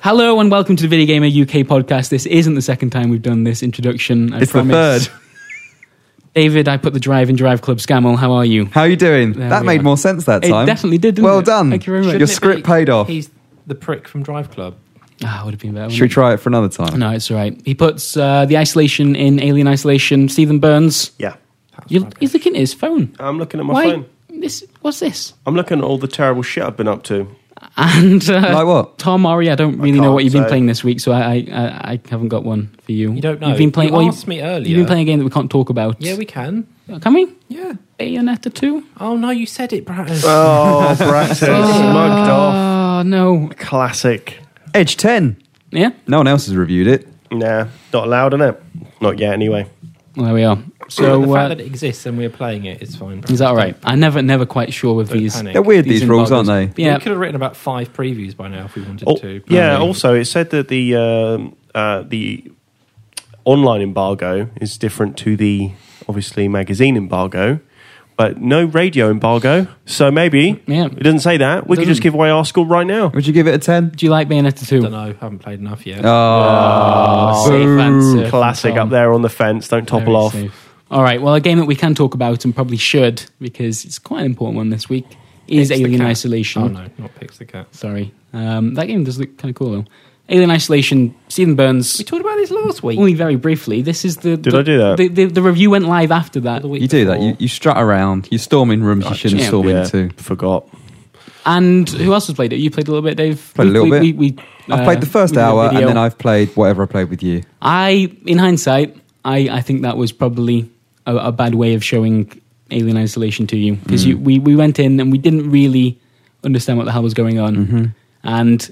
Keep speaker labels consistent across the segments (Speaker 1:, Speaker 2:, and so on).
Speaker 1: Hello and welcome to the Video Gamer UK podcast. This isn't the second time we've done this introduction. I
Speaker 2: It's the
Speaker 1: promise.
Speaker 2: third.
Speaker 1: David, I put the drive in Drive Club Scammel. How are you?
Speaker 2: How are you doing?
Speaker 1: There
Speaker 2: that
Speaker 1: we
Speaker 2: made
Speaker 1: are.
Speaker 2: more sense that
Speaker 1: It
Speaker 2: time.
Speaker 1: definitely did, didn't
Speaker 2: well
Speaker 1: it?
Speaker 2: done.
Speaker 1: Thank you very much.
Speaker 2: Your script paid off.
Speaker 3: He's the prick from Drive Club.
Speaker 1: Ah, would have been better.
Speaker 2: Should we
Speaker 1: wouldn't
Speaker 2: try it for another time?
Speaker 1: it? No, it's all right. He puts uh, the isolation in Alien Isolation. Stephen Burns.
Speaker 4: Yeah.
Speaker 1: You're, he's looking at his phone.
Speaker 4: I'm looking at my
Speaker 1: Why?
Speaker 4: phone.
Speaker 1: This what's this?
Speaker 4: I'm looking at all the terrible shit I've been up to.
Speaker 1: And uh,
Speaker 2: Like what?
Speaker 1: Tom Ari, I don't really know
Speaker 4: can't
Speaker 1: what you've been
Speaker 4: say.
Speaker 1: playing this week, so I, I I I haven't got one for you.
Speaker 3: You don't know.
Speaker 1: You've been playing.
Speaker 3: You
Speaker 1: well,
Speaker 3: asked me earlier.
Speaker 1: You've been playing a game that we can't talk about.
Speaker 3: Yeah, we can.
Speaker 1: can we?
Speaker 3: Yeah.
Speaker 1: Bayonetta two.
Speaker 3: Oh no, you said it, Bratton.
Speaker 4: Oh, Braxton, mugged off.
Speaker 1: Oh no.
Speaker 4: Classic.
Speaker 2: Edge 10.
Speaker 1: Yeah.
Speaker 2: No one else has reviewed it.
Speaker 4: Nah, not allowed, innit? Not yet, anyway.
Speaker 1: Well, there we are.
Speaker 3: so
Speaker 1: So
Speaker 3: the fact
Speaker 1: uh,
Speaker 3: that it exists and we're playing it is fine. Bratton.
Speaker 1: is that all right? I never never quite sure with
Speaker 3: Don't
Speaker 1: these.
Speaker 3: panic.
Speaker 2: They're weird, these, rules, aren't
Speaker 1: embargoes.
Speaker 2: they?
Speaker 1: Yeah.
Speaker 3: We could have written about five previews by now if we wanted
Speaker 4: Oh,
Speaker 3: to. but-
Speaker 4: yeah, also, it said that the, um uh, the online embargo is different to the, obviously, magazine embargo. But no radio embargo, so maybe
Speaker 1: Yeah.
Speaker 4: it doesn't say that. We could
Speaker 1: Doesn't.
Speaker 4: just give away our school right now.
Speaker 2: Would you give it a 10?
Speaker 1: Do you like Bayonetta two?
Speaker 3: don't know. Haven't played enough yet.
Speaker 1: Uh,
Speaker 2: Oh, boo.
Speaker 4: Classic up there on the fence. Don't topple off.
Speaker 1: All right. Well, a game that we can talk about and probably should because it's quite an important one this week is
Speaker 3: Pix the
Speaker 1: Alien
Speaker 3: Cat.
Speaker 1: Isolation.
Speaker 3: Oh no, not Pix the Cat.
Speaker 1: Sorry, um, that game does look kind of cool though. Alien Isolation, Stephen Burns.
Speaker 3: We talked about this last week.
Speaker 1: Only very briefly. This is the.
Speaker 4: Did
Speaker 1: the,
Speaker 4: I do that?
Speaker 1: The, the, the review went live after that,
Speaker 3: The week
Speaker 2: You do that.
Speaker 3: before.
Speaker 2: You, you strut around. You storm in rooms you shouldn't
Speaker 1: yeah.
Speaker 2: storm
Speaker 4: Yeah,
Speaker 2: into.
Speaker 4: forgot.
Speaker 1: and who else has played it? You played a little bit, Dave.
Speaker 2: Played a
Speaker 1: We-
Speaker 2: little
Speaker 1: we,
Speaker 2: bit.
Speaker 1: We, we,
Speaker 2: I've
Speaker 1: uh,
Speaker 2: played the first
Speaker 1: we did a
Speaker 2: hour and
Speaker 1: video.
Speaker 2: then I've played whatever I played with you.
Speaker 1: I, in hindsight, I, I think that was probably a, a bad way of showing Alien Isolation to you because
Speaker 2: Mm.
Speaker 1: you we, we went in and we didn't really understand what the hell was going on,
Speaker 2: Mm-hmm.
Speaker 1: and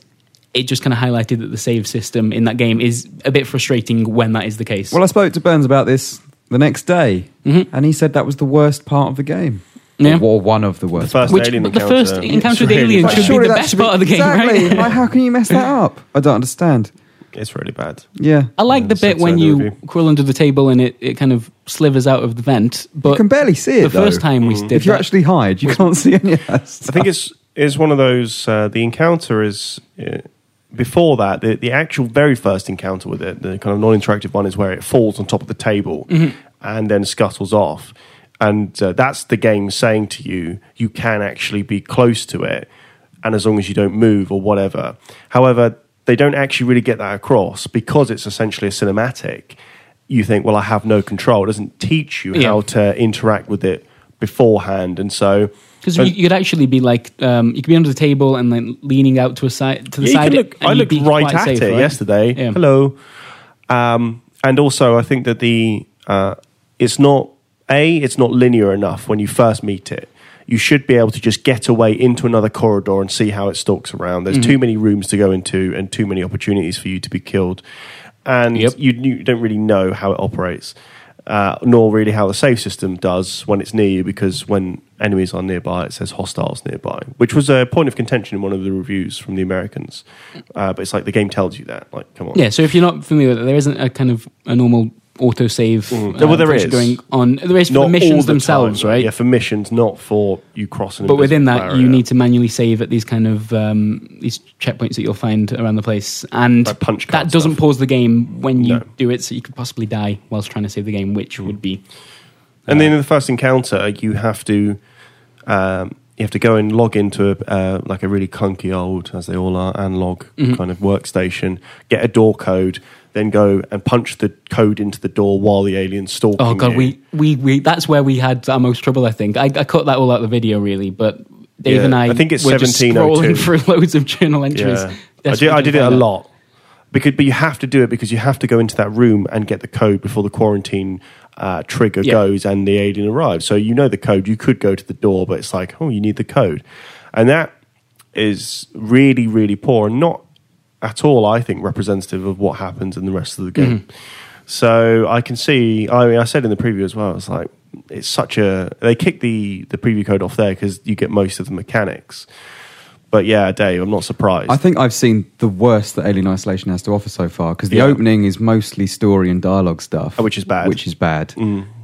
Speaker 1: it just kind of highlighted that the save system in that game is a bit frustrating when that is the case.
Speaker 2: Well, I spoke to Burns about this the next day and he said that was the worst part of the game.
Speaker 1: Mm-hmm. Yeah.
Speaker 2: Or one of the worst.
Speaker 4: first
Speaker 1: Which- but the first encounter with aliens
Speaker 4: bad.
Speaker 1: should be
Speaker 2: surely
Speaker 1: the
Speaker 2: that
Speaker 1: best part of the game,
Speaker 2: exactly.
Speaker 1: right?
Speaker 2: Like, how can you mess that up? I don't understand.
Speaker 4: It's really bad.
Speaker 2: Yeah.
Speaker 1: I like the
Speaker 4: Yeah,
Speaker 1: bit
Speaker 4: so-
Speaker 1: when
Speaker 4: so
Speaker 1: you
Speaker 4: do we.
Speaker 1: crawl under the table and it, it kind of slivers out of the vent,
Speaker 2: You
Speaker 1: but
Speaker 2: can barely see it
Speaker 1: the
Speaker 2: though.
Speaker 1: first time we
Speaker 4: Mm-hmm.
Speaker 1: did
Speaker 2: if you
Speaker 1: that-
Speaker 2: actually hide, you can't see any of that.
Speaker 4: I
Speaker 2: stuff.
Speaker 4: think it's it's one of those. Uh, the encounter is uh, before that. The, the actual very first encounter with it, the kind of non-interactive one, is where it falls on top of the table
Speaker 1: Mm-hmm.
Speaker 4: and then scuttles off. And uh, that's the game saying to you, you can actually be close to it, and as long as you don't move or whatever. However, they don't actually really get that across because it's essentially a cinematic. You think, well, I have no control. It doesn't teach you
Speaker 1: Yeah.
Speaker 4: how to interact with it beforehand, and so
Speaker 1: Because you, you could actually be like, um, you could be under the table and then leaning out to a side to the
Speaker 4: Yeah,
Speaker 1: side.
Speaker 4: You can look,
Speaker 1: and
Speaker 4: I
Speaker 1: you'd
Speaker 4: looked
Speaker 1: be
Speaker 4: right
Speaker 1: quite
Speaker 4: at
Speaker 1: safe,
Speaker 4: it
Speaker 1: right?
Speaker 4: yesterday.
Speaker 1: Yeah.
Speaker 4: Hello. Um, and also, I think that the uh, it's not a it's not linear enough when you first meet it. You should be able to just get away into another corridor and see how it stalks around. There's
Speaker 1: Mm-hmm.
Speaker 4: too many rooms to go into and too many opportunities for you to be killed, and
Speaker 1: Yep.
Speaker 4: you, you don't really know how it operates. Uh, nor really how the save system does when it's near you, because when enemies are nearby, it says hostiles nearby, which was a point of contention in one of the reviews from the Americans. Uh, but it's like the game tells you that. Like, come on.
Speaker 1: Yeah. So if you're not familiar with it, there isn't a kind of a normal autosave.
Speaker 4: Mm. Well, there
Speaker 1: function
Speaker 4: is.
Speaker 1: going on. There is for the
Speaker 4: all
Speaker 1: missions
Speaker 4: the
Speaker 1: themselves,
Speaker 4: time.
Speaker 1: right?
Speaker 4: Yeah, for missions, not for you crossing.
Speaker 1: But within that, you need
Speaker 4: to
Speaker 1: to manually save at these kind of um, these checkpoints that you'll find around the place, and
Speaker 4: Like punch card
Speaker 1: that doesn't
Speaker 4: stuff.
Speaker 1: pause the game when you
Speaker 4: No. Mm.
Speaker 1: do it, so you could possibly die whilst trying to save the game, which would be
Speaker 4: And then in the first encounter, you have to um, you have to go and log into a, uh, like a really clunky old, as they all are, analog
Speaker 1: Mm-hmm.
Speaker 4: kind of workstation. Get a door code, then go and punch the code into the door while the alien's stalking.
Speaker 1: Oh god,
Speaker 4: you.
Speaker 1: we, we we that's where we had our most trouble. I think I, I cut that all out of the video really, but Dave
Speaker 4: Yeah,
Speaker 1: and I,
Speaker 4: I think it's
Speaker 1: were just
Speaker 4: 1702.
Speaker 1: scrolling through loads of journal entries.
Speaker 4: Yeah. I
Speaker 1: desperate
Speaker 4: did, I
Speaker 1: to
Speaker 4: did it a
Speaker 1: find out.
Speaker 4: lot. Because, but you have to do it because you have to go into that room and get the code before the quarantine uh, trigger
Speaker 1: Yeah.
Speaker 4: goes and the alien arrives. So you know the code. You could go to the door, but it's like, oh, you need the code. And that is really, really poor and not at all, I think, representative of what happens in the rest of the game. So I can see. I mean, I said in the preview as well. It's like it's such a they kick the the preview code off there because you get most of the mechanics. But yeah, Dave, I'm not surprised.
Speaker 2: I think I've seen the worst that Alien Isolation has to offer so far because the
Speaker 4: Yeah.
Speaker 2: opening is mostly story and dialogue stuff,
Speaker 4: Oh, which is bad. Mm.
Speaker 2: Which is bad.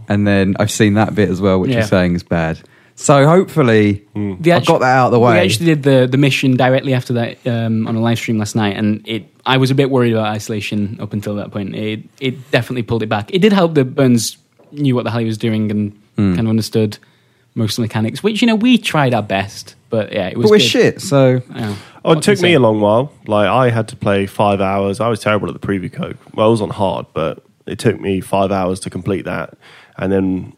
Speaker 2: And then I've seen that bit as well, which
Speaker 1: Yeah.
Speaker 2: you're saying is bad. So hopefully,
Speaker 1: The
Speaker 4: Mm.
Speaker 2: I've
Speaker 1: actu-
Speaker 2: got that out of the
Speaker 1: We
Speaker 2: way.
Speaker 1: actually did the, the mission directly after that um, on a live stream last night, and it I was a bit worried about isolation up until that point. It it definitely pulled it back. It did help that Burns knew what the hell he was doing and
Speaker 4: Hmm.
Speaker 1: kind of understood most of the mechanics, which you know we tried our best, but yeah, it was.
Speaker 2: But we're
Speaker 1: good.
Speaker 2: shit, so
Speaker 1: Yeah.
Speaker 4: Oh, it
Speaker 1: What can
Speaker 4: took me
Speaker 1: you
Speaker 4: a
Speaker 1: say?
Speaker 4: long while. Like I had to play five hours. I was terrible at the preview code. Well, I was on hard, but it took me five hours to complete that. And then,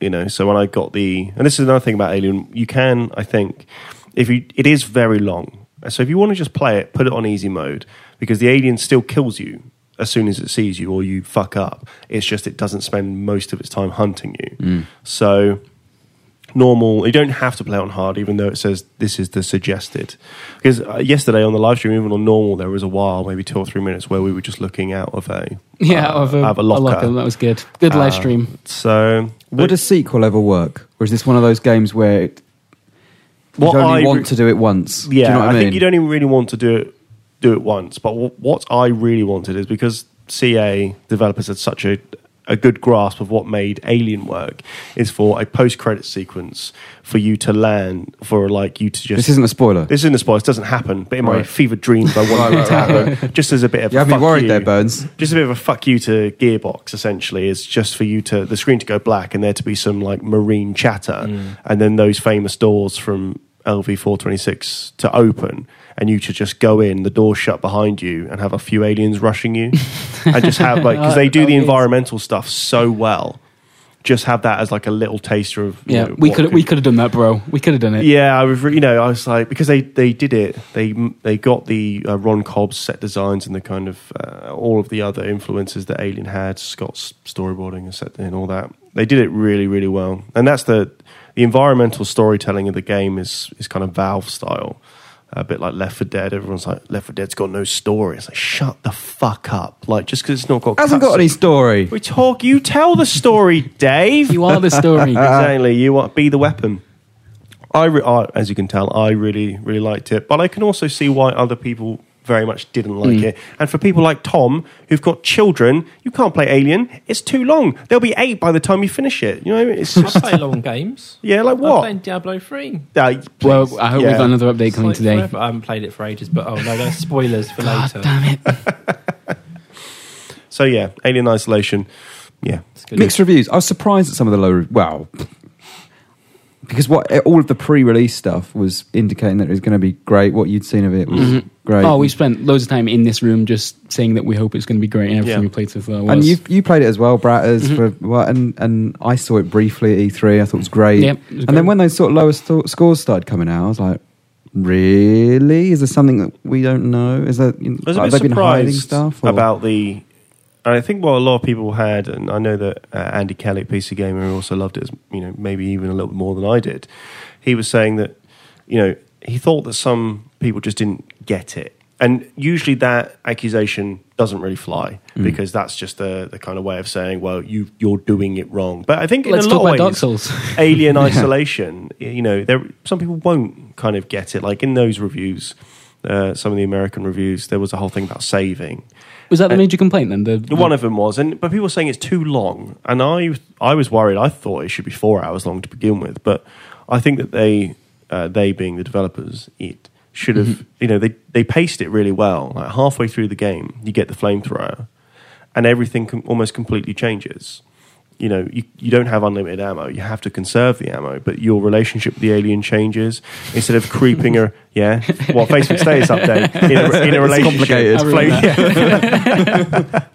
Speaker 4: you know, so when I got the, and this is another thing about Alien, you can, I think, if you, it is very long. So if you want to just play it, put it on easy mode because the alien still kills you as soon as it sees you or you fuck up. It's just it doesn't spend most of its time hunting you.
Speaker 1: Mm.
Speaker 4: So normal. You don't have to play on hard, even though it says this is the suggested. Because uh, yesterday on the live stream, even on normal, there was a while, maybe two or three minutes, where we were just looking out of a
Speaker 1: Yeah,
Speaker 4: uh,
Speaker 1: of a,
Speaker 4: out of Uh,
Speaker 1: a locker. That was good. Good live stream.
Speaker 4: So
Speaker 2: would a sequel ever work? Or is this one of those games where it, you
Speaker 4: What
Speaker 2: only
Speaker 4: I
Speaker 2: want
Speaker 4: re-
Speaker 2: to do it once? do
Speaker 4: Yeah,
Speaker 2: you know what I, mean?
Speaker 4: think you don't even really want to do it do it once. But w- what I really wanted is because CA developers had such a a good grasp of what made Alien work is for a post credit sequence for you to land for like you to just
Speaker 2: This isn't a spoiler.
Speaker 4: This isn't a spoiler. It doesn't happen. But in my
Speaker 2: Right.
Speaker 4: fevered dreams, I wanted it to happen. Just as a bit of
Speaker 2: You
Speaker 4: a
Speaker 2: had me
Speaker 4: fuck
Speaker 2: worried
Speaker 4: you.
Speaker 2: there, Burns.
Speaker 4: Just a bit of a fuck you to Gearbox. Essentially, is just for you to the screen to go black and there to be some like marine chatter,
Speaker 2: Mm.
Speaker 4: and then those famous doors from LV four twenty six to open, and you to just go in, the door shut behind you, and have a few aliens rushing you, and just have like because they do the
Speaker 1: Aliens.
Speaker 4: environmental stuff so well. Just have that as like a little taster of you
Speaker 1: Yeah,
Speaker 4: know,
Speaker 1: we
Speaker 4: what
Speaker 1: could we could have done that, bro. We could have done it.
Speaker 4: yeah, I was, re- you know, I was like because they they did it. They they got the uh, Ron Cobb's set designs and the kind of uh, all of the other influences that Alien had, Scott's storyboarding and set and all that. They did it really really well, and that's the the environmental storytelling of the game is is kind of Valve style, a bit like Left 4 Dead. Everyone's like Left 4 Dead's got no story. It's like shut the fuck up. Like just because it's not got
Speaker 2: Hasn't got
Speaker 4: cuts-
Speaker 2: any story.
Speaker 4: We talk. You tell the story, Dave
Speaker 1: You are the story.
Speaker 2: Uh-uh.
Speaker 4: exactly. You want be the weapon. I, re- I, as you can tell, I really, really liked it, but I can also see why other people very much didn't like
Speaker 2: Mm.
Speaker 4: it. And for people like Tom, who've got children, you can't play Alien. It's too long. They'll be eight by the time you finish it. You know, it's
Speaker 3: I
Speaker 4: just,
Speaker 3: play long games.
Speaker 4: yeah, like
Speaker 3: I'm
Speaker 4: what?
Speaker 3: playing Diablo 3.
Speaker 4: Uh,
Speaker 1: well, I hope
Speaker 4: yeah.
Speaker 1: we've got another update
Speaker 3: It's
Speaker 1: coming
Speaker 3: like
Speaker 1: today.
Speaker 3: forever. I haven't played it for ages, but oh no, that's spoilers for
Speaker 1: God
Speaker 3: later.
Speaker 1: damn it!
Speaker 4: So yeah, Alien Isolation. Yeah,
Speaker 3: It's good.
Speaker 2: Mixed reviews. I was surprised at some of the low. Re- well, because what eh, all of the pre-release stuff was indicating that it was going to be great. What you'd seen of it was great.
Speaker 1: Oh, we spent loads of time in this room just saying that we hope it's going to be great, and everything we
Speaker 4: Yeah.
Speaker 1: played so far was. Mm-hmm.
Speaker 2: and you you played it as well, Bratters. For, well, and and I saw it briefly at E3. I thought it was great.
Speaker 1: Yep, it was
Speaker 2: and
Speaker 1: great.
Speaker 2: then when those sort of lowest th- scores started coming out, I was like, really? Is there something that we don't know? Is that you know,
Speaker 4: I was a
Speaker 2: have
Speaker 4: bit
Speaker 2: they been hiding
Speaker 4: surprised
Speaker 2: stuff or-
Speaker 4: about the. And I think what a lot of people had, and I know that uh, Andy Kelly at PC Gamer also loved it, as, you know, maybe even a little bit more than I did. He was saying that, you know, he thought that some people just didn't get it, and usually that accusation doesn't really fly
Speaker 1: Hmm.
Speaker 4: because that's just the the kind of way of saying, well, you you're doing it wrong. But I think
Speaker 1: Let's
Speaker 4: in a lot
Speaker 1: talk about
Speaker 4: of
Speaker 1: Dark
Speaker 4: ways,
Speaker 1: Souls.
Speaker 4: Alien Isolation. You know, there some people won't kind of get it. Like in those reviews, uh, some of the American reviews, there was a whole thing about saving.
Speaker 1: Was that the major complaint then? The,
Speaker 4: Uh, One of them was, and but people were saying it's too long, and I I was worried. I thought it should be four hours long to begin with, but I think that they uh, they being the developers, it should have you know they they paced it really well. Like halfway through the game, you get the flamethrower, and everything com- almost completely changes. You know, you, you don't have unlimited ammo. You have to conserve the ammo, but your relationship with the alien changes. Instead of creeping a yeah, well, Facebook status update in a, in a
Speaker 2: It's
Speaker 4: relationship.
Speaker 2: complicated.
Speaker 1: I ruined
Speaker 4: Fla- yeah.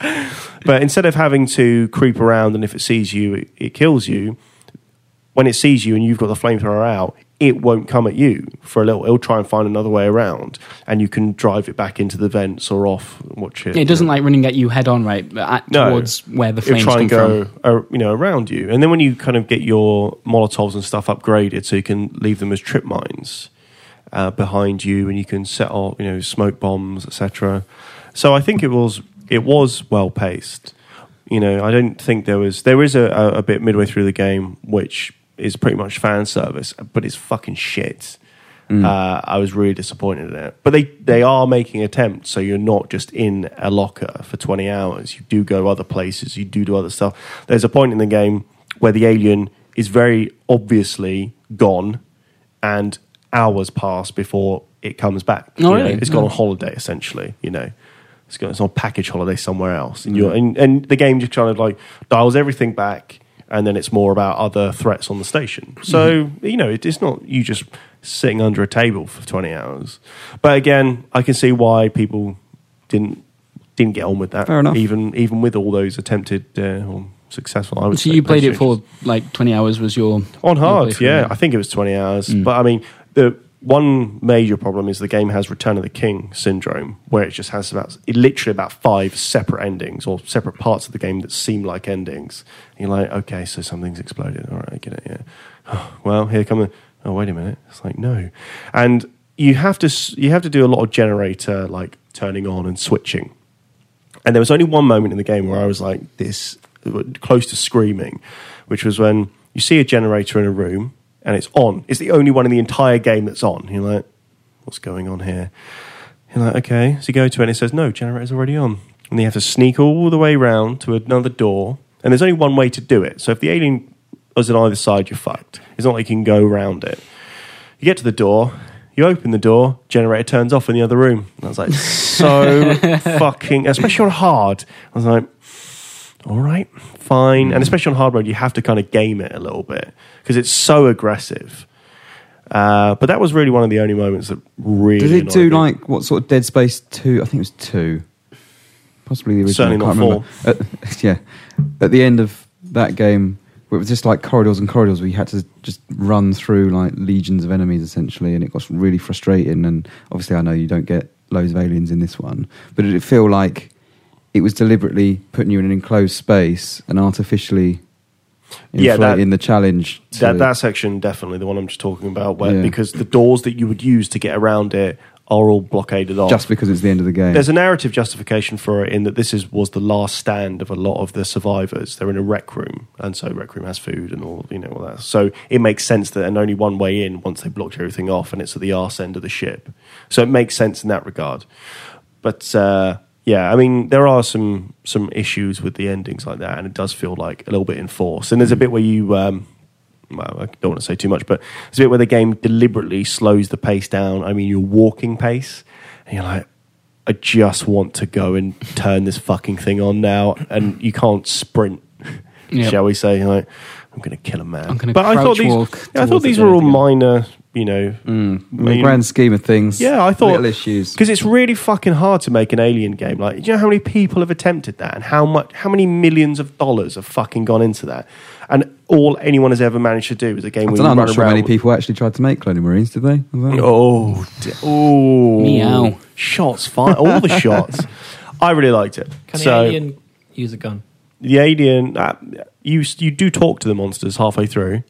Speaker 4: But instead of having to creep around and if it sees you, it, it kills you, when it sees you and you've got the flamethrower out, it won't come at you for a little. It'll try and find another way around and you can drive it back into the vents or off, watch it.
Speaker 1: Yeah, it doesn't like running at you head on, right? But at,
Speaker 4: No.
Speaker 1: towards where the
Speaker 4: It'll
Speaker 1: flames
Speaker 4: try
Speaker 1: come
Speaker 4: and go,
Speaker 1: from.
Speaker 4: uh, you know, around you. And then when you kind of get your Molotovs and stuff upgraded so you can leave them as trip mines uh, behind you and you can set off, you know, smoke bombs, etc. So I think it was it was well paced. You know, I don't think there was there is a, a, a bit midway through the game which is pretty much fan service, but it's fucking shit.
Speaker 1: Mm.
Speaker 4: Uh, I was really disappointed in it, but they they are making attempts. So you're not just in a locker for 20 hours. You do go other places. You do do other stuff. There's a point in the game where the alien is very obviously gone, and hours pass before it comes back.
Speaker 1: Oh,
Speaker 4: You know,
Speaker 1: really?
Speaker 4: It's gone
Speaker 1: Oh.
Speaker 4: on holiday essentially. You know, It's, got, it's on package holiday somewhere else, and you're
Speaker 1: Mm-hmm.
Speaker 4: and, and the game just kind of like dials everything back, and then it's more about other threats on the station. So
Speaker 1: Mm-hmm.
Speaker 4: you know, it, it's not you just sitting under a table for twenty hours. But again, I can see why people didn't didn't get on with that.
Speaker 2: Fair enough.
Speaker 4: Even even with all those attempted uh, or successful, I would
Speaker 1: So
Speaker 4: say,
Speaker 1: you played it
Speaker 4: PlayStations.
Speaker 1: for like 20 hours was your
Speaker 4: On
Speaker 1: your
Speaker 4: hard,
Speaker 1: playthrough,
Speaker 4: yeah. I think it was 20 hours. But I mean, the one major problem is the game has Return of the King syndrome, where it just has about literally about five separate endings or separate parts of the game that seem like endings. And you're like, okay, so something's exploded. All right, I get it. Yeah. well, here come. The, oh, wait a minute. It's like no, and you have to s- you have to do a lot of generator like turning on and switching. And there was only one moment in the game where I was like this close to screaming, which was when you see a generator in a room and it's on. It's the only one in the entire game that's on. You're like, what's going on here? You're like, okay. So you go to it and it says, no, generator's already on. And then you have to sneak all the way round to another door. And there's only one way to do it. So if the alien was on either side, you're fucked. It's not like you can go round it. You get to the door, you open the door, generator turns off in the other room. And I was like, so fucking, especially on hard. I was like, all right, fine.
Speaker 2: Hmm.
Speaker 4: And especially on hard mode, you have to kind of game it a little bit because it's so aggressive. Uh, but that was really one of the only moments that really.
Speaker 2: Did it
Speaker 4: annoyed
Speaker 2: do
Speaker 4: me.
Speaker 2: like what sort of Dead Space two? I think it was two, possibly the original.
Speaker 4: Certainly
Speaker 2: I can't
Speaker 4: not
Speaker 2: remember. At, yeah, at the end of that game, where it was just like corridors and corridors. where you had to just run through like legions of enemies essentially, and it got really frustrating. And obviously, I know you don't get loads of aliens in this one, but did it feel like it was deliberately putting you in an enclosed space and artificially
Speaker 4: Yeah,
Speaker 2: inflating
Speaker 4: that-
Speaker 2: the challenge? To,
Speaker 4: that that section definitely the one I'm just talking about, where
Speaker 2: Yeah.
Speaker 4: because the doors that you would use to get around it are all blockaded off.
Speaker 2: just because it's the end of the game.
Speaker 4: There's a narrative justification for it in that this is was the last stand of a lot of the survivors. They're in a rec room, and so rec room has food and all you know all that. So it makes sense that and only one way in once they blocked everything off, and it's at the arse end of the ship. So it makes sense in that regard. But uh, yeah, I mean there are some some issues with the endings like that, and it does feel like a little bit enforced. And there's a bit where you. Um, well, I don't want to say too much, but it's a bit where the game deliberately slows the pace down. I mean, you're walking pace, and you're like, I just want to go and turn this fucking thing on now, and you can't sprint,
Speaker 1: Yeah.
Speaker 4: shall we say? You're like, I'm going to kill a man.
Speaker 1: I'm gonna
Speaker 4: but I thought
Speaker 1: crouch
Speaker 4: these,
Speaker 1: walk
Speaker 4: yeah, I thought
Speaker 1: towards
Speaker 4: these
Speaker 1: it,
Speaker 4: were all
Speaker 1: anything else.
Speaker 4: minor, you know,
Speaker 2: in the grand scheme of things,
Speaker 4: yeah, I thought
Speaker 2: Mm. little issues.
Speaker 4: because it's really fucking hard to make an alien game. Like, do you know how many people have attempted that, and how much, how many millions of dollars have fucking gone into that, and all anyone has ever managed to do is a game.
Speaker 2: I
Speaker 4: where
Speaker 2: don't know,
Speaker 4: you
Speaker 2: I'm
Speaker 4: run
Speaker 2: not sure
Speaker 4: around
Speaker 2: many
Speaker 4: with-
Speaker 2: people actually tried to make Clone Marines, did they?
Speaker 4: Oh, d- oh,
Speaker 1: Meow.
Speaker 4: Shots fire, all the shots. I really liked it.
Speaker 3: Can
Speaker 4: So-
Speaker 3: the alien use a gun?
Speaker 4: the alien uh, you you do talk to the monsters halfway through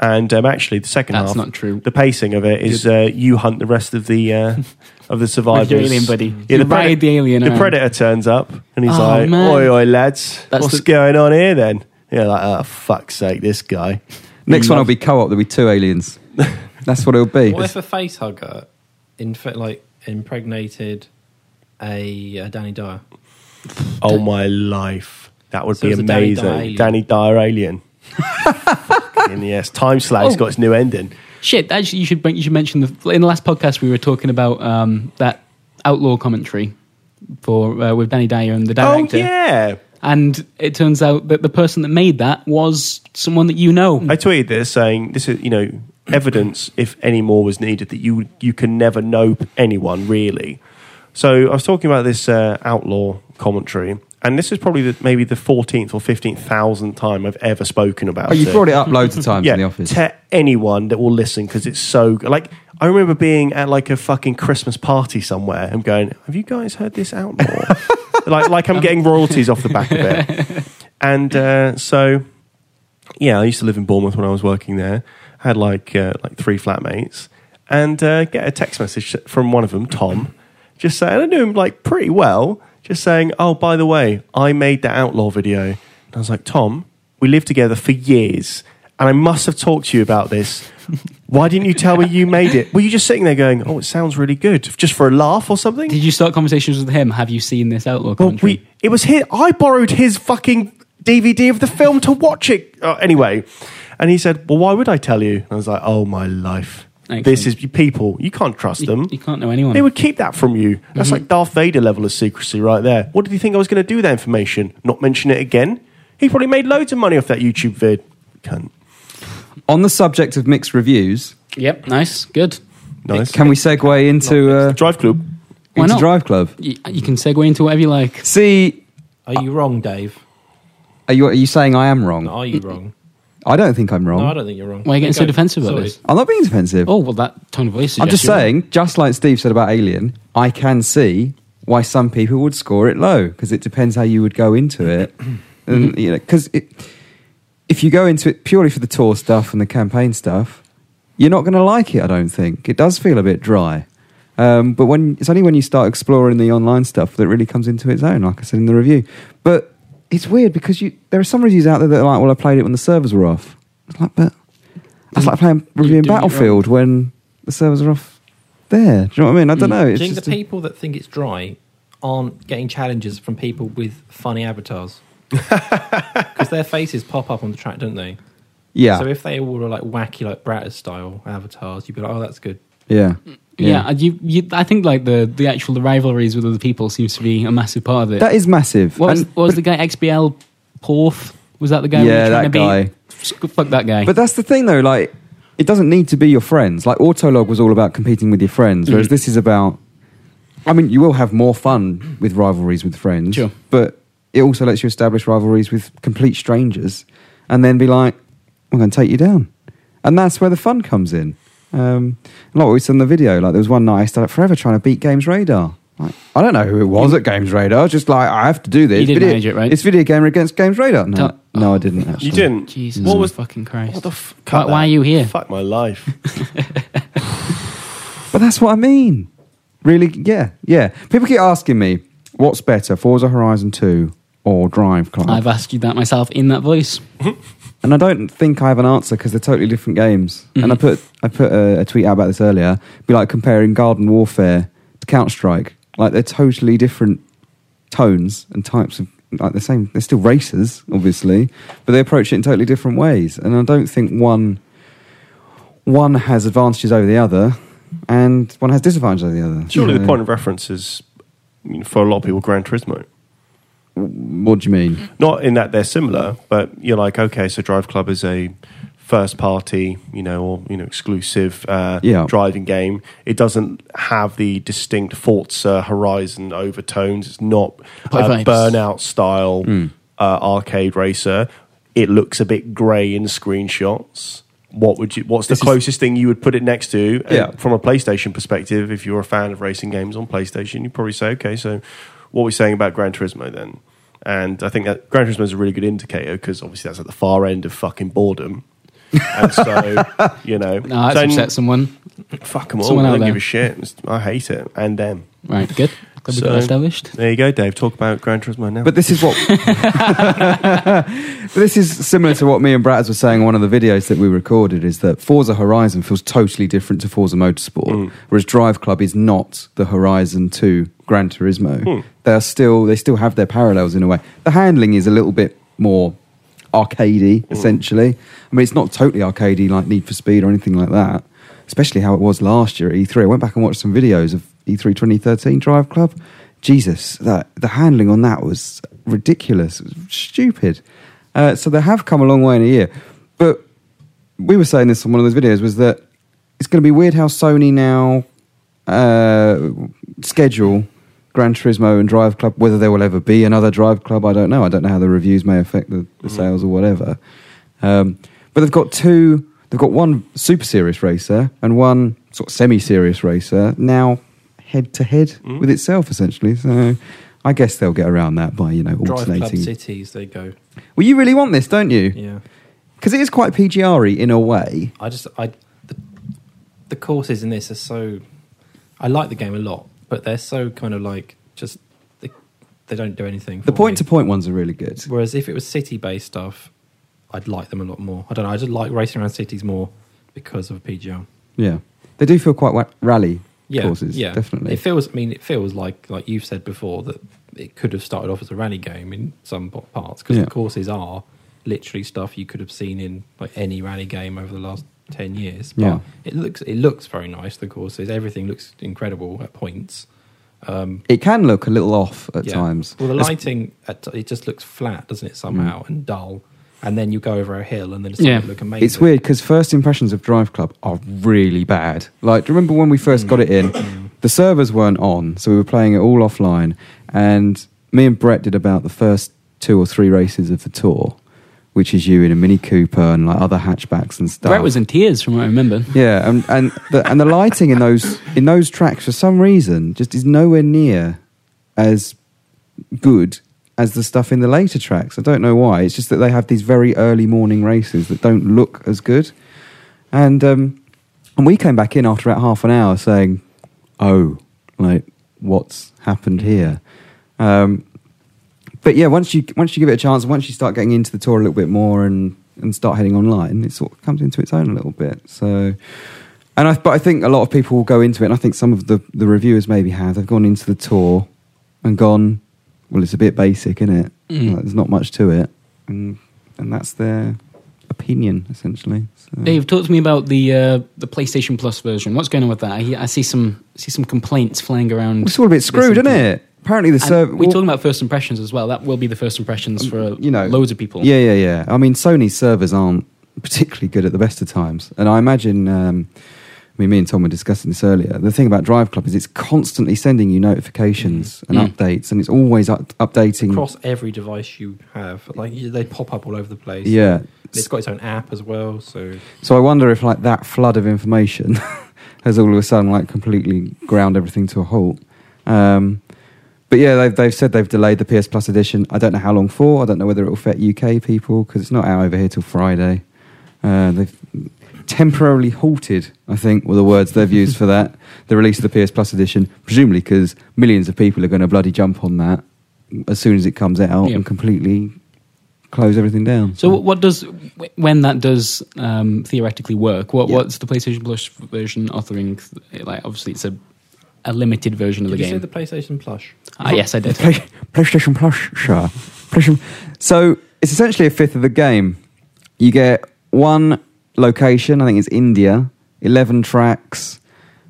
Speaker 4: and um, actually the second
Speaker 1: That's
Speaker 4: half
Speaker 1: not true.
Speaker 4: the pacing of it is uh, you hunt the rest of the uh, of the survivors
Speaker 1: alien buddy.
Speaker 4: yeah,
Speaker 1: You
Speaker 4: the,
Speaker 1: ride the alien around.
Speaker 4: predator turns up and he's
Speaker 1: Oh,
Speaker 4: like
Speaker 1: man.
Speaker 4: oi oi lads
Speaker 1: That's
Speaker 4: what's
Speaker 1: the-
Speaker 4: going on here then yeah like oh fuck's sake this guy
Speaker 2: Next one will be co op, there'll be two aliens. That's what it'll be.
Speaker 3: What if a face hugger inf- like impregnated a, a Danny Dyer?
Speaker 4: oh my life that would
Speaker 3: So
Speaker 4: be
Speaker 3: it's a Danny
Speaker 4: amazing
Speaker 3: Dyer alien.
Speaker 4: Danny Dyer alien Fucking yes time slag's
Speaker 1: Oh.
Speaker 4: got its new ending
Speaker 1: Shit, actually, you should you should mention the in the last podcast we were talking about um, that outlaw commentary for uh, with Danny Dyer and the director,
Speaker 4: oh yeah
Speaker 1: and it turns out that the person that made that was someone that you know.
Speaker 4: I tweeted this saying this is you know evidence if any more was needed that you you can never know anyone really. So I was talking about this uh, outlaw commentary, and this is probably the, maybe the fourteenth or fifteenth thousandth time I've ever spoken about.
Speaker 2: Oh, you
Speaker 4: it
Speaker 2: brought it up loads of times in the office.
Speaker 4: to anyone that will listen because it's so like I remember being at like a fucking Christmas party somewhere. I'm going, have you guys heard this outlaw? like like I'm getting royalties off the back of it. And uh, so yeah, I used to live in Bournemouth when I was working there. I had like uh, like three flatmates, and uh, get a text message from one of them, Tom, just saying I knew him like pretty well. Just saying, oh by the way, I made the outlaw video. And I was like, Tom, we lived together for years, and I must have talked to you about this. Why didn't you tell me you made it? Were you just sitting there going, oh, it sounds really good, just for a laugh or something?
Speaker 1: Did you start conversations with him? Have you seen this outlaw
Speaker 4: Well,
Speaker 1: commentary?
Speaker 4: we, it was his. I borrowed his fucking DVD of the film to watch it. Uh, anyway, and he said, "Well, why would I tell you?" And I was like, "Oh my life." This is people. You can't trust
Speaker 1: you,
Speaker 4: them.
Speaker 1: You can't know anyone. Mm-hmm.
Speaker 4: They would keep that from you. That's like Darth Vader level of secrecy right there. What did he think I was going to do with that information? Not mention it again? He probably made loads of money off that YouTube vid. Cunt.
Speaker 2: On the subject of mixed reviews,
Speaker 1: Yep. Nice. Good.
Speaker 4: Nice.
Speaker 2: can we segue into, uh,
Speaker 4: Drive Club.
Speaker 1: Why
Speaker 2: into
Speaker 1: not?
Speaker 2: Drive Club?
Speaker 1: You, you can segue into whatever you like.
Speaker 2: See,
Speaker 3: Are you wrong, Dave?
Speaker 2: are you, are you saying I am wrong?
Speaker 3: Are you wrong?
Speaker 2: I don't think I'm wrong.
Speaker 3: No, I don't think you're wrong.
Speaker 1: Why are you getting so
Speaker 3: Go.
Speaker 1: defensive about
Speaker 3: Sorry.
Speaker 1: this?
Speaker 2: I'm not being defensive.
Speaker 1: Oh well, that tone of voice.
Speaker 2: I'm
Speaker 1: suggests
Speaker 2: just
Speaker 1: you are.
Speaker 2: saying, just like Steve said about Alien, I can see why some people would score it low because it depends how you would go into it, and you know, because if you go into it purely for the tour stuff and the campaign stuff, you're not going to like it. I don't think it does feel a bit dry. Um, but when it's only when you start exploring the online stuff that it really comes into its own, like I said in the review. But it's weird because you there are some reviews out there that are like, "Well, I played it when the servers were off." It's like, but that's like playing
Speaker 1: Mm. You're
Speaker 2: reviewing
Speaker 1: doing it wrong.
Speaker 2: Battlefield when the servers are off there. Do you know what I mean? I don't know.
Speaker 3: Do
Speaker 2: It's
Speaker 3: you think
Speaker 2: just
Speaker 3: the people that think it's dry aren't getting challenges from people with funny avatars? Because their faces pop up on the track, don't they?
Speaker 2: a, yeah,
Speaker 3: So if they all were like wacky, like Bratters style avatars, you'd be like, oh, that's good.
Speaker 2: yeah,
Speaker 1: Hmm. Yeah, you, you, I think like the, the actual rivalries with other people seems to be a massive part of it.
Speaker 2: That is massive.
Speaker 1: what was,
Speaker 2: And-
Speaker 1: what was the guy XBL Porth? Was that the guy? we were
Speaker 2: Yeah,
Speaker 1: trying
Speaker 2: that
Speaker 1: to beat? Sc- Fuck that guy.
Speaker 2: But that's the thing, though. Like, it doesn't need to be your friends. Like, Autolog was all about competing with your friends, whereas
Speaker 1: Mhm.
Speaker 2: this is about. I mean, you will have more fun with rivalries with friends,
Speaker 1: Sure.
Speaker 2: but it also lets you establish rivalries with complete strangers, and then be like, "I'm going to take you down," and that's where the fun comes in. Um, like we saw in the video, like there was one night I stayed up forever trying to beat Games Radar. Like, I don't know who it was at Games Radar. Just like I have to do this.
Speaker 1: You did
Speaker 2: video,
Speaker 1: manage it, right? Oh.
Speaker 2: It's video gamer against Games Radar. No,
Speaker 1: Tell-
Speaker 2: no, I didn't. Actually.
Speaker 4: You didn't.
Speaker 1: Jesus,
Speaker 4: What was.
Speaker 1: fucking Christ?
Speaker 4: What the f-
Speaker 1: why,
Speaker 4: cut
Speaker 1: why are
Speaker 4: that.
Speaker 1: you here?
Speaker 4: Fuck my life.
Speaker 2: But that's what I mean. Really, yeah, yeah. People keep asking me, what's better, Forza Horizon 2 or Drive Club?
Speaker 1: I've asked you that myself in that voice.
Speaker 2: and I don't think I have an answer because they're totally different games. And I put, I put a, a tweet out about this earlier, be like comparing Garden Warfare to Counter Strike. Like they're totally different tones and types of, like the same, they're still races, obviously, but they approach it in totally different ways. And I don't think one one has advantages over the other and one has disadvantages over the other.
Speaker 4: Surely the
Speaker 2: So-
Speaker 4: point of reference is, I mean, for a lot of people, Gran Turismo.
Speaker 2: What do you mean?
Speaker 4: Not in that they're similar, but you're like, okay, so Drive Club is a first party, you know, or you know, exclusive uh,
Speaker 2: Yeah.
Speaker 4: driving game. It doesn't have the distinct Forza Horizon overtones. It's not
Speaker 1: Play
Speaker 4: a
Speaker 1: vibes.
Speaker 4: burnout style
Speaker 1: Hmm.
Speaker 4: uh, arcade racer. It looks a bit grey in screenshots. What would you? What's the
Speaker 2: This is-
Speaker 4: closest thing you would put it next to? uh,
Speaker 2: Yeah.
Speaker 4: from a PlayStation perspective, if you're a fan of racing games on PlayStation, you'd probably say, okay, so what are we saying about Gran Turismo then? And I think that Gran Turismo is a really good indicator because obviously that's at the far end of fucking boredom. and so, you know,
Speaker 1: No, that's
Speaker 4: so
Speaker 1: upset someone.
Speaker 4: fuck them all.
Speaker 1: someone
Speaker 4: I
Speaker 1: out
Speaker 4: don't
Speaker 1: there.
Speaker 4: give a shit. It's- I hate it. And them.
Speaker 1: Right, good. Glad we got
Speaker 4: So-
Speaker 1: that established.
Speaker 4: There you go, Dave. Talk about Gran Turismo now.
Speaker 2: But this is what. but this is similar to what me and Bratters were saying in one of the videos that we recorded is that Forza Horizon feels totally different to Forza Motorsport, whereas Drive Club is not the Horizon 2 Gran Turismo. They are still they still have their parallels in a way. The handling is a little bit more arcadey essentially. I mean it's not totally arcadey like Need for Speed or anything like that. Especially how it was last year at E3. I went back and watched some videos of E E3 2013 Drive Club. Jesus, that the handling on that was ridiculous, it was stupid. Uh, so they have come a long way in a year, but we were saying this on one of those videos was that it's going to be weird how Sony now uh, schedule Gran Turismo and Drive Club. Whether there will ever be another Drive Club, I don't know. I don't know how the reviews may affect the,
Speaker 3: Mm-hmm.
Speaker 2: the sales or whatever. Um, but they've got two. They've got one super serious racer and one sort of semi-serious racer now head to head
Speaker 3: Mm.
Speaker 2: with itself essentially. So I guess they'll get around that by you know
Speaker 3: Drive Club
Speaker 2: alternating.
Speaker 3: Cities, they go.
Speaker 2: Well, you really want this, don't you?
Speaker 3: Yeah.
Speaker 2: Because it is quite PGR in a way.
Speaker 3: I just, I, the, the courses in this are so, I like the game a lot, but they're so kind of like just, they, they don't do anything.
Speaker 2: The
Speaker 3: for
Speaker 2: point
Speaker 3: me.
Speaker 2: to point ones are really good.
Speaker 3: Whereas if it was city based stuff, I'd like them a lot more. I don't know. I just like racing around cities more because of PGR.
Speaker 2: Yeah, they do feel quite wa- rally
Speaker 3: Yeah,
Speaker 2: courses.
Speaker 3: yeah,
Speaker 2: definitely.
Speaker 3: It feels. I mean, it feels like like you've said before that it could have started off as a rally game in some po- parts because
Speaker 2: Yeah.
Speaker 3: the courses are literally stuff you could have seen in like any rally game over the last ten years. But
Speaker 2: Yeah.
Speaker 3: it looks it looks very nice. The courses, everything looks incredible at points. Um,
Speaker 2: It can look a little off at
Speaker 3: yeah.
Speaker 2: times.
Speaker 3: Well, the
Speaker 2: It's- Mm.
Speaker 3: lighting at, it just looks flat, doesn't it? Somehow and dull. And then you go over a hill, and then it's yeah.
Speaker 1: Yeah.
Speaker 3: look amazing.
Speaker 2: It's weird because first impressions of Drive Club are really bad. Like, do you remember when we
Speaker 3: Mm.
Speaker 2: first got it in? The servers weren't on, so we were playing it all offline. And me and Brett did about the first two or three races of the tour, which is you in a Mini Cooper and like other hatchbacks and stuff.
Speaker 1: Brett was in tears from what I remember.
Speaker 2: Yeah, and and the, and the lighting in those in those tracks for some reason just is nowhere near as good as the stuff in the later tracks. I don't know why. It's just that they have these very early morning races that don't look as good. And um, and we came back in after about half an hour saying, "Oh, like what's happened here?" Um, but yeah, once you once you give it a chance, once you start getting into the tour a little bit more and and start heading online, it sort of comes into its own a little bit. So, and I but I think a lot of people will go into it, and I think some of the the reviewers maybe have they've gone into the tour and gone, well, it's a bit basic, isn't it?
Speaker 1: Mm.
Speaker 2: Like, there's not much to it, and and that's their opinion essentially. So,
Speaker 1: Dave, talk to me about the uh, the PlayStation Plus version. What's going on with that? I, I see some see some complaints flying around.
Speaker 2: it's all a bit screwed, isn't it? Apparently, the server.
Speaker 1: we're talking about first impressions as well. That will be the first impressions for
Speaker 2: Mm, you know,
Speaker 1: loads of people.
Speaker 2: Yeah, yeah, yeah. I mean, Sony's servers aren't particularly good at the best of times, and I imagine. Um, I mean, me and Tom were discussing this earlier. The thing about Drive Club is it's constantly sending you notifications and
Speaker 1: Mm.
Speaker 2: updates, and it's always up- updating.
Speaker 3: across every device you have. Like you- they pop up all over the place.
Speaker 2: yeah.
Speaker 3: And it's got its own app as well. So
Speaker 2: So I wonder if like that flood of information has all of a sudden like completely ground everything to a halt. Um, but yeah, they've, they've said they've delayed the PS Plus edition. I don't know how long for. I don't know whether it will affect UK people because it's not out over here till Friday. Uh, they've temporarily halted, I think, were the words they've used for that. The release of the PS Plus edition, presumably because millions of people are going to bloody jump on that as soon as it comes out
Speaker 1: Yeah.
Speaker 2: and completely close everything down.
Speaker 1: So what does wh- when that does um, theoretically work? What
Speaker 2: Yeah.
Speaker 1: what's the PlayStation Plus version offering? Like obviously it's a a limited version of
Speaker 3: did
Speaker 1: the
Speaker 3: you say
Speaker 1: game.
Speaker 3: the PlayStation plush?
Speaker 1: ah, yes, I did.
Speaker 2: Play, PlayStation Plus, sure. PlayStation. So it's essentially a fifth of the game. You get one location, I think it's India, 11 tracks,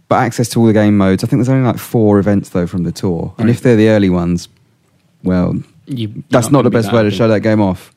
Speaker 2: but access to all the game modes. I think there's only like four events though from the tour. And
Speaker 1: Right.
Speaker 2: if they're the early ones, well,
Speaker 1: You- you're
Speaker 2: that's not,
Speaker 1: gonna
Speaker 2: the
Speaker 1: be
Speaker 2: best way to
Speaker 1: happy.
Speaker 2: show that game off.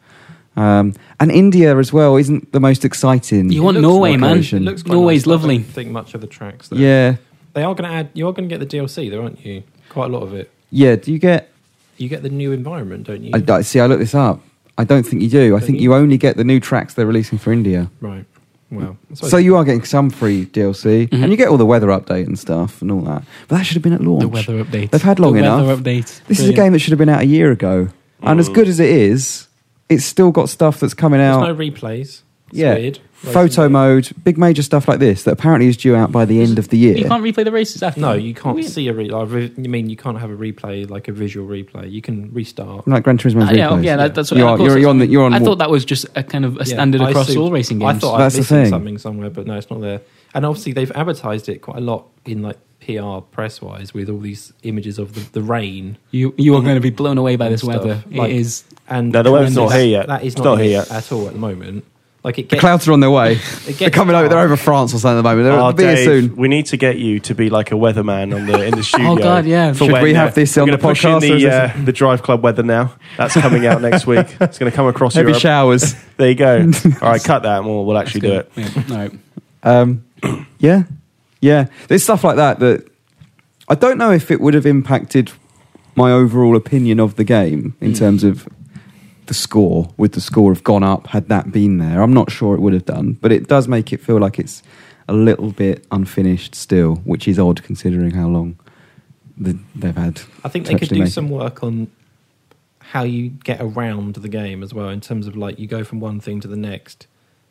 Speaker 2: Um, and India as well isn't the most exciting.
Speaker 1: You want
Speaker 3: It looks
Speaker 1: Norway, man?
Speaker 2: location. Looks
Speaker 1: Norway's
Speaker 3: nice. I
Speaker 1: lovely.
Speaker 3: don't think much of the tracks. There.
Speaker 2: yeah.
Speaker 3: they are going to add. You are going to get the DLC, there, aren't you? Quite a lot of it.
Speaker 2: Yeah. Do you get.
Speaker 3: You get the new environment, don't you?
Speaker 2: I, I- see, I looked this up. I don't think you do. I
Speaker 3: Don't
Speaker 2: think
Speaker 3: you?
Speaker 2: you only get the new tracks they're releasing for India.
Speaker 3: right. Well, I suppose
Speaker 2: So you are getting some free DLC, and you get all the weather update and stuff and all that. But that should have been at launch.
Speaker 1: Mm-hmm. The weather update.
Speaker 2: They've had long
Speaker 1: the
Speaker 2: enough.
Speaker 1: Weather update.
Speaker 2: This is a
Speaker 1: Brilliant.
Speaker 2: game that should have been out a year ago, and
Speaker 4: Mm.
Speaker 2: as good as it is, it's still got stuff that's coming
Speaker 3: there's
Speaker 2: out.
Speaker 3: no replays. It's
Speaker 2: yeah,
Speaker 3: weird.
Speaker 2: photo
Speaker 3: Like,
Speaker 2: mode, big major stuff like this that apparently is due out by the end of the year.
Speaker 1: You can't replay the races after.
Speaker 3: No, you can't
Speaker 1: Weird.
Speaker 3: see a re- like, re- You mean you can't have a replay like a visual replay? You can restart.
Speaker 2: like Gran Turismo's
Speaker 1: Uh, yeah, oh,
Speaker 2: replays.
Speaker 1: yeah, that, that's what
Speaker 2: You
Speaker 1: of
Speaker 2: are-
Speaker 1: course,
Speaker 2: you're- you're on the- you're on
Speaker 1: I
Speaker 2: wa-
Speaker 1: thought that was just a kind of a
Speaker 3: Yeah,
Speaker 1: standard
Speaker 3: I
Speaker 1: across
Speaker 3: assumed-
Speaker 1: all racing games.
Speaker 3: I thought
Speaker 2: That's
Speaker 3: I
Speaker 2: the
Speaker 3: missed
Speaker 2: thing.
Speaker 3: something somewhere, but no, it's not there. And obviously, they've advertised it quite a lot in like PR press wise with all these images of the, the rain.
Speaker 1: you you are going to be blown away by this
Speaker 3: Stuff.
Speaker 1: weather.
Speaker 3: Like-
Speaker 1: it is.
Speaker 3: And
Speaker 4: No, the weather's
Speaker 1: not
Speaker 3: that-
Speaker 4: here yet.
Speaker 3: That is
Speaker 4: It's
Speaker 3: not,
Speaker 4: not
Speaker 3: in
Speaker 4: here
Speaker 3: it
Speaker 4: yet.
Speaker 3: at all at the moment. Like it
Speaker 2: The
Speaker 3: gets
Speaker 2: clouds are on their way.
Speaker 3: gets
Speaker 2: They're coming over. They're
Speaker 3: dark.
Speaker 2: over France or something at the moment. They'll
Speaker 4: Oh,
Speaker 2: be here
Speaker 4: Dave,
Speaker 2: soon. Oh,
Speaker 4: We need to get you to be like a weatherman on the in the studio.
Speaker 1: God, yeah.
Speaker 4: for
Speaker 2: Should we have
Speaker 4: uh,
Speaker 2: this
Speaker 4: we're
Speaker 2: on
Speaker 4: gonna
Speaker 2: the
Speaker 4: push in
Speaker 2: podcast, or is
Speaker 4: The,
Speaker 2: this-
Speaker 4: uh, the Drive Club weather now. That's coming out next week. It's going to come across
Speaker 2: Heavy
Speaker 4: Europe.
Speaker 2: showers.
Speaker 4: There you go. All right, cut that, and we'll, we'll actually do it.
Speaker 1: Yeah, all right.
Speaker 2: Um, yeah, yeah. There's stuff like that that I don't know if it would have impacted my overall opinion of the game in
Speaker 3: Hmm.
Speaker 2: terms of the score. Would the score have gone up had that been there? I'm not sure it would have done, but it does make it feel like it's a little bit unfinished still, which is odd considering how long the, they've had.
Speaker 3: I think
Speaker 2: to
Speaker 3: they could
Speaker 2: actually
Speaker 3: do
Speaker 2: make it.
Speaker 3: some work on how you get around the game as well, in terms of like you go from one thing to the next,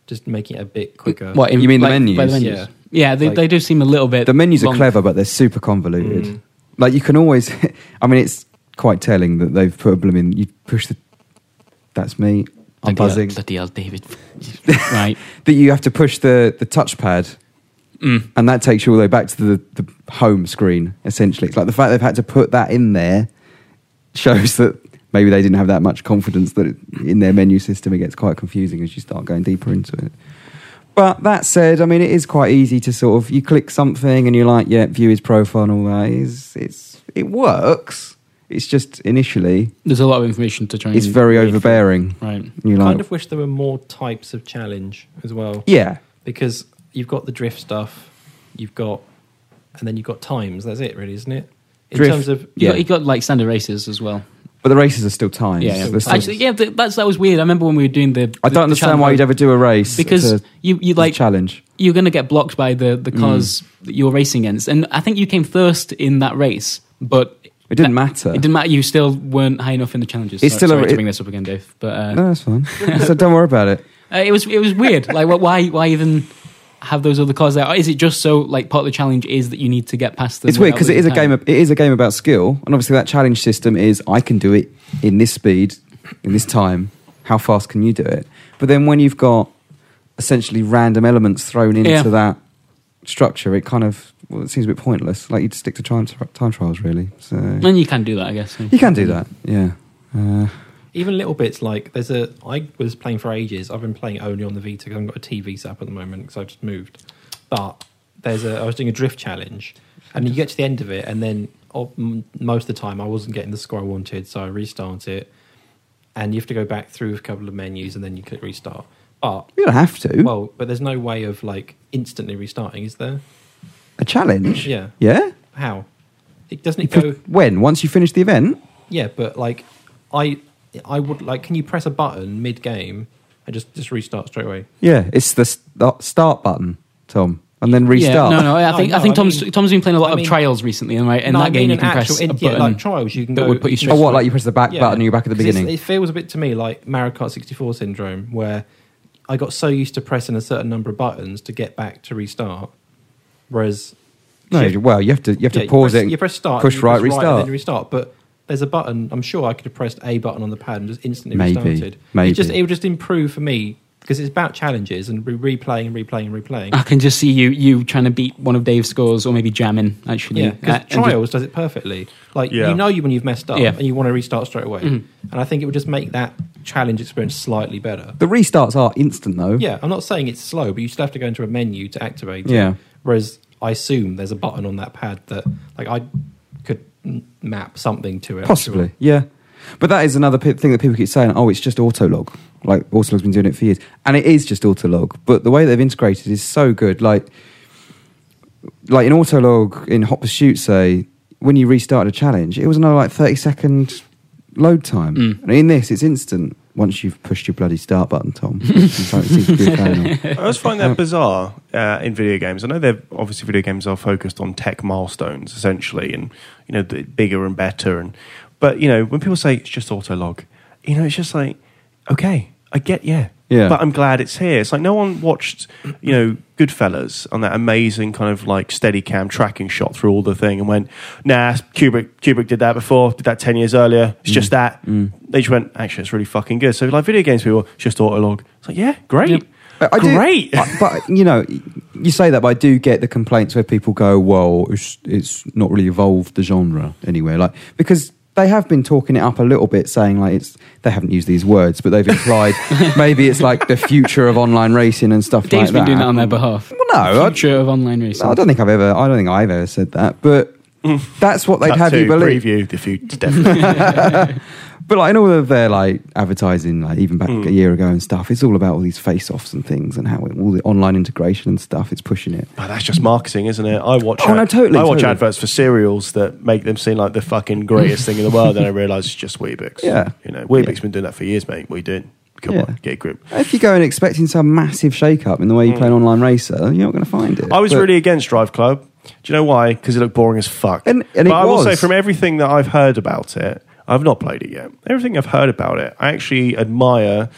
Speaker 3: just making it a bit quicker.
Speaker 1: What, in-
Speaker 2: You mean the
Speaker 1: like, by
Speaker 2: menus?
Speaker 3: Yeah.
Speaker 1: Yeah, they,
Speaker 3: Like-
Speaker 1: they do seem a little bit.
Speaker 2: The menus
Speaker 1: long-
Speaker 2: are clever, but they're super convoluted.
Speaker 3: Mm.
Speaker 2: Like you can always, I mean, it's quite telling that they've put a blooming. You push the. That's me. I'm
Speaker 1: Bloody hell-
Speaker 2: buzzing.
Speaker 1: Bloody hell, David. right.
Speaker 2: That you have to push the the touchpad,
Speaker 1: Mm.
Speaker 2: and that takes you all the way back to the, the home screen. Essentially, it's like the fact they've had to put that in there shows that maybe they didn't have that much confidence that it, in their menu system it gets quite confusing as you start going deeper into it. But that said, I mean, it is quite easy to sort of you click something and you're like, yeah, view his profile and all that. It's, it's it works. It's just initially
Speaker 1: There's a lot of information to try.
Speaker 2: it's
Speaker 1: and
Speaker 2: very
Speaker 1: read.
Speaker 2: overbearing.
Speaker 1: Right.
Speaker 2: And You're
Speaker 3: kind
Speaker 2: like,
Speaker 3: of wish there were more types of challenge as well.
Speaker 2: yeah,
Speaker 3: Because you've got the drift stuff, you've got, and then you've got times. That's it, really, isn't it? In
Speaker 2: Drift,
Speaker 3: terms of
Speaker 1: You
Speaker 2: Yeah.
Speaker 1: got, you got like standard races as well.
Speaker 2: but the races are still times.
Speaker 1: Yeah, yeah.
Speaker 2: They're still-
Speaker 1: actually, yeah. th- That's that was weird. I remember when we were doing the.
Speaker 2: I don't understand why you'd ever do a race
Speaker 1: because
Speaker 2: It's a-
Speaker 1: you you
Speaker 2: it's a
Speaker 1: like
Speaker 2: challenge.
Speaker 1: you're going to get blocked by the
Speaker 2: Mm.
Speaker 1: the cars that you're racing against, and I think you came first in that race, but
Speaker 2: It didn't
Speaker 1: that-
Speaker 2: matter.
Speaker 1: It didn't matter. You still weren't high enough in the challenges.
Speaker 2: It's
Speaker 1: Sorry-
Speaker 2: still a-
Speaker 1: sorry to
Speaker 2: it-
Speaker 1: bring this up again, Dave. But uh,
Speaker 2: No, that's fine. so don't worry about it.
Speaker 1: uh, it was it was weird. like, wh- why why even have those other cars there? Or is it just so like part of the challenge is that you need to get past them?
Speaker 2: It's weird
Speaker 1: without
Speaker 2: because it is a
Speaker 1: losing time?
Speaker 2: game. Of, it is a game about skill, and obviously that challenge system is I can do it in this speed, in this time. How fast can you do it? But then when you've got essentially random elements thrown into
Speaker 1: Yeah.
Speaker 2: that structure, it kind of well, it seems a bit pointless. Like you'd stick to time, time trials, really. So
Speaker 1: and you can do that, I guess.
Speaker 2: you can do that, yeah. Uh,
Speaker 3: even little bits like there's a. I was playing for ages. I've been playing only on the Vita because I haven't got a TV set up at the moment because I just moved. But there's a. I was doing a drift challenge, and you get to the end of it, and then oh, m- most of the time I wasn't getting the score I wanted, so I restart it, and you have to go back through a couple of menus, and then you click restart. But
Speaker 2: you don't have to.
Speaker 3: Well, but there's no way of like instantly restarting, is there?
Speaker 2: a challenge,
Speaker 3: Yeah.
Speaker 2: yeah.
Speaker 3: How? It doesn't it
Speaker 2: For-
Speaker 3: go?
Speaker 2: when once you finish the event,
Speaker 3: Yeah, but like, I, I would like. Can you press a button mid game and just just restart straight away?
Speaker 2: yeah, it's the st- start button, Tom, and then
Speaker 1: Yeah,
Speaker 2: restart.
Speaker 1: no, no. I
Speaker 3: No,
Speaker 1: think
Speaker 3: no,
Speaker 1: I think
Speaker 3: I
Speaker 1: Tom's
Speaker 3: mean-
Speaker 1: Tom's been playing a lot
Speaker 3: I
Speaker 1: of
Speaker 3: mean-
Speaker 1: trials recently, and right in
Speaker 3: No,
Speaker 1: that
Speaker 3: I
Speaker 1: game
Speaker 3: mean
Speaker 1: you
Speaker 3: an
Speaker 1: can press
Speaker 3: actual-
Speaker 1: a
Speaker 3: yeah,
Speaker 1: button.
Speaker 3: like trials, you can
Speaker 1: that
Speaker 3: go
Speaker 1: would put you
Speaker 3: into-
Speaker 1: straight.
Speaker 2: Oh, what? Like you press the back
Speaker 3: Yeah.
Speaker 2: button and you're back at the
Speaker 3: Because it's-
Speaker 2: beginning.
Speaker 3: It feels a bit to me like Mario Kart 64 syndrome, where I got so used to pressing a certain number of buttons to get back to restart, whereas
Speaker 2: No,
Speaker 3: Shift-
Speaker 2: you- well, you have to you have to
Speaker 3: Yeah, you
Speaker 2: pause
Speaker 3: press-
Speaker 2: it. and
Speaker 3: You press start,
Speaker 2: push
Speaker 3: you
Speaker 2: right,
Speaker 3: press and
Speaker 2: restart.
Speaker 3: then you restart. But there's a button. I'm sure I could have pressed a button on the pad and just instantly
Speaker 2: Maybe,
Speaker 3: restarted.
Speaker 2: maybe.
Speaker 3: It just it would just improve for me because it's about challenges and re- replaying and replaying and replaying.
Speaker 2: Ah,
Speaker 1: I can just see you you trying to beat one of Dave's scores, or maybe jamming actually.
Speaker 3: Yeah,
Speaker 1: Uh,
Speaker 3: because
Speaker 1: and just-
Speaker 3: trials does it perfectly. Like
Speaker 4: Yeah.
Speaker 3: you know you when you've messed up
Speaker 1: Yeah.
Speaker 3: and you want to restart straight away.
Speaker 2: Mm-hmm.
Speaker 3: And I think it would just make that challenge experience slightly better.
Speaker 2: The restarts are instant though.
Speaker 3: Yeah, I'm not saying it's slow, but you still have to go into a menu to activate. it.
Speaker 2: Yeah.
Speaker 3: Whereas I assume there's a button on that pad that like I could m- map something to it. I'm sure.
Speaker 2: possibly. Yeah, but that is another p- thing that people keep saying. Oh, it's just autolog. Like autolog's been doing it for years, and it is just autolog. But the way they've integrated is so good. Like, like in autolog in Hot Pursuit, say when you restarted a challenge, it was another like thirty second load time,
Speaker 1: Mm.
Speaker 2: and in this, it's instant. Once you've pushed your bloody start button, Tom. You don't seem to be a fan of.
Speaker 4: I always find that bizarre uh, in video games. I know they're obviously video games are focused on tech milestones essentially, and you know the bigger and better. And but you know when people say it's just autolog, you know it's just like okay, I get yeah,
Speaker 2: Yeah.
Speaker 4: But I'm glad it's here. It's like no one watched you know Goodfellas on that amazing kind of like steady cam tracking shot through all the thing and went nah Kubrick Kubrick did that before, did that ten years earlier. It's just that they just went actually it's really fucking good. So like video games people it's just autolog. It's like yeah, great.
Speaker 1: Yep.
Speaker 2: I, I do-
Speaker 4: Great.
Speaker 2: I- but you know, you say that, but I do get the complaints where people go, "Well, it's, it's not really evolved the genre anywhere," like because they have been talking it up a little bit, saying like it's they haven't used these words, but they've implied maybe it's like the future of online racing and stuff
Speaker 1: Dave's
Speaker 2: like
Speaker 1: been
Speaker 2: that.
Speaker 1: doing that on their behalf.
Speaker 2: Well, no, I-
Speaker 1: future of online racing.
Speaker 2: I don't think I've ever. I don't think I've ever said that, but. That's what they'd
Speaker 4: Cut
Speaker 2: have you
Speaker 4: to
Speaker 2: believe.
Speaker 4: Preview the future, definitely.
Speaker 2: But like in all of their like advertising, like even back
Speaker 4: Hmm.
Speaker 2: a year ago and stuff, it's all about all these face-offs and things, and how it, all the online integration and stuff is pushing it.
Speaker 4: oh, that's just marketing, isn't it? I watch.
Speaker 2: Oh, no, totally,
Speaker 4: I watch
Speaker 2: totally.
Speaker 4: adverts for cereals that make them seem like the fucking greatest thing in the world, and I realise it's just Weebix.
Speaker 2: Yeah.
Speaker 4: you know, Weebix
Speaker 2: Yeah.
Speaker 4: been doing that for years, mate. We did. Come
Speaker 2: Yeah.
Speaker 4: on, get a grip.
Speaker 2: If you go in expecting some massive shake-up in the way you play an online racer, you're not going to find it.
Speaker 4: Hmm. I was
Speaker 2: But-
Speaker 4: really against Drive Club. Do you know why? Because it looked boring as fuck.
Speaker 2: And- and it
Speaker 4: but I will
Speaker 2: was.
Speaker 4: say, from everything that I've heard about it, I've not played it yet. Everything I've heard about it, I actually admire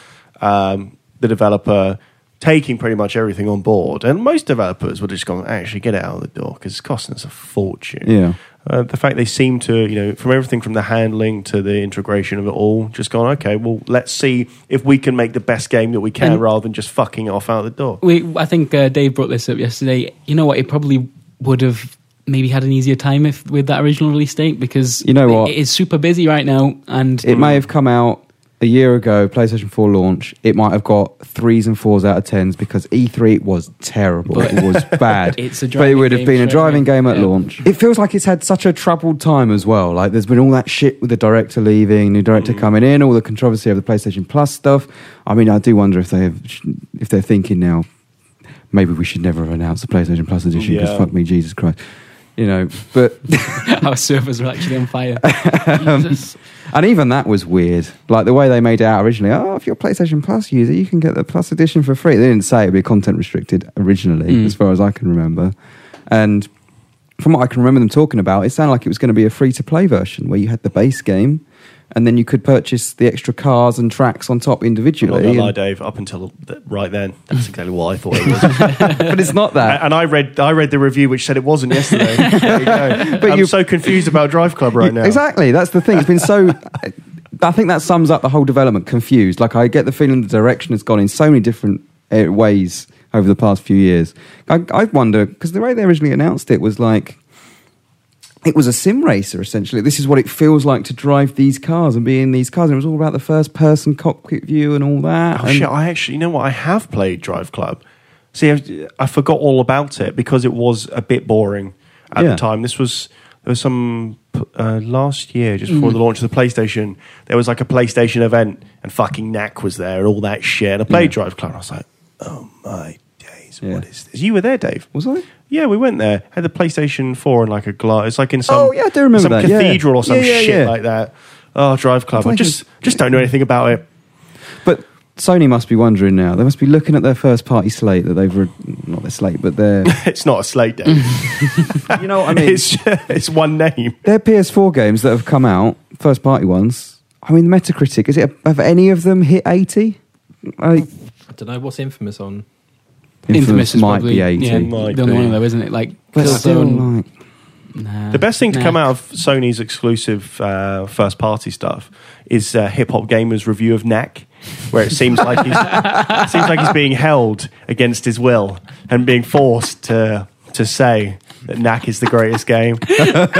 Speaker 4: um, the developer taking pretty much everything on board. And most developers would have just gone, actually, get it out of the door because it's costing us a fortune.
Speaker 2: Yeah.
Speaker 4: Uh, the fact they seem to, you know, from everything from the handling to the integration of it all, just gone, okay, well, let's see if we can make the best game that we can
Speaker 1: And-
Speaker 4: rather than just fucking it off out the door.
Speaker 1: we, I think uh, Dave brought this up yesterday. You know what? It probably would have maybe had an easier time if with that original release date because
Speaker 2: You know
Speaker 1: it-
Speaker 2: what?
Speaker 1: it is super busy right now, and
Speaker 2: It may have come out a year ago, PlayStation 4 launch, it might have got threes and fours out of tens because E3 was terrible.
Speaker 1: But-
Speaker 2: it was bad.
Speaker 1: It's a
Speaker 2: but it
Speaker 1: driving
Speaker 2: would have
Speaker 1: game
Speaker 2: been a
Speaker 1: show,
Speaker 2: driving
Speaker 1: yeah.
Speaker 2: game at
Speaker 1: Yeah.
Speaker 2: launch. It feels like it's had such a troubled time as well. Like there's been all that shit with the director leaving, new director
Speaker 1: Mm.
Speaker 2: coming in, all the controversy over the PlayStation Plus stuff. I mean, I do wonder if they have, if they're thinking now, maybe we should never have announced the PlayStation Plus edition because
Speaker 4: Yeah.
Speaker 2: fuck me, Jesus Christ. You know, but
Speaker 1: Our servers were actually on fire.
Speaker 2: Um,
Speaker 1: Jesus.
Speaker 2: And even that was weird. Like the way they made it out originally. Oh, if you're a PlayStation Plus user, you can get the Plus edition for free. They didn't say it'd be content restricted originally,
Speaker 1: Mm.
Speaker 2: as far as I can remember. And from what I can remember them talking about, it sounded like it was going to be a free to play version where you had the base game and then you could purchase the extra cars and tracks on top
Speaker 4: I'm not
Speaker 2: individually.
Speaker 4: gonna lie,
Speaker 2: And-
Speaker 4: Dave. Up until th- right then, that's exactly what I thought it was.
Speaker 2: but it's not that.
Speaker 4: A- and I read, I read the review which said it wasn't yesterday. There you go.
Speaker 2: But
Speaker 4: I'm
Speaker 2: you-
Speaker 4: so confused about Drive Club right now.
Speaker 2: Exactly. That's the thing. It's been so. I think that sums up the whole development. Confused. Like I get the feeling the direction has gone in so many different uh, ways over the past few years. I, I wonder because the way they originally announced it was like. It was a sim racer, essentially. This is what it feels like to drive these cars and be in these cars. And it was all about the first person cockpit view and all that.
Speaker 4: Oh
Speaker 2: and
Speaker 4: shit! I actually, you know what? I have played Drive Club. See, I, I forgot all about it because it was a bit boring at
Speaker 2: Yeah.
Speaker 4: the time. This was there was some uh, last year, just
Speaker 2: Mm.
Speaker 4: before the launch of the PlayStation. There was like a PlayStation event, and fucking Knack was there, and all that shit. And I played Drive Club. And I was like, oh my days,
Speaker 2: Yeah.
Speaker 4: what is this? You were there, Dave.
Speaker 2: Was I?
Speaker 4: Yeah, we went there. Had the PlayStation Four and like a glass. It's like in some.
Speaker 2: Oh, yeah, I do remember
Speaker 4: some
Speaker 2: that, yeah.
Speaker 4: cathedral or some
Speaker 2: Yeah, yeah,
Speaker 4: shit
Speaker 2: yeah.
Speaker 4: like that. Oh, Drive Club. I
Speaker 2: like
Speaker 4: just
Speaker 2: it's-
Speaker 4: just don't know anything about it.
Speaker 2: But Sony must be wondering now. They must be looking at their first party slate that they've re- not their slate, but their
Speaker 4: It's not a slate, Dave.
Speaker 2: you know what I
Speaker 4: it's it's one name.
Speaker 2: Their PS4 games that have come out, first party ones. I mean, Metacritic. Is it? Have any of them hit eighty? Like
Speaker 3: I don't know what's infamous on.
Speaker 1: Infamous is
Speaker 2: might
Speaker 1: probably
Speaker 2: be eighty.
Speaker 1: Yeah,
Speaker 4: Might
Speaker 1: the only
Speaker 4: be.
Speaker 1: one though, isn't it? Like
Speaker 2: But still,
Speaker 1: Killzone.
Speaker 2: like,
Speaker 1: Nah.
Speaker 4: The best thing to
Speaker 1: Nah.
Speaker 4: come out of Sony's exclusive uh, first party stuff is uh, Hip Hop Gamer's review of Knack, where it seems like he's seems like he's being held against his will and being forced to to say that Knack is the greatest game.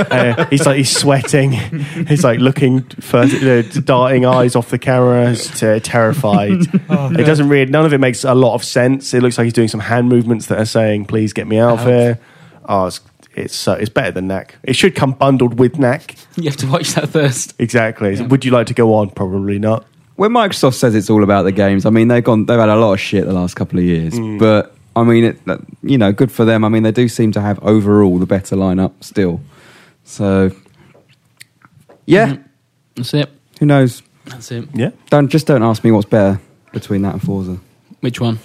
Speaker 4: Uh, he's like he's sweating, he's like looking for you know, darting eyes off the camera, he's uh, terrified. it doesn't really none of it makes a lot of sense. It looks like he's doing some hand movements that are saying, "Please get me out of here." Oh, it's it's so it's better than Knack. It should come bundled with Knack.
Speaker 1: You have to watch that first.
Speaker 4: Exactly. Would you like to go on? Probably not.
Speaker 2: when Microsoft says it's all about the games, I mean they've gone. They've had a lot of shit the last couple of years, but I mean, it, that- you know, good for them. I mean, they do seem to have overall the better lineup still. So, yeah,
Speaker 1: Mm-hmm. Mm. That's it.
Speaker 2: who knows?
Speaker 1: That's it.
Speaker 4: Yeah.
Speaker 2: Don't just don't ask me what's better between that and Forza.
Speaker 1: Which one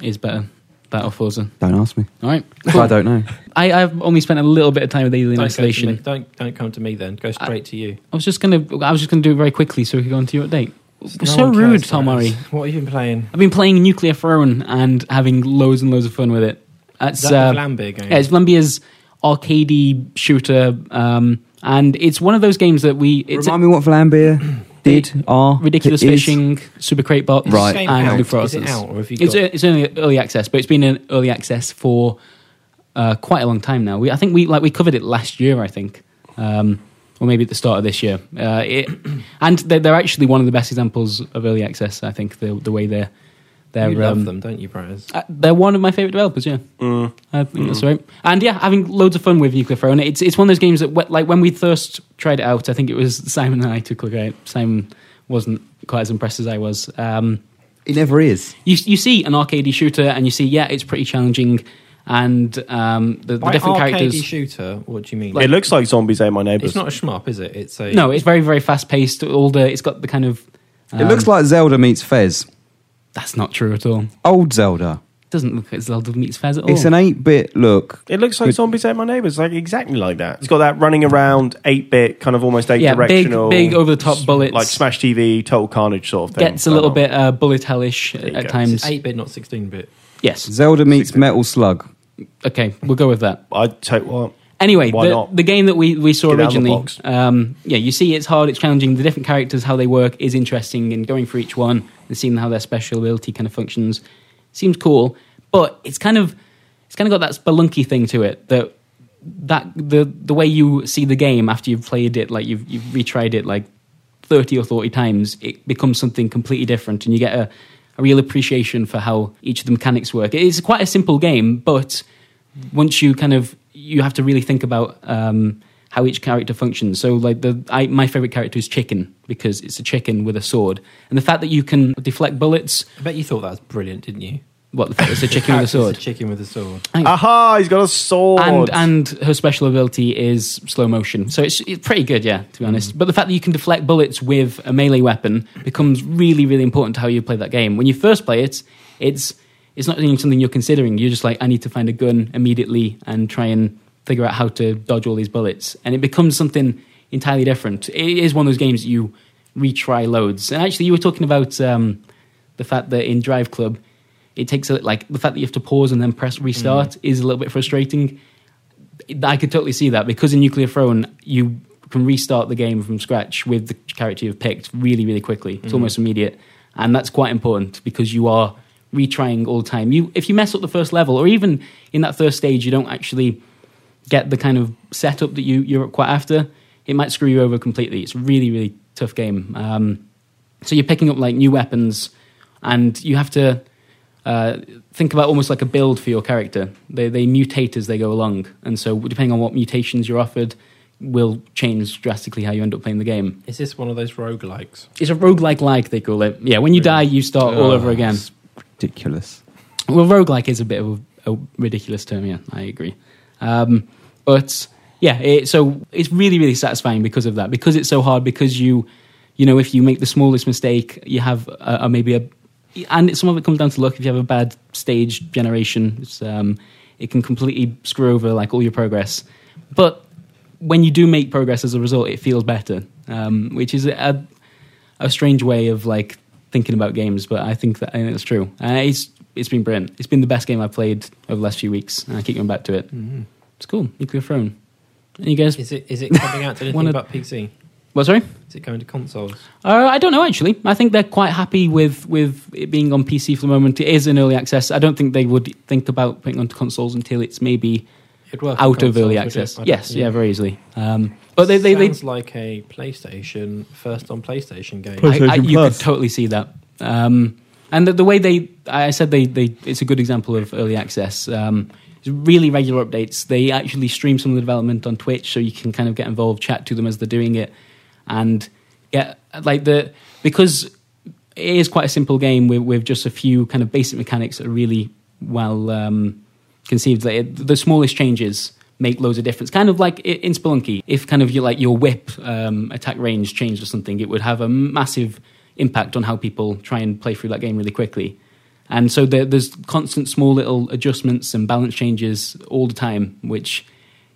Speaker 1: is better? That or Forza?
Speaker 2: Don't ask me.
Speaker 1: All right.
Speaker 2: I don't know.
Speaker 1: I, I've only spent a little bit of time with Alien
Speaker 3: Don't, go to me.
Speaker 1: Isolation.
Speaker 3: don't don't come to me then. Go straight to you.
Speaker 1: I was just gonna. I was just gonna do it very quickly so we could go on to your update.
Speaker 3: No
Speaker 1: so
Speaker 3: one cares
Speaker 1: rude,
Speaker 3: about
Speaker 1: Tom
Speaker 3: us.
Speaker 1: Murray.
Speaker 3: What have you been playing?
Speaker 1: I've been playing Nuclear Throne and having loads and loads of fun with it. That's
Speaker 3: Is that
Speaker 1: uh,
Speaker 3: the Flambeer game?
Speaker 1: Yeah, it's Lambia's arcadey shooter, um, and it's one of those games that we. It's
Speaker 2: Remind me what Vlambeer did. Are
Speaker 1: ridiculous
Speaker 2: is-
Speaker 1: fishing, super crate box,
Speaker 2: Is this
Speaker 3: game
Speaker 1: and
Speaker 3: out?
Speaker 1: Blue Frost.
Speaker 3: Is it out, or have you
Speaker 1: it's,
Speaker 3: got-
Speaker 1: it's only early access, but it's been in early access for uh, quite a long time now. We, I think we like we covered it last year, I think, um, or maybe at the start of this year. Uh, it, and they're, they're actually one of the best examples of early access. I think the the way they're they're
Speaker 3: you love
Speaker 1: um,
Speaker 3: them, don't you, Braz?
Speaker 1: uh, they're one of my favorite developers. Yeah, I think that's right. And yeah, having loads of fun with Nuclear Throne. It's it's one of those games that wh- like when we first tried it out, I think it was Simon and I took a look at it. Simon wasn't quite as impressed as I was. Um,
Speaker 2: It never is.
Speaker 1: you you see an arcadey shooter, and you see yeah, it's pretty challenging, and um, the, the
Speaker 3: By
Speaker 1: different
Speaker 3: arcadey
Speaker 1: characters.
Speaker 3: shooter, what do you mean?
Speaker 4: it looks like Zombies Ate My
Speaker 3: it's
Speaker 4: Neighbors.
Speaker 3: not a shmup, is it? It's a
Speaker 1: no, it's very very fast paced. All the it's got the kind of.
Speaker 2: it
Speaker 1: um,
Speaker 2: looks like Zelda meets Fez.
Speaker 1: that's not true at all.
Speaker 2: Old Zelda.
Speaker 1: Doesn't look like Zelda meets Fez at all.
Speaker 2: It's an 8 bit look.
Speaker 4: it looks like
Speaker 2: Good.
Speaker 4: Zombies Ate My Neighbors, like exactly like that. It's got that running around eight bit kind of almost eight
Speaker 1: Yeah, big-
Speaker 4: directional,
Speaker 1: big over-the-top
Speaker 4: s-
Speaker 1: bullets.
Speaker 4: like Smash TV, Total Carnage sort of thing.
Speaker 1: gets a little
Speaker 4: Going
Speaker 1: bit uh, bullet hellish at
Speaker 4: you go.
Speaker 1: times.
Speaker 3: eight bit, not sixteen bit.
Speaker 1: Yes.
Speaker 2: Zelda meets Metal Slug.
Speaker 1: Okay, we'll go with that.
Speaker 4: on. I take what
Speaker 1: Anyway,
Speaker 4: Why
Speaker 1: the,
Speaker 4: not?
Speaker 1: the game that we, we saw
Speaker 4: Get out of the
Speaker 1: originally,
Speaker 4: box.
Speaker 1: um, yeah, you see it's hard, it's challenging. The different characters, how they work, is interesting, and going through each one and seeing how their special ability kind of functions seems cool. But it's kind of it's kind of got that spelunky thing to it that that the the way you see the game after you've played it, like you've you've retried it like thirty or forty times, it becomes something completely different, and you get a, a real appreciation for how each of the mechanics work. It's quite a simple game, but once you kind of you have to really think about um, how each character functions. So, like the I, my favorite character is Chicken because it's a chicken with a sword, and the fact that you can deflect bullets.
Speaker 3: I bet you thought that was brilliant, didn't you?
Speaker 1: What the fact it's a chicken with a
Speaker 3: Character's
Speaker 1: sword.
Speaker 3: chicken with a sword.
Speaker 4: Ah, Aha! He's got a sword.
Speaker 1: and and her special ability is slow motion, so it's, it's pretty good, yeah, to be honest. But the fact that you can deflect bullets with a melee weapon becomes really, really important to how you play that game. When you first play it, it's it's not even something you're considering. You're just like, I need to find a gun immediately and try and figure out how to dodge all these bullets, and it becomes something entirely different. It is one of those games that you retry loads. And actually, you were talking about um, the fact that in Drive Club. It takes a, like the fact that you have to pause and then press restart is a little bit frustrating. I could totally see that because in Nuclear Throne you can restart the game from scratch with the character you've picked really, really quickly. It's almost immediate, and that's quite important because you are retrying all the time. You, if you mess up the first level, or even in that first stage, you don't actually get the kind of setup that you you're quite after. It might screw you over completely. It's a really, really tough game. Um, so you're picking up like new weapons, and you have to uh, think about almost like a build for your character. They they mutate as they go along, and so depending on what mutations you're offered, will change drastically how you end up playing the game.
Speaker 3: Is this one of those roguelikes?
Speaker 1: It's a roguelike like they call it. Yeah, when you die, you start all over again.
Speaker 2: It's ridiculous.
Speaker 1: Well, roguelike is a bit of a, a ridiculous term, yeah, I agree. Um, but yeah, it, so it's really, really satisfying because of that, because it's so hard, because you, you know, if you make the smallest mistake, you have a, a maybe a, and some of it comes down to luck. If you have a bad stage generation, it's, um, it can completely screw over like all your progress. But when you do make progress as a result, it feels better, um, which is a, a strange way of like thinking about games, but I think that I think that's true. Uh, it's it's been brilliant. It's been the best game I've played over the last few weeks, and I keep going back to it. It's cool. Nuclear Throne. And you guys,
Speaker 3: Is it is it coming out to anything
Speaker 1: Wanna-
Speaker 3: but PC?
Speaker 1: what? Sorry,
Speaker 3: Is it going to consoles?
Speaker 1: uh, I don't know. Actually, I think they're quite happy with with it being on PC for the moment. It is in early access. I don't think they would think about putting it onto consoles until it's maybe
Speaker 3: It'd work on
Speaker 1: out of
Speaker 3: consoles,
Speaker 1: early
Speaker 3: would it?
Speaker 1: access.
Speaker 3: I don't-
Speaker 1: Yes, yeah, very easily. Um, but they they, they
Speaker 3: sounds like a PlayStation first on PlayStation game.
Speaker 4: Plus-
Speaker 1: I, I,
Speaker 4: PlayStation
Speaker 1: you could
Speaker 4: Plus.
Speaker 1: totally see that. Um, and the, the way they, I said they, they, it's a good example of early access. Um, it's really regular updates. They actually stream some of the development on Twitch, so you can kind of get involved, chat to them as they're doing it, and get like the because it is quite a simple game with, with just a few kind of basic mechanics that are really well um, conceived. Like, it- the smallest changes make loads of difference. Kind of like i- in Spelunky, if kind of your like your whip um, attack range changed or something, it would have a massive impact on how people try and play through that game really quickly. And so there, there's constant small little adjustments and balance changes all the time, which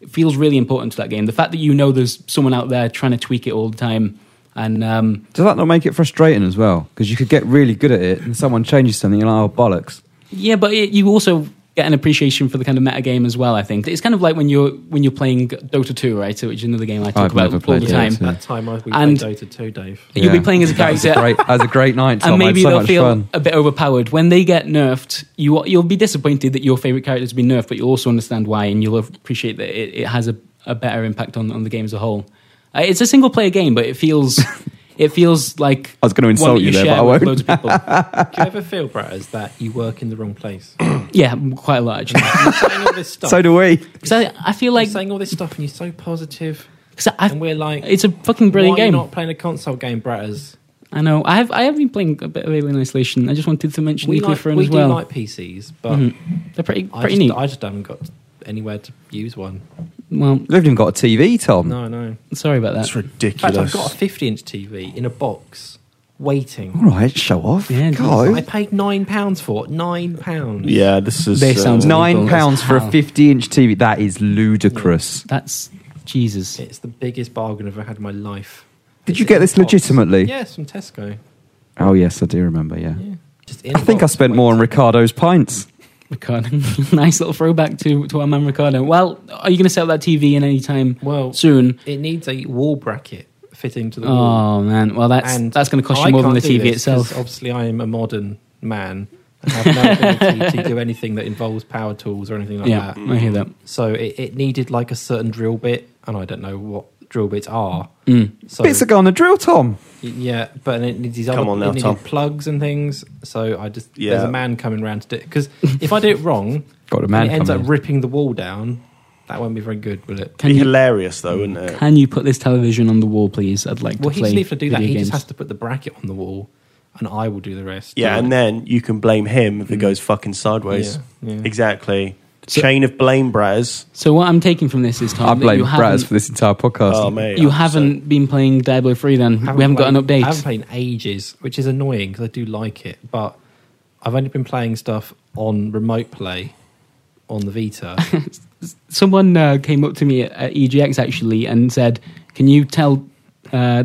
Speaker 1: feels really important to that game. The fact that you know there's someone out there trying to tweak it all the time and um,
Speaker 2: Does that not make it frustrating as well? Because you could get really good at it, and someone changes something, and oh bollocks!
Speaker 1: Yeah, but it, you also get an appreciation for the kind of meta game as well. I think it's kind of like when you're when you're playing Dota 2, right? So Which is another game I talk
Speaker 2: I've
Speaker 1: about
Speaker 2: never
Speaker 1: all
Speaker 2: played
Speaker 1: the
Speaker 2: Dota.
Speaker 1: time.
Speaker 2: Yeah.
Speaker 3: That time I we
Speaker 1: And-
Speaker 3: played Dota 2, Dave.
Speaker 1: You'll be
Speaker 2: Yeah.
Speaker 1: playing as a character,
Speaker 2: Great, that was a great night. Tom.
Speaker 1: and maybe
Speaker 2: I had so
Speaker 1: they'll
Speaker 2: much
Speaker 1: feel
Speaker 2: fun.
Speaker 1: a bit overpowered when they get nerfed. You you'll be disappointed that your favorite character's been nerfed, but you'll also understand why, and you'll appreciate that it, it has a, a better impact on, on the game as a whole. Uh, it's a single player game, but it feels it feels like
Speaker 2: I was going to
Speaker 1: one
Speaker 2: insult
Speaker 1: that
Speaker 2: you there,
Speaker 1: share
Speaker 2: but I
Speaker 1: with
Speaker 2: won't.
Speaker 1: Loads of people.
Speaker 3: Do you ever feel, Bratters, that you work in the wrong place? You're
Speaker 1: yeah, quite a lot actually.
Speaker 3: saying all this stuff.
Speaker 2: So do we.
Speaker 1: 'Cause I, I feel
Speaker 3: You're
Speaker 1: like
Speaker 3: saying all this stuff and you're so positive,
Speaker 1: 'cause I've-
Speaker 3: and we're like,
Speaker 1: it's a fucking brilliant
Speaker 3: why Are you
Speaker 1: game.
Speaker 3: not playing a console game, Bratters?
Speaker 1: I know. I have I have been playing a bit of Alien Isolation. I just wanted to mention
Speaker 3: We
Speaker 1: Nuclear
Speaker 3: like,
Speaker 1: Throne
Speaker 3: we
Speaker 1: as
Speaker 3: do
Speaker 1: well. Mm-hmm.
Speaker 3: like PCs, but
Speaker 1: They're pretty
Speaker 3: I,
Speaker 1: pretty
Speaker 3: just,
Speaker 1: neat.
Speaker 3: I just haven't got anywhere to use one.
Speaker 1: well,
Speaker 2: You've even got a TV,
Speaker 1: Mm.
Speaker 2: Tom.
Speaker 3: No, no. In
Speaker 1: sorry about that.
Speaker 4: That's
Speaker 3: fact,
Speaker 4: ridiculous.
Speaker 3: I've got a 50-inch TV in a box, waiting.
Speaker 2: All right, show off.
Speaker 1: Yeah,
Speaker 2: Go.
Speaker 3: I paid nine pounds for it. Nine pounds.
Speaker 4: yeah, this is. uh,
Speaker 1: They sound
Speaker 2: Nine
Speaker 1: Ridiculous.
Speaker 2: pounds for
Speaker 1: How?
Speaker 2: a fifty-inch TV. That is ludicrous.
Speaker 1: That's Jesus.
Speaker 3: It's the biggest bargain I've ever had in my life.
Speaker 2: Did
Speaker 3: It's
Speaker 2: you get
Speaker 3: in a
Speaker 2: this
Speaker 3: box.
Speaker 2: legitimately?
Speaker 3: Yes, from Tesco.
Speaker 2: Oh yes, I do remember. Yeah,
Speaker 3: Yeah. Just in
Speaker 2: I
Speaker 3: a
Speaker 2: think I
Speaker 3: box,
Speaker 2: spent more on
Speaker 3: waiting.
Speaker 2: Ricardo's pints.
Speaker 1: Ricardo. nice little throwback to, to our man Ricardo. Well, are you going to set up that TV in any time
Speaker 3: Well,
Speaker 1: soon?
Speaker 3: it needs a wall bracket fitting to the wall.
Speaker 1: Oh man. Well, that's that's going to cost you
Speaker 3: I
Speaker 1: more than the
Speaker 3: can't do
Speaker 1: TV
Speaker 3: this 'cause
Speaker 1: itself.
Speaker 3: Obviously, I am a modern man. I have no ability to do anything that involves power tools or anything like
Speaker 1: Yeah,
Speaker 3: that.
Speaker 1: I hear that.
Speaker 3: So it, it needed like a certain drill bit, and I don't know what drill bits are.
Speaker 1: Mm.
Speaker 3: So
Speaker 2: Bits are gonna drill, Tom.
Speaker 3: yeah, but it needs these
Speaker 4: Come
Speaker 3: other
Speaker 4: on now,
Speaker 3: it needed
Speaker 4: Tom.
Speaker 3: plugs and things. So I just
Speaker 4: Yeah.
Speaker 3: there's a man coming round to do it because if I do it wrong,
Speaker 2: Got a
Speaker 3: and
Speaker 2: man
Speaker 3: it ends
Speaker 2: coming
Speaker 3: up
Speaker 2: in.
Speaker 3: ripping the wall down. That won't be very good, will it?
Speaker 1: Can
Speaker 4: be
Speaker 1: you,
Speaker 4: hilarious though, wouldn't it?
Speaker 1: can you put this television on the wall, please? I'd like
Speaker 3: Well,
Speaker 1: to
Speaker 3: he
Speaker 1: play
Speaker 3: just needs to do that.
Speaker 1: video
Speaker 3: He
Speaker 1: games.
Speaker 3: just has to put the bracket on the wall, and I will do the rest.
Speaker 4: Yeah, and then you can blame him if it goes fucking sideways.
Speaker 3: Yeah, yeah.
Speaker 4: Exactly.
Speaker 1: Mm. So-
Speaker 4: Chain of blame, Braz.
Speaker 1: So what I'm taking from this is, Tom,
Speaker 2: I
Speaker 1: that
Speaker 2: blame
Speaker 1: you haven't,
Speaker 2: Braz for this entire podcast.
Speaker 4: Oh, mate.
Speaker 1: You haven't been playing Diablo 3 then. we haven't got an update.
Speaker 3: played- I haven't played in ages, which is annoying because I do like it, but I've only been playing stuff on remote play on the Vita.
Speaker 1: Someone uh, came up to me at, at EGX actually and said, "Can you tell, uh,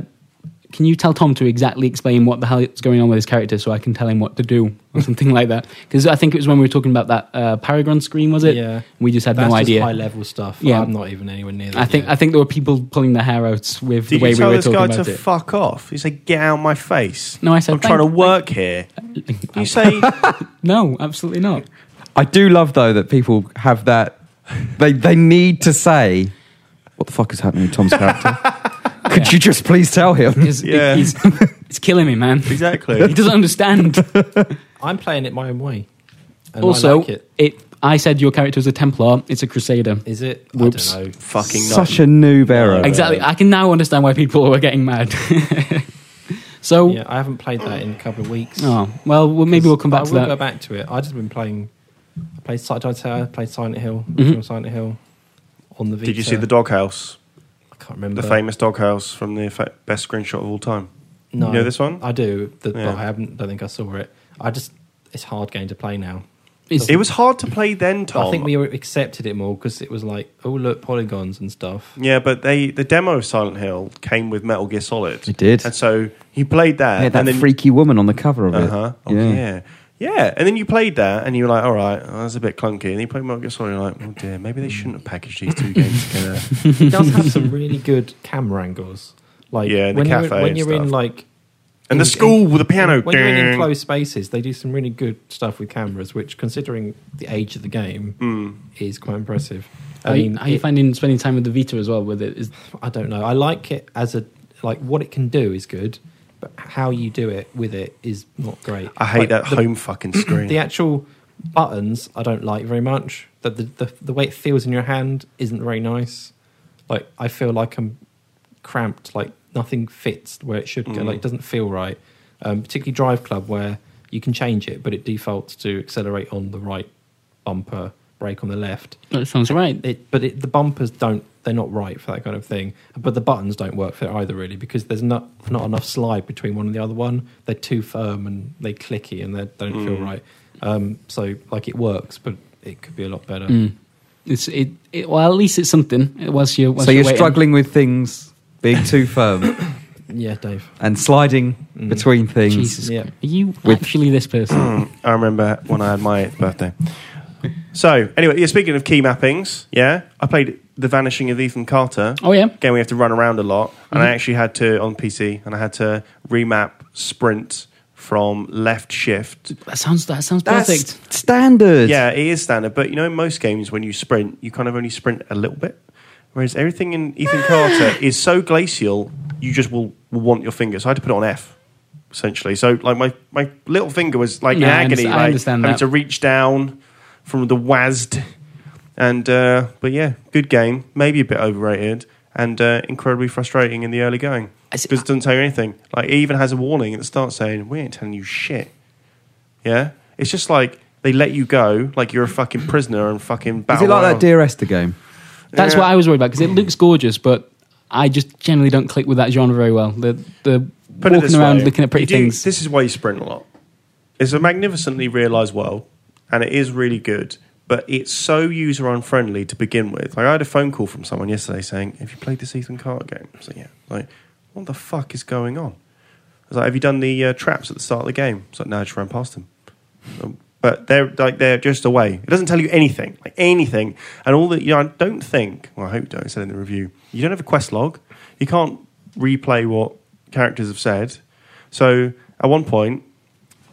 Speaker 1: can you tell Tom to exactly explain what the hell is going on with his character so I can tell him what to do or something like that?" Because I think it was when we were talking about that uh, Paragon screen, was it?
Speaker 3: Yeah.
Speaker 1: We just had
Speaker 3: That's
Speaker 1: no
Speaker 3: just
Speaker 1: idea.
Speaker 3: high level stuff.
Speaker 1: Yeah.
Speaker 3: I'm not even anywhere near that.
Speaker 1: I think
Speaker 3: yet.
Speaker 1: I think there were people pulling their hair out with
Speaker 4: Did
Speaker 1: the way
Speaker 4: you
Speaker 1: we
Speaker 4: tell
Speaker 1: were
Speaker 4: this
Speaker 1: talking
Speaker 4: guy
Speaker 1: about
Speaker 4: to
Speaker 1: it.
Speaker 4: fuck off? He said, "Get out my face."
Speaker 1: No, I said,
Speaker 4: "I'm trying to
Speaker 1: "Thank-
Speaker 4: work here." You say,
Speaker 1: no, absolutely not.
Speaker 2: I do love though that people have that. They they need to say what the fuck is happening with Tom's character. Could you just please tell him?
Speaker 1: 'Cause it-
Speaker 4: Yeah.
Speaker 1: he's- it's killing me, man. He
Speaker 4: exactly.
Speaker 1: doesn't understand.
Speaker 3: I'm playing it my own way. And I
Speaker 1: also,
Speaker 3: like it.
Speaker 1: it. I said your character was a Templar. It's a Crusader.
Speaker 3: Is it?
Speaker 1: Whoops.
Speaker 3: I don't know.
Speaker 4: fucking no.
Speaker 2: Such a noob era.
Speaker 4: Ex-
Speaker 1: Exactly. I can now understand why people were getting mad. so,
Speaker 3: Yeah, I haven't played that in a couple of weeks.
Speaker 1: oh well, well, maybe we'll come back
Speaker 3: I
Speaker 1: to
Speaker 3: will go
Speaker 1: that.
Speaker 3: back to it. I just been playing. I played Silent Hill. I played Silent Hill.
Speaker 1: Mm-hmm.
Speaker 3: original Silent Hill on the Vita.
Speaker 4: Did you see the doghouse?
Speaker 3: I can't remember
Speaker 4: The famous doghouse from the fa- best screenshot of all time.
Speaker 3: No,
Speaker 4: You know this one?
Speaker 3: I do, the,
Speaker 4: Yeah.
Speaker 3: but I haven't. Don't think I saw it. I just it's a hard game to play now.
Speaker 1: It's-
Speaker 4: It was hard to play then, Tom.
Speaker 3: I think we accepted it more because it was like, oh look, polygons and stuff.
Speaker 4: Yeah, but they the demo of Silent Hill came with Metal Gear Solid.
Speaker 2: It did.
Speaker 4: and so you played that,
Speaker 2: Yeah, that
Speaker 4: and then
Speaker 2: freaky woman on the cover of it.
Speaker 4: Uh huh. Oh, yeah. yeah. and then you played that, and you were like, "All right, oh, that's a bit clunky." And you played Metal Gear Solid, and you're like, "Oh dear, maybe they shouldn't have packaged these two games together."
Speaker 3: It does have some really good camera angles. Like
Speaker 4: Yeah, in the
Speaker 3: when you're,
Speaker 4: cafe
Speaker 3: when
Speaker 4: and
Speaker 3: you're in
Speaker 4: stuff.
Speaker 3: like
Speaker 4: And the
Speaker 3: in-
Speaker 4: school with the piano.
Speaker 3: When you're in
Speaker 4: Ding.
Speaker 3: enclosed spaces, they do some really good stuff with cameras, which, considering the age of the game,
Speaker 4: Hmm.
Speaker 3: is quite impressive.
Speaker 1: How
Speaker 3: I
Speaker 1: you-
Speaker 3: mean,
Speaker 1: how you
Speaker 3: it-
Speaker 1: finding spending time with the Vita as well? With it is
Speaker 3: I don't know. I like it as a like what it can do is good, but how you do it with it is not great.
Speaker 4: I hate
Speaker 3: Like,
Speaker 4: that
Speaker 3: the,
Speaker 4: home fucking screen.
Speaker 3: The actual buttons I don't like very much. That the, the the way it feels in your hand isn't very nice. Like I feel like I'm cramped. Like nothing fits where it should go. Like it doesn't feel right. Um, particularly Drive Club where you can change it, but it defaults to accelerate on the right bumper, brake on the left
Speaker 1: that sounds right.
Speaker 3: it, but it, the bumpers don't they're not right for that kind of thing but the buttons don't work for it either really because there's not not enough slide between one and the other one they're too firm and they clicky and they don't feel right um, so like it works but it could be a lot better
Speaker 1: Mm. It's it, it. Well, at least it's something. Whilst you're whilst
Speaker 2: So you're
Speaker 1: waiting.
Speaker 2: struggling with things being too firm
Speaker 3: yeah dave
Speaker 2: and sliding
Speaker 4: Mm.
Speaker 2: between things.
Speaker 1: Jesus,
Speaker 3: Yeah.
Speaker 1: are you
Speaker 2: With-
Speaker 1: actually this person?
Speaker 4: Mm, I remember when I had my eighth birthday. So anyway, yeah. Speaking of key mappings, yeah, I played The Vanishing of Ethan Carter.
Speaker 1: oh yeah.
Speaker 4: game we have to run around a lot, and I actually had to on PC, and I had to remap sprint from left shift.
Speaker 1: That sounds that sounds
Speaker 2: That's
Speaker 1: perfect.
Speaker 2: standard.
Speaker 4: Yeah, it is standard, but you know, in most games when you sprint, you kind of only sprint a little bit, whereas everything in Ethan Carter is so glacial, you just will, will want your finger. So I had to put it on F. Essentially, so like my, my little finger was like in
Speaker 1: No, I
Speaker 4: agony,
Speaker 1: underst- I
Speaker 4: like
Speaker 1: understand
Speaker 4: having
Speaker 1: that.
Speaker 4: to reach down from the WASD, and uh, but yeah, good game, maybe a bit overrated, and uh, incredibly frustrating in the early going
Speaker 1: I see-
Speaker 4: because it doesn't tell you anything. Like it even has a warning at the start saying, "We ain't telling you shit." Yeah, it's just like they let you go, like you're a fucking prisoner and fucking.
Speaker 2: Is it
Speaker 4: Battle
Speaker 2: like
Speaker 4: Royale.
Speaker 2: that Dear Esther game?
Speaker 1: That's
Speaker 4: Yeah.
Speaker 1: what I was worried about because it looks gorgeous, but I just generally don't click with that genre very well. The the
Speaker 4: Put it
Speaker 1: walking
Speaker 4: this
Speaker 1: around
Speaker 4: way,
Speaker 1: looking at pretty
Speaker 4: you do-
Speaker 1: things.
Speaker 4: This is why you sprint a lot. It's a magnificently realised world, and it is really good. But it's so user unfriendly to begin with. Like I had a phone call from someone yesterday saying, "Have you played this Ethan Carter game?" So yeah, like what the fuck is going on? I was like, "Have you done the uh, traps at the start of the game?" It's like, "No, I just ran past them." Um, But they're like they're just away. It doesn't tell you anything, like anything. And all that you know, I don't think. Well, I hope you don't. I said in the review, you don't have a quest log. You can't replay what characters have said. So at one point,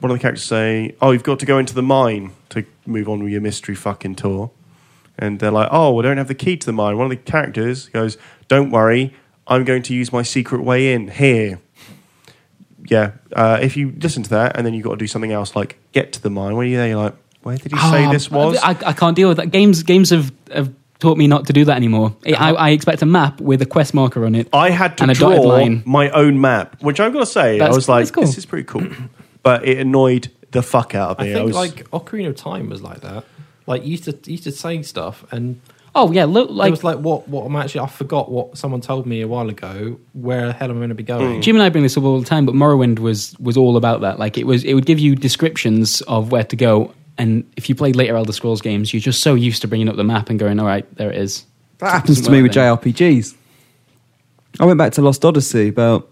Speaker 4: one of the characters say, "Oh, you've got to go into the mine to move on with your mystery fucking tour." And they're like, "Oh, we don't have the key to the mine." One of the characters goes, "Don't worry, I'm going to use my secret way in here. Yeah, uh, if you listen to that and then you've got to do something else, like get to the mine. Where are you there? You're like, where did he say
Speaker 1: Ah,
Speaker 4: this was?
Speaker 1: I, I can't deal with that. Games games have, have taught me not to do that anymore. I, I, I expect a map with a quest marker on it.
Speaker 4: I had to
Speaker 1: and a
Speaker 4: draw
Speaker 1: dotted line.
Speaker 4: my own map, which I've got to say, I
Speaker 1: That's-
Speaker 4: was like,
Speaker 1: that's cool.
Speaker 4: this is pretty cool, but it annoyed the fuck out of
Speaker 3: I
Speaker 4: me.
Speaker 3: think
Speaker 4: was,
Speaker 3: like Ocarina of Time was like that. Like you used to you used to say stuff, and
Speaker 1: Oh yeah, look
Speaker 3: it
Speaker 1: like
Speaker 3: was like what what I'm actually I forgot what someone told me a while ago. Where the hell am I going to be going?
Speaker 1: Jim and I bring this up all the time, but Morrowind was was all about that. Like it was, it would give you descriptions of where to go, and if you played later Elder Scrolls games, you're just so used to bringing up the map and going, "All right, there it is."
Speaker 2: That happens to
Speaker 1: Doesn't
Speaker 2: me
Speaker 1: work
Speaker 2: with
Speaker 1: then.
Speaker 2: JRPGs. I went back to Lost Odyssey about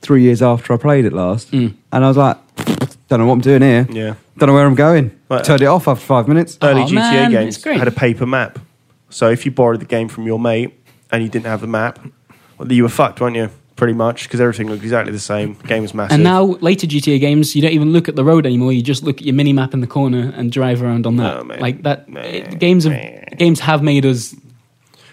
Speaker 2: three years after I played it last,
Speaker 1: Mm.
Speaker 2: and I was like, "Don't know what I'm doing here.
Speaker 4: Yeah.
Speaker 2: Don't know where I'm going."
Speaker 4: Right.
Speaker 2: Turned it off after five minutes.
Speaker 1: Oh,
Speaker 4: early GTA
Speaker 1: man,
Speaker 4: games
Speaker 1: it's great.
Speaker 4: had a paper map. So if you borrowed the game from your mate and you didn't have the map, well, you were fucked, weren't you? Pretty much, because everything looked exactly the same. Game was massive.
Speaker 1: And now later GTA games, you don't even look at the road anymore. You just look at your mini map in the corner and drive around on that.
Speaker 4: No, mate.
Speaker 1: like that,
Speaker 4: No.
Speaker 1: it- games have games have made us.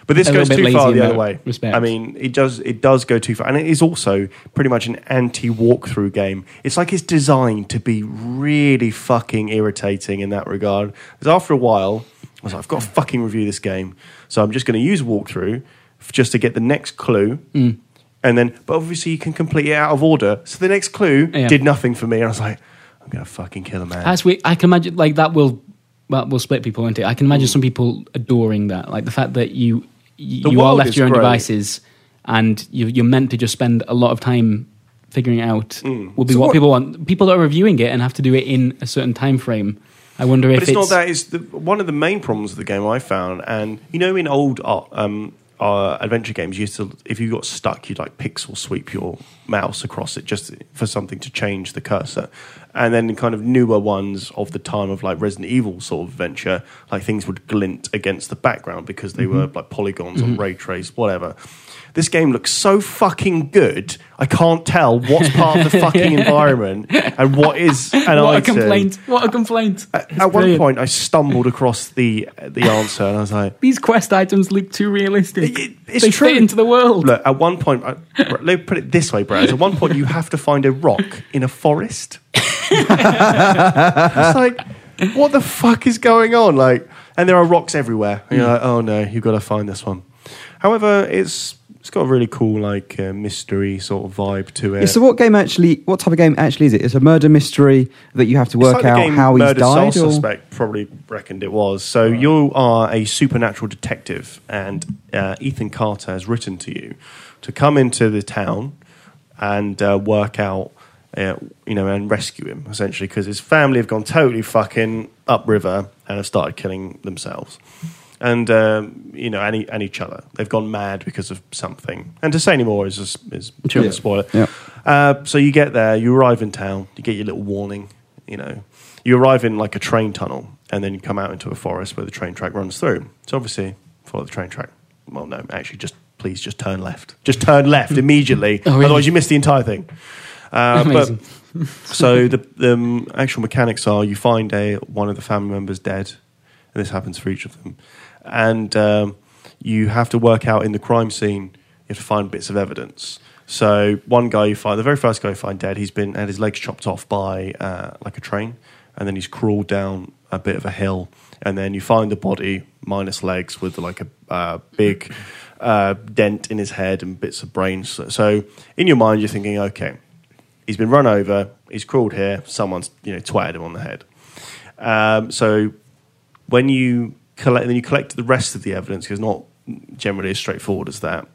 Speaker 4: But this
Speaker 1: a
Speaker 4: goes
Speaker 1: little bit
Speaker 4: too
Speaker 1: lazy
Speaker 4: far
Speaker 1: in
Speaker 4: the
Speaker 1: that
Speaker 4: other way.
Speaker 1: respect.
Speaker 4: I mean, it does it does go too far, and it is also pretty much an anti walkthrough game. It's like it's designed to be really fucking irritating in that regard. Because after a while, I was like, I've got to fucking review this game, so I'm just going to use walkthrough f- just to get the next clue.
Speaker 1: Mm.
Speaker 4: And then, but obviously, you can complete it out of order. So the next clue
Speaker 1: Yeah.
Speaker 4: did nothing for me, and I was like, I'm going to fucking kill a man.
Speaker 1: As we, I can imagine, like that will, well, will split people into. I can imagine some people adoring that, like the fact that you
Speaker 4: The
Speaker 1: you, you are
Speaker 4: world
Speaker 1: left
Speaker 4: is
Speaker 1: to your own
Speaker 4: great.
Speaker 1: devices, and you, you're meant to just spend a lot of time figuring it out.
Speaker 4: Mm.
Speaker 1: Will be
Speaker 2: So
Speaker 1: what,
Speaker 2: what-
Speaker 1: people want. People that are reviewing it and have to do it in a certain time frame. I wonder if
Speaker 4: but it's, not that. It's the, one of the main problems of the game I found. And you know, in old uh, um, uh, adventure games, you used to if you got stuck, you'd like pixel sweep your mouse across it just for something to change the cursor. And then, in kind of newer ones of the time of like Resident Evil sort of adventure, like things would glint against the background because they
Speaker 1: Mm-hmm.
Speaker 4: were like polygons or ray trace, whatever. This game looks so fucking good. I can't tell what's part of the fucking environment and what is an
Speaker 1: what a
Speaker 4: item
Speaker 1: complaint! What a complaint!
Speaker 4: uh, at one
Speaker 1: Brilliant.
Speaker 4: point I stumbled across the the answer and I was like
Speaker 1: These quest items look too realistic.
Speaker 4: It- it's
Speaker 1: they
Speaker 4: true.
Speaker 1: fit into the world.
Speaker 4: look at one point I, let me put it this way Brad at one point you have to find a rock in a forest it's like what the fuck is going on like and there are rocks everywhere and you're like oh no you've got to find this one however it's it's got a really cool like uh, mystery sort of vibe to it
Speaker 2: Yeah, so what game actually? What type of game actually is it? It's a murder mystery that you have to work
Speaker 4: It's like
Speaker 2: out
Speaker 4: the game
Speaker 2: how he's
Speaker 4: Murder
Speaker 2: died.
Speaker 4: Soul
Speaker 2: or-
Speaker 4: Suspect probably reckoned it was. So you are a supernatural detective, and uh, Ethan Carter has written to you to come into the town and uh, work out, uh, you know, and rescue him essentially because his family have gone totally fucking upriver and have started killing themselves. And um, you know, and, e- and each other, they've gone mad because of something. And to say any more is just, is
Speaker 1: Sure.
Speaker 4: a spoiler.
Speaker 2: Yeah.
Speaker 4: Uh, so you get there, you arrive in town, you get your little warning, you know. You arrive in like a train tunnel, and then you come out into a forest where the train track runs through. So obviously, follow the train track. Well, no, actually, just please just turn left. Just turn left immediately.
Speaker 1: Oh, really?
Speaker 4: Otherwise, you miss the entire thing. Uh, but
Speaker 1: Amazing.
Speaker 4: so the, the um, actual mechanics are you find a one of the family members dead, and this happens for each of them, and um, you have to work out in the crime scene. You have to find bits of evidence. So one guy you find, the very first guy you find dead, he's been had his legs chopped off by uh, like a train, and then he's crawled down a bit of a hill, and then you find the body minus legs with like a uh, big uh, dent in his head and bits of brains. So, so in your mind, you're thinking, okay, he's been run over, he's crawled here, someone's you know twatted him on the head. Um, so when you collect, then you collect the rest of the evidence because it's not generally as straightforward as that.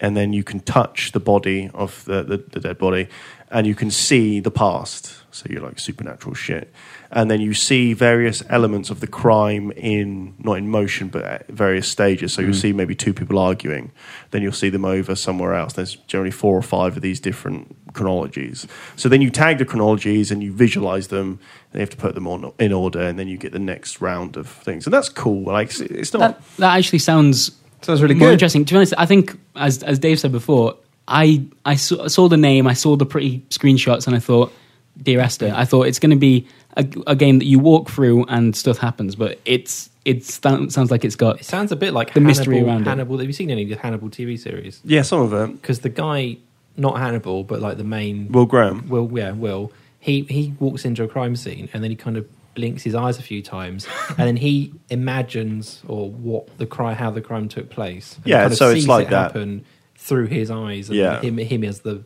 Speaker 4: And then you can touch the body of the, the, the dead body, and you can see the past. So you're like supernatural shit, and then you see various elements of the crime in not in motion, but at various stages. So you'll see maybe two people arguing, then you'll see them over somewhere else. There's generally four or five of these different chronologies. So then you tag the chronologies and you visualize them. And you have to put them on in order, and then you get the next round of things, and that's cool. Like it's, it's not.
Speaker 1: that, that actually sounds
Speaker 2: Sounds really
Speaker 1: more
Speaker 2: good.
Speaker 1: interesting. To be honest, I think as as Dave said before, I I saw, saw the name, I saw the pretty screenshots, and I thought Dear Esther. I thought it's going to be a, a game that you walk through and stuff happens, but it's it sounds like it's got
Speaker 3: It sounds a bit like
Speaker 1: The
Speaker 3: Hannibal,
Speaker 1: mystery around it.
Speaker 3: Hannibal. Have you seen any of the Hannibal TV series?
Speaker 4: Yeah, some of it.
Speaker 3: Because the guy, not Hannibal, but like the main
Speaker 4: Will Graham.
Speaker 3: Will, yeah, Will. He he walks into a crime scene and then he kind of blinks his eyes a few times, and then he imagines or what the crime, how the crime took place. And
Speaker 4: Yeah,
Speaker 3: kind of
Speaker 4: so it's
Speaker 3: sees
Speaker 4: like
Speaker 3: it
Speaker 4: that.
Speaker 3: happen through his eyes. And
Speaker 4: Yeah.
Speaker 3: him him as the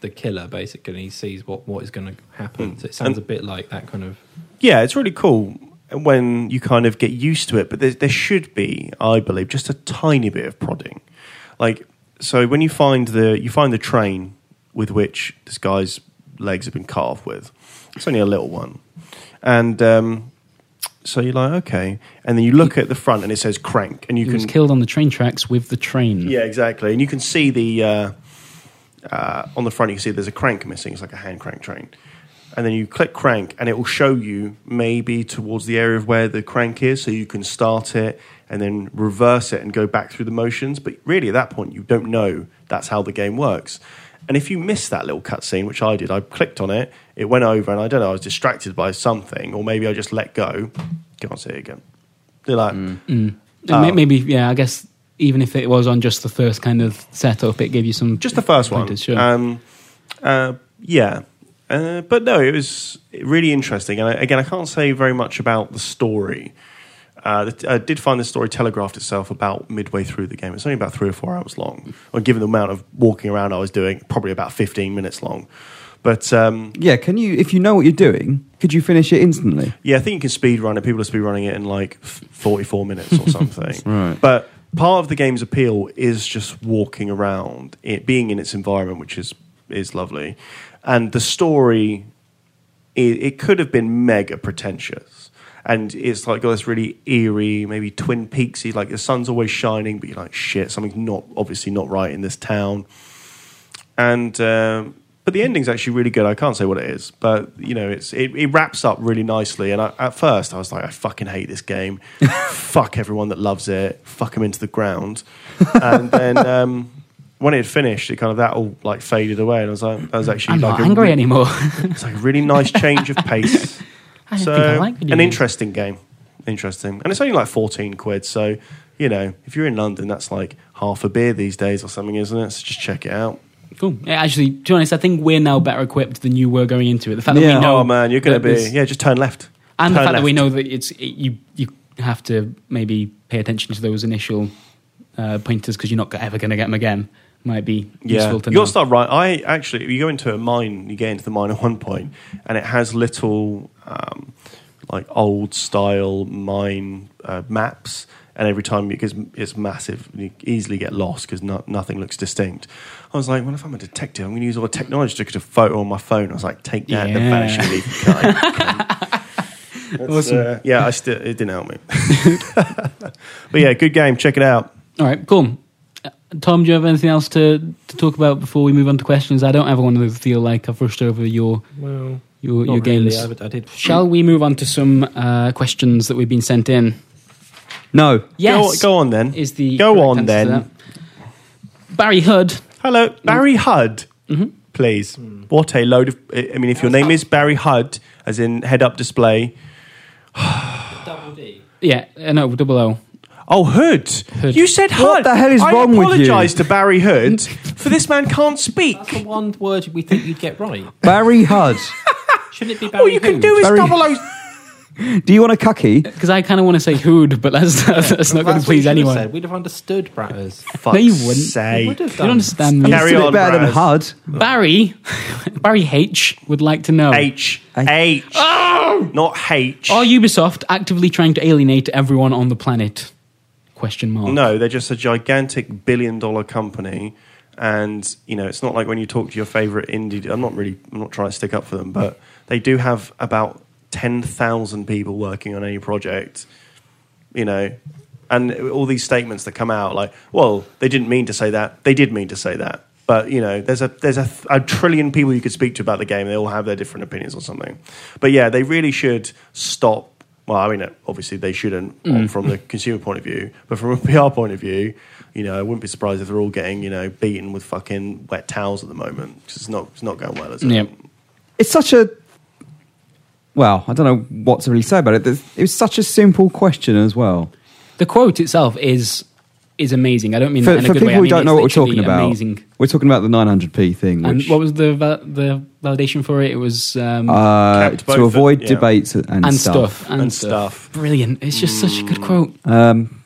Speaker 3: the killer basically. And he sees what what is going to
Speaker 4: Hmm.
Speaker 3: happen. So it sounds a bit like that kind of.
Speaker 4: Yeah, it's really cool when you kind of get used to it, but there, there should be, I believe, just a tiny bit of prodding. Like, so when you find the you find the train with which this guy's legs have been cut off with, it's only a little one, and um, so you're like, okay, and then you look at the front and it says crank, and you
Speaker 1: he
Speaker 4: can
Speaker 1: was killed on the train tracks with the train.
Speaker 4: Hmm. yeah, exactly. And you can see the uh, uh, on the front. You can see there's a crank missing. It's like a hand crank train. And then you click crank, and it will show you maybe towards the area of where the crank is, so you can start it and then reverse it and go back through the motions. But really, at that point, you don't know that's how the game works. And if you miss that little cutscene, which I did, I clicked on it, it went over, and I don't know, I was distracted by something, or maybe I just let go. Can't see it again. They're like,
Speaker 1: And may-
Speaker 4: Oh.
Speaker 1: maybe yeah. I guess even if it was on just the first kind of setup, it gave you some
Speaker 4: just the first one.
Speaker 1: pointers, Sure.
Speaker 4: Um, uh, yeah, uh, but no, it was really interesting. And I, again, I can't say very much about the story. Uh, the- I did find the story telegraphed itself about midway through the game. It's only about three or four hours long. Or given the amount of walking around I was doing, probably about fifteen minutes long. But um,
Speaker 2: Yeah, can you, if you know what you're doing, could you finish it instantly?
Speaker 4: yeah, I think you can speed run it. People are speed running it in like f- 44 minutes or something.
Speaker 2: Right.
Speaker 4: But part of the game's appeal is just walking around, it being in its environment, which is is lovely. And the story, it, it could have been mega pretentious. And it's like got this really eerie, maybe Twin Peaksy. Like the sun's always shining, but you're like, shit, something's not obviously not right in this town and um, but the ending's actually really good. I can't say what it is, but you know, it's it, it wraps up really nicely. And I, at first, I was like, I fucking hate this game. Fuck everyone that loves it. Fuck them into the ground. And then um, when it had finished, it kind of that all like faded away, and I was like, I was actually
Speaker 1: I'm
Speaker 4: like
Speaker 1: not
Speaker 4: a
Speaker 1: angry
Speaker 4: re-
Speaker 1: anymore.
Speaker 4: It's like a really nice change of pace.
Speaker 1: I don't
Speaker 4: so
Speaker 1: think I like video
Speaker 4: an
Speaker 1: games.
Speaker 4: interesting game, interesting, and it's only like fourteen quid. So you know, if you're in London, that's like half a beer these days or something, isn't it? So just check it out.
Speaker 1: Cool. Yeah, actually, to be honest, I think we're now better equipped than you were going into it. The fact that
Speaker 2: Yeah.
Speaker 1: we know,
Speaker 4: oh man, you're gonna
Speaker 1: that
Speaker 4: be
Speaker 1: there's-
Speaker 4: yeah. Just turn left,
Speaker 1: and the
Speaker 4: Turn
Speaker 1: fact that we
Speaker 4: left.
Speaker 1: know that it's it, you. You have to maybe pay attention to those initial uh, pointers because you're not ever going to get them again. Might be
Speaker 4: Yeah,
Speaker 1: useful
Speaker 4: you
Speaker 1: to
Speaker 4: got
Speaker 1: know.
Speaker 4: to start right. I actually, you go into a mine, you get into the mine at one point, and it has little um, like old style mine uh, maps. And every time it gets, it's massive, and you easily get lost because no, nothing looks distinct. I was like, well, if I'm a detective, I'm going to use all the technology to get a photo on my phone. I was like, take that, the
Speaker 1: Yeah.
Speaker 4: vanishing leaf. guy. That's,
Speaker 1: Awesome.
Speaker 4: uh, yeah, I still it didn't help me, but yeah, good game. Check it out.
Speaker 1: All right, cool. Uh, Tom, do you have anything else to, to talk about before we move on to questions? I don't ever want to feel like I've rushed over your
Speaker 3: Well,
Speaker 1: your, your
Speaker 3: not really.
Speaker 1: games.
Speaker 3: I, I did.
Speaker 1: Shall we move on to some uh, questions that we've been sent in?
Speaker 2: No.
Speaker 1: Yes,
Speaker 4: go, go on then.
Speaker 1: is the
Speaker 4: go
Speaker 1: correct
Speaker 4: on
Speaker 1: answer to
Speaker 4: then.
Speaker 1: that. Barry Hood.
Speaker 4: Hello, Barry
Speaker 1: Mm-hmm.
Speaker 4: Hudd. Please, what a load of! I mean, if your name is Barry Hudd, as in head up display.
Speaker 3: Double D.
Speaker 1: Yeah, uh, no, double O.
Speaker 4: Oh, Hood. You said Hudd.
Speaker 2: What the hell is
Speaker 4: I
Speaker 2: wrong with you?
Speaker 4: apologise to Barry Hood for this man can't
Speaker 3: That's the
Speaker 4: speak.
Speaker 3: one word we think you'd get right.
Speaker 2: Barry Hud.
Speaker 3: Shouldn't it be Barry
Speaker 4: All you can
Speaker 3: Hood?
Speaker 4: do is
Speaker 2: Barry-
Speaker 4: double O.
Speaker 2: Do you want a cucky?
Speaker 1: Because I kind of want to say Hood, but that's, that's not going to
Speaker 3: That's what you
Speaker 1: please
Speaker 3: should have
Speaker 1: anyone.
Speaker 3: said. We'd have understood Bratters.
Speaker 4: Fuck's
Speaker 1: you wouldn't. You
Speaker 4: sake.
Speaker 3: would have
Speaker 1: You don't understand me.
Speaker 4: Carry
Speaker 2: It's a bit
Speaker 4: on,
Speaker 2: better
Speaker 4: Braz.
Speaker 2: than Hud.
Speaker 1: Barry, Barry H would like to know:
Speaker 4: H
Speaker 2: I- Oh!
Speaker 4: H. Not H.
Speaker 1: Are Ubisoft actively trying to alienate everyone on the planet? Question mark.
Speaker 4: No, they're just a gigantic billion dollar company. And, you know, it's not like when you talk to your favorite indie, I'm not really, I'm not trying to stick up for them, but they do have about 10,000 people working on any project, you know, and all these statements that come out like, well, they didn't mean to say that. They did mean to say that. But, you know, there's a, there's a, a trillion people you could speak to about the game. They all have their different opinions or something. But yeah, they really should stop well, I mean, obviously they shouldn't on- from the consumer point of view, but from a PR point of view, you know, I wouldn't be surprised if they're all getting, you know, beaten with fucking wet towels at the moment. 'cause It's not, it's not going well, is it?
Speaker 1: Yeah.
Speaker 2: it's such a well, I don't know what to really say about it. There's- It was such a simple question as well.
Speaker 1: The quote itself is is amazing. I don't mean that
Speaker 2: For,
Speaker 1: in a
Speaker 2: for
Speaker 1: good
Speaker 2: people
Speaker 1: way. I
Speaker 2: who
Speaker 1: mean,
Speaker 2: don't
Speaker 1: it's
Speaker 2: know what we're
Speaker 1: literally
Speaker 2: talking about,
Speaker 1: amazing.
Speaker 2: we're talking about the 900p thing,
Speaker 1: And
Speaker 2: which
Speaker 1: what was the val- the validation for it? It was um,
Speaker 2: uh,
Speaker 4: Kept both
Speaker 2: to avoid
Speaker 4: of- yeah.
Speaker 2: debates and,
Speaker 1: and
Speaker 2: stuff.
Speaker 1: stuff, and,
Speaker 4: And
Speaker 1: stuff.
Speaker 4: stuff.
Speaker 1: Brilliant. It's just such a good quote.
Speaker 2: Um,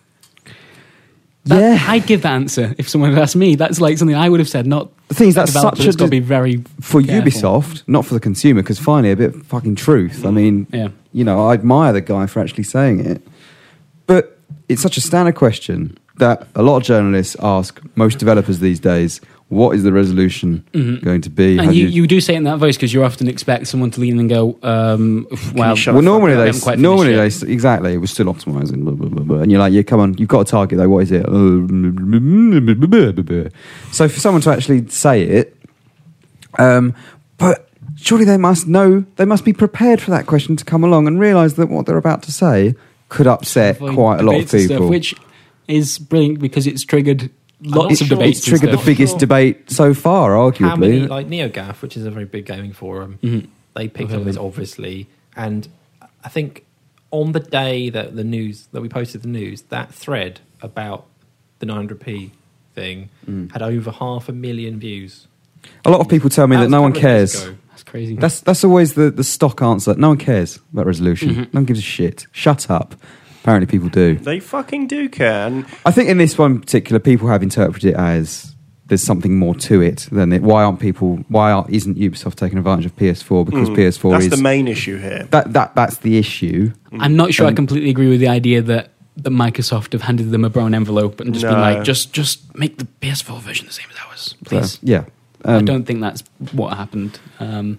Speaker 1: That,
Speaker 2: yeah,
Speaker 1: I'd give that answer if someone had asked me. That's like something I would have said. Not
Speaker 2: the thing is, that's
Speaker 1: developed,
Speaker 2: such
Speaker 1: but
Speaker 2: a
Speaker 1: it's got to be very
Speaker 2: for
Speaker 1: careful.
Speaker 2: Ubisoft, not for the consumer, because finally a bit of fucking truth. I mean,
Speaker 1: Mm. Yeah.
Speaker 2: you know, I admire the guy for actually saying it, but it's such a standard question that a lot of journalists ask most developers these days: What is the resolution going to be?
Speaker 1: Mm-hmm.
Speaker 2: How
Speaker 1: And
Speaker 2: do
Speaker 1: you, you do say it in that voice because you often expect someone to lean in and go, um, well,
Speaker 4: shut
Speaker 2: well, normally
Speaker 1: I
Speaker 2: they
Speaker 1: haven't quite
Speaker 2: normally
Speaker 1: finished
Speaker 2: they
Speaker 1: yet.
Speaker 2: s- exactly. We're still optimizing, blah, blah, blah, blah. and you're like, yeah, come on, you've got a target though. What is it? So for someone to actually say it, um, but surely they must know, they must be prepared for that question to come along and realize that what they're about to say could upset
Speaker 1: Avoid
Speaker 2: quite a lot of
Speaker 1: debates and stuff,
Speaker 2: people.
Speaker 1: which is brilliant because it's triggered lots
Speaker 3: not
Speaker 1: of
Speaker 3: sure
Speaker 1: debates.
Speaker 2: it's
Speaker 1: and
Speaker 2: triggered the
Speaker 1: stuff.
Speaker 3: big-
Speaker 2: biggest
Speaker 3: Sure.
Speaker 2: debate so far, arguably.
Speaker 3: How many, like NeoGAF, which is a very big gaming forum,
Speaker 1: Mm-hmm.
Speaker 3: they picked
Speaker 1: I've
Speaker 3: up
Speaker 1: heard
Speaker 3: this
Speaker 1: of
Speaker 3: obviously, and I think on the day that the news that we posted the news, that thread about the 900p thing
Speaker 1: Mm.
Speaker 3: had over half a million views.
Speaker 2: a lot of people tell me that
Speaker 3: was
Speaker 2: no
Speaker 3: a
Speaker 2: one
Speaker 3: couple of days
Speaker 2: cares.
Speaker 3: ago.
Speaker 1: That's crazy.
Speaker 2: Mm-hmm. That's that's always the, the stock answer. No one cares about resolution.
Speaker 4: Mm-hmm.
Speaker 2: No one gives a shit. Shut up. Apparently, people do.
Speaker 4: They fucking do care. And
Speaker 2: I think in this one in particular, people have interpreted it as there's something more to it than it. Why aren't people? Why aren't, isn't Ubisoft taking advantage of PS4? Because PS4
Speaker 4: Mm. that's
Speaker 2: is
Speaker 4: the main issue here.
Speaker 2: that that that's the issue.
Speaker 4: Mm-hmm.
Speaker 1: I'm not sure I
Speaker 2: And-
Speaker 1: completely agree with the idea that, that Microsoft have handed them a brown envelope and just been
Speaker 4: No.
Speaker 1: like, just just make the PS4 version the same as ours, please.
Speaker 2: So, yeah.
Speaker 1: I
Speaker 2: Um,
Speaker 1: don't think that's what happened. Um,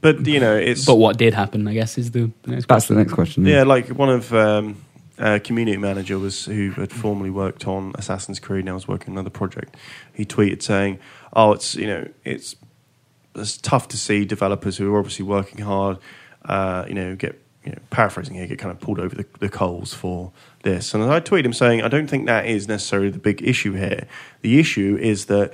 Speaker 4: But, you know, it's.
Speaker 1: but what did happen, I guess, is the, the next
Speaker 2: that's the
Speaker 1: question.
Speaker 2: next question.
Speaker 4: Yeah, like one of um, uh, community manager was who had formerly worked on Assassin's Creed. Now is working on another project. He tweeted saying, "Oh, it's you know it's it's tough to see developers who are obviously working hard, uh, you know, get you know, paraphrasing here, get kind of pulled over the, the coals for this. And I tweeted him saying, I don't think that is necessarily the big issue here. The issue is that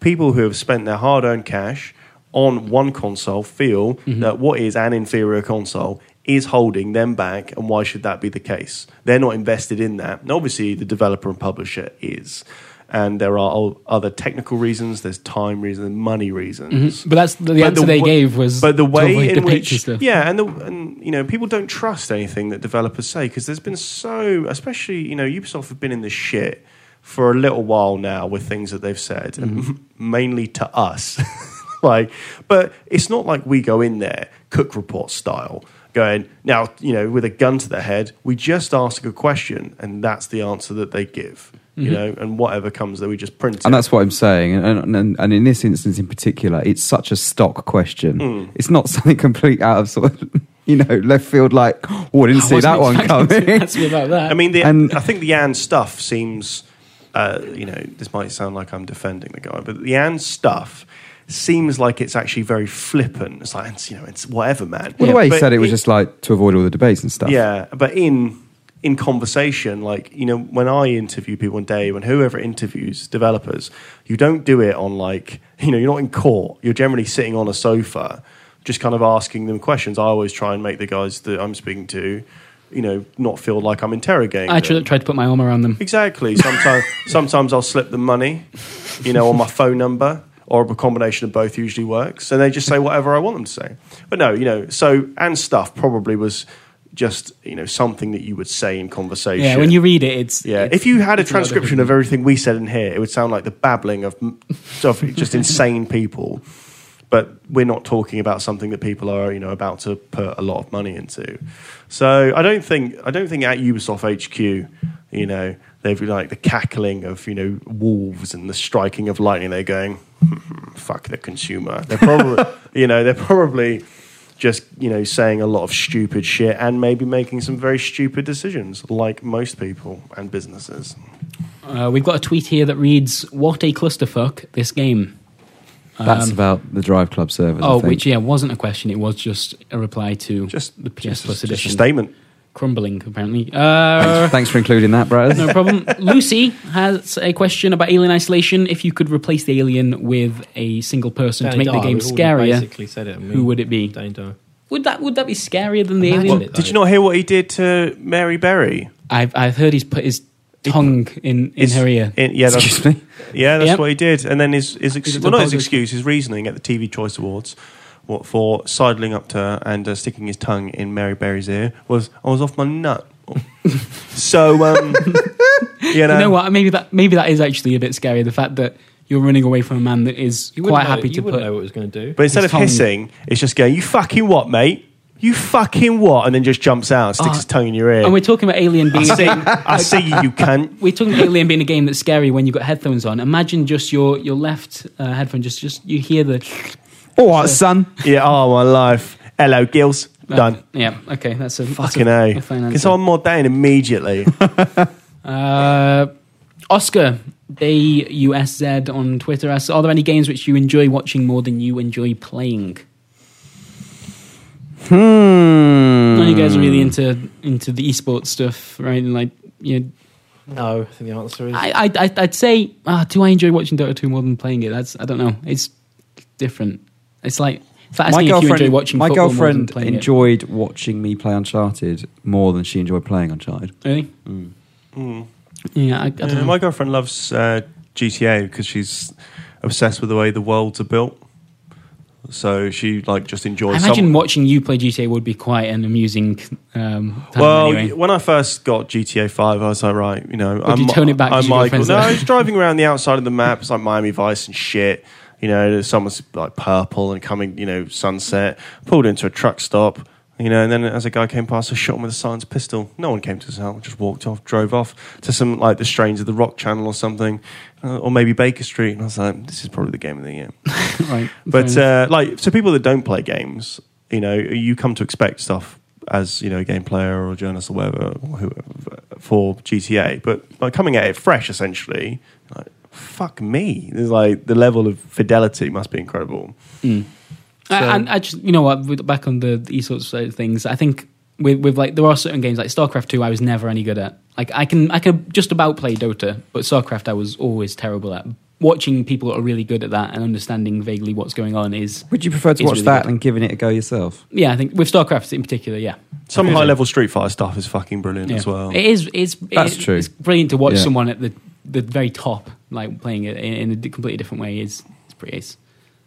Speaker 4: people who have spent their hard earned cash on one console feel that what is an inferior console is holding them back, and why should that be the case? They're not invested in that. And obviously, the developer and publisher is. And there are o- other technical reasons, there's time reasons, money reasons
Speaker 1: But that's the, the answer they
Speaker 4: wa-
Speaker 1: gave was
Speaker 4: but the
Speaker 1: to
Speaker 4: way
Speaker 1: avoid
Speaker 4: in
Speaker 1: debates
Speaker 4: which
Speaker 1: and stuff.
Speaker 4: yeah and the and you know people don't trust anything that developers say because there's been so especially you know ubisoft have been in the shit for a little while now with things that they've said and
Speaker 1: Mm-hmm.
Speaker 4: mainly to us like but it's not like we go in there cook report style going now you know with a gun to their head we just ask a question and that's the answer that they give
Speaker 1: Mm-hmm.
Speaker 4: you know and whatever comes that we just print
Speaker 2: And
Speaker 4: it.
Speaker 2: that's what I'm saying. And, and, and in this instance in particular, it's such a stock question.
Speaker 4: Mm.
Speaker 2: It's not something complete out of sort of, you know, left field like, oh, I didn't see that one coming.
Speaker 1: That's about that.
Speaker 4: I mean, the,
Speaker 2: And-
Speaker 4: I think the Anne stuff seems, uh, you know, this might sound like I'm defending the guy, but the Anne stuff seems like it's actually very flippant. It's like, it's, you know, it's whatever, man.
Speaker 2: Well, the way he
Speaker 4: But
Speaker 2: said it was
Speaker 4: it-
Speaker 2: just like to avoid all the debates and stuff.
Speaker 4: yeah, but in in conversation, like you know, when I interview people, and Dave and whoever interviews developers, you don't do it on like you know, you're not in court. You're generally sitting on a sofa, just kind of asking them questions. I always try and make the guys that I'm speaking to, you know, not feel like I'm interrogating.
Speaker 1: I
Speaker 4: them.
Speaker 1: tried, tried to put my arm around them.
Speaker 4: Exactly. Sometimes, sometimes I'll slip them money, you know, or my phone number, or a combination of both usually works. And they just say whatever I want them to say. But no, you know, so and stuff probably was just you know something that you would say in conversation.
Speaker 1: Yeah, when you read it, it's
Speaker 4: yeah,
Speaker 1: it's-
Speaker 4: if you had a
Speaker 1: it's lot of
Speaker 4: transcription of everything we said in here, it would sound like the babbling of, of just insane people. But we're not talking about something that people are, you know, about to put a lot of money into. So I don't think I don't think at Ubisoft HQ, you know, they've been like the cackling of you know wolves and the striking of lightning. They're going, fuck the consumer. They're probably, you know, they're probably just, you know, saying a lot of stupid shit and maybe making some very stupid decisions, like most people and businesses.
Speaker 1: Uh, we've got a tweet here that reads, "What a clusterfuck this game."
Speaker 2: That's
Speaker 1: Um,
Speaker 2: about the Drive Club servers. I
Speaker 1: Oh,
Speaker 2: think.
Speaker 1: which yeah wasn't a question; it was just a reply to
Speaker 4: Just
Speaker 1: the PS Plus
Speaker 4: just a
Speaker 1: edition.
Speaker 4: statement.
Speaker 1: crumbling, apparently. Uh,
Speaker 2: Thanks for including that, Brad.
Speaker 1: no problem. Lucy has a question about alien isolation. If you could replace the alien with a single person to
Speaker 3: Danny
Speaker 1: make the
Speaker 3: Dyer,
Speaker 1: game
Speaker 3: we've already
Speaker 1: scarier,
Speaker 3: Basically said it. haven't
Speaker 1: who
Speaker 3: we?
Speaker 1: would it be?
Speaker 3: Danny Dyer.
Speaker 1: Would that would that be scarier than the
Speaker 3: Imagine
Speaker 1: alien?
Speaker 3: it, though.
Speaker 4: Did you not hear what he did to Mary Berry?
Speaker 1: I've I've heard he's put his tongue in in
Speaker 4: His-
Speaker 1: her ear.
Speaker 4: in- yeah, that's,
Speaker 2: Excuse me.
Speaker 4: yeah, that's
Speaker 1: Yep.
Speaker 4: what he did. And then his his
Speaker 1: Is
Speaker 4: ex-
Speaker 1: it
Speaker 4: well, not his
Speaker 1: apology?
Speaker 4: excuse, his reasoning at the TV Choice Awards, what for sidling up to her and uh, sticking his tongue in Mary Berry's ear was I was off my nut. so um, you know,
Speaker 1: You know what? Maybe that maybe that is actually a bit scary. The fact that you're running away from a man that is
Speaker 3: You wouldn't
Speaker 1: quite
Speaker 3: know-
Speaker 1: happy to
Speaker 3: You wouldn't
Speaker 1: put.
Speaker 3: know what it was going to do.
Speaker 4: But instead
Speaker 1: His
Speaker 4: of
Speaker 1: tongue-
Speaker 4: hissing, it's just going, "You fucking what, mate? You fucking what?" And then just jumps out, and sticks
Speaker 1: Ah.
Speaker 4: his tongue in your ear.
Speaker 1: And we're talking about Alien
Speaker 4: I
Speaker 1: being.
Speaker 4: see, I see you, you cunt.
Speaker 1: we're talking about Alien being a game that's scary when you've got headphones on. Imagine just your your left uh, headphone, just just you hear the.
Speaker 2: All right, son.
Speaker 4: Yeah, oh my life. Hello, Gills. Done.
Speaker 1: Yeah. Okay. That's a that's
Speaker 4: Fucking
Speaker 1: a,
Speaker 4: A.
Speaker 1: a fine
Speaker 4: Can
Speaker 1: answer.
Speaker 4: someone mod that in immediately?
Speaker 1: Uh, Oscar JUSZ on Twitter asks: Are there any games which you enjoy watching more than you enjoy playing?
Speaker 2: Hmm.
Speaker 1: I know you guys are really into into the esports stuff, right? And like, you know,
Speaker 3: No, I think the answer is.
Speaker 1: I, I, I I'd say, ah, do I enjoy watching Dota 2 more than playing it? That's I don't know. It's different. It's like it's like asking if you enjoy watching
Speaker 2: my
Speaker 1: football more than
Speaker 2: girlfriend
Speaker 1: playing it.
Speaker 2: enjoyed watching me play Uncharted more than she enjoyed playing Uncharted.
Speaker 1: Really?
Speaker 4: Mm.
Speaker 1: Yeah, I, I don't
Speaker 4: Yeah,
Speaker 1: know.
Speaker 4: my girlfriend loves uh, GTA because she's obsessed with the way the worlds are built. So she like just
Speaker 1: I
Speaker 4: enjoys.
Speaker 1: imagine
Speaker 4: some-
Speaker 1: watching you play GTA would be quite an amusing um, time
Speaker 4: Well,
Speaker 1: anyway.
Speaker 4: y- when I first got GTA Five, I was like, right, you know,
Speaker 1: you tone it back 'cause
Speaker 4: I'm
Speaker 1: you got
Speaker 4: Michael.
Speaker 1: friends
Speaker 4: No,
Speaker 1: there?
Speaker 4: I was driving around the outside of the map. It's like Miami Vice and shit. You know, there's someone's like purple and coming. You know, sunset. Pulled into a truck stop. You know, and then as a guy came past, I shot him with a silenced pistol. No one came to his help. Just walked off, drove off to some like the strains of the Rock Channel or something, uh, or maybe Baker Street. And I was like, this is probably the game of the year.
Speaker 1: right.
Speaker 4: But
Speaker 1: fair enough.
Speaker 4: uh, like, so people that don't play games, you know, you come to expect stuff as you know, a game player or a journalist or whatever or whoever, for GTA. But like coming at it fresh, essentially, like fuck me, there's like the level of fidelity must be incredible.
Speaker 1: Mm. I, and I just, you know what, with, back on the, the esports side of things, I think with, with like there are certain games like StarCraft Two, I was never any good at. Like I can I can just about play Dota, but StarCraft I was always terrible at. Watching people that are really good at that and understanding vaguely what's going on is
Speaker 2: Would you prefer to
Speaker 1: It's
Speaker 2: watch
Speaker 1: really
Speaker 2: that
Speaker 1: good.
Speaker 2: and giving it a go yourself?
Speaker 1: yeah I think with StarCraft in particular yeah,
Speaker 4: Some
Speaker 1: Really?
Speaker 4: high level Street Fighter stuff is fucking brilliant
Speaker 1: yeah.
Speaker 4: as well.
Speaker 1: it is it's
Speaker 2: That's
Speaker 1: it's,
Speaker 2: true.
Speaker 1: it's brilliant to watch
Speaker 2: Yeah.
Speaker 1: someone at the the very top like playing it in, in a di- completely different way is it's pretty ace.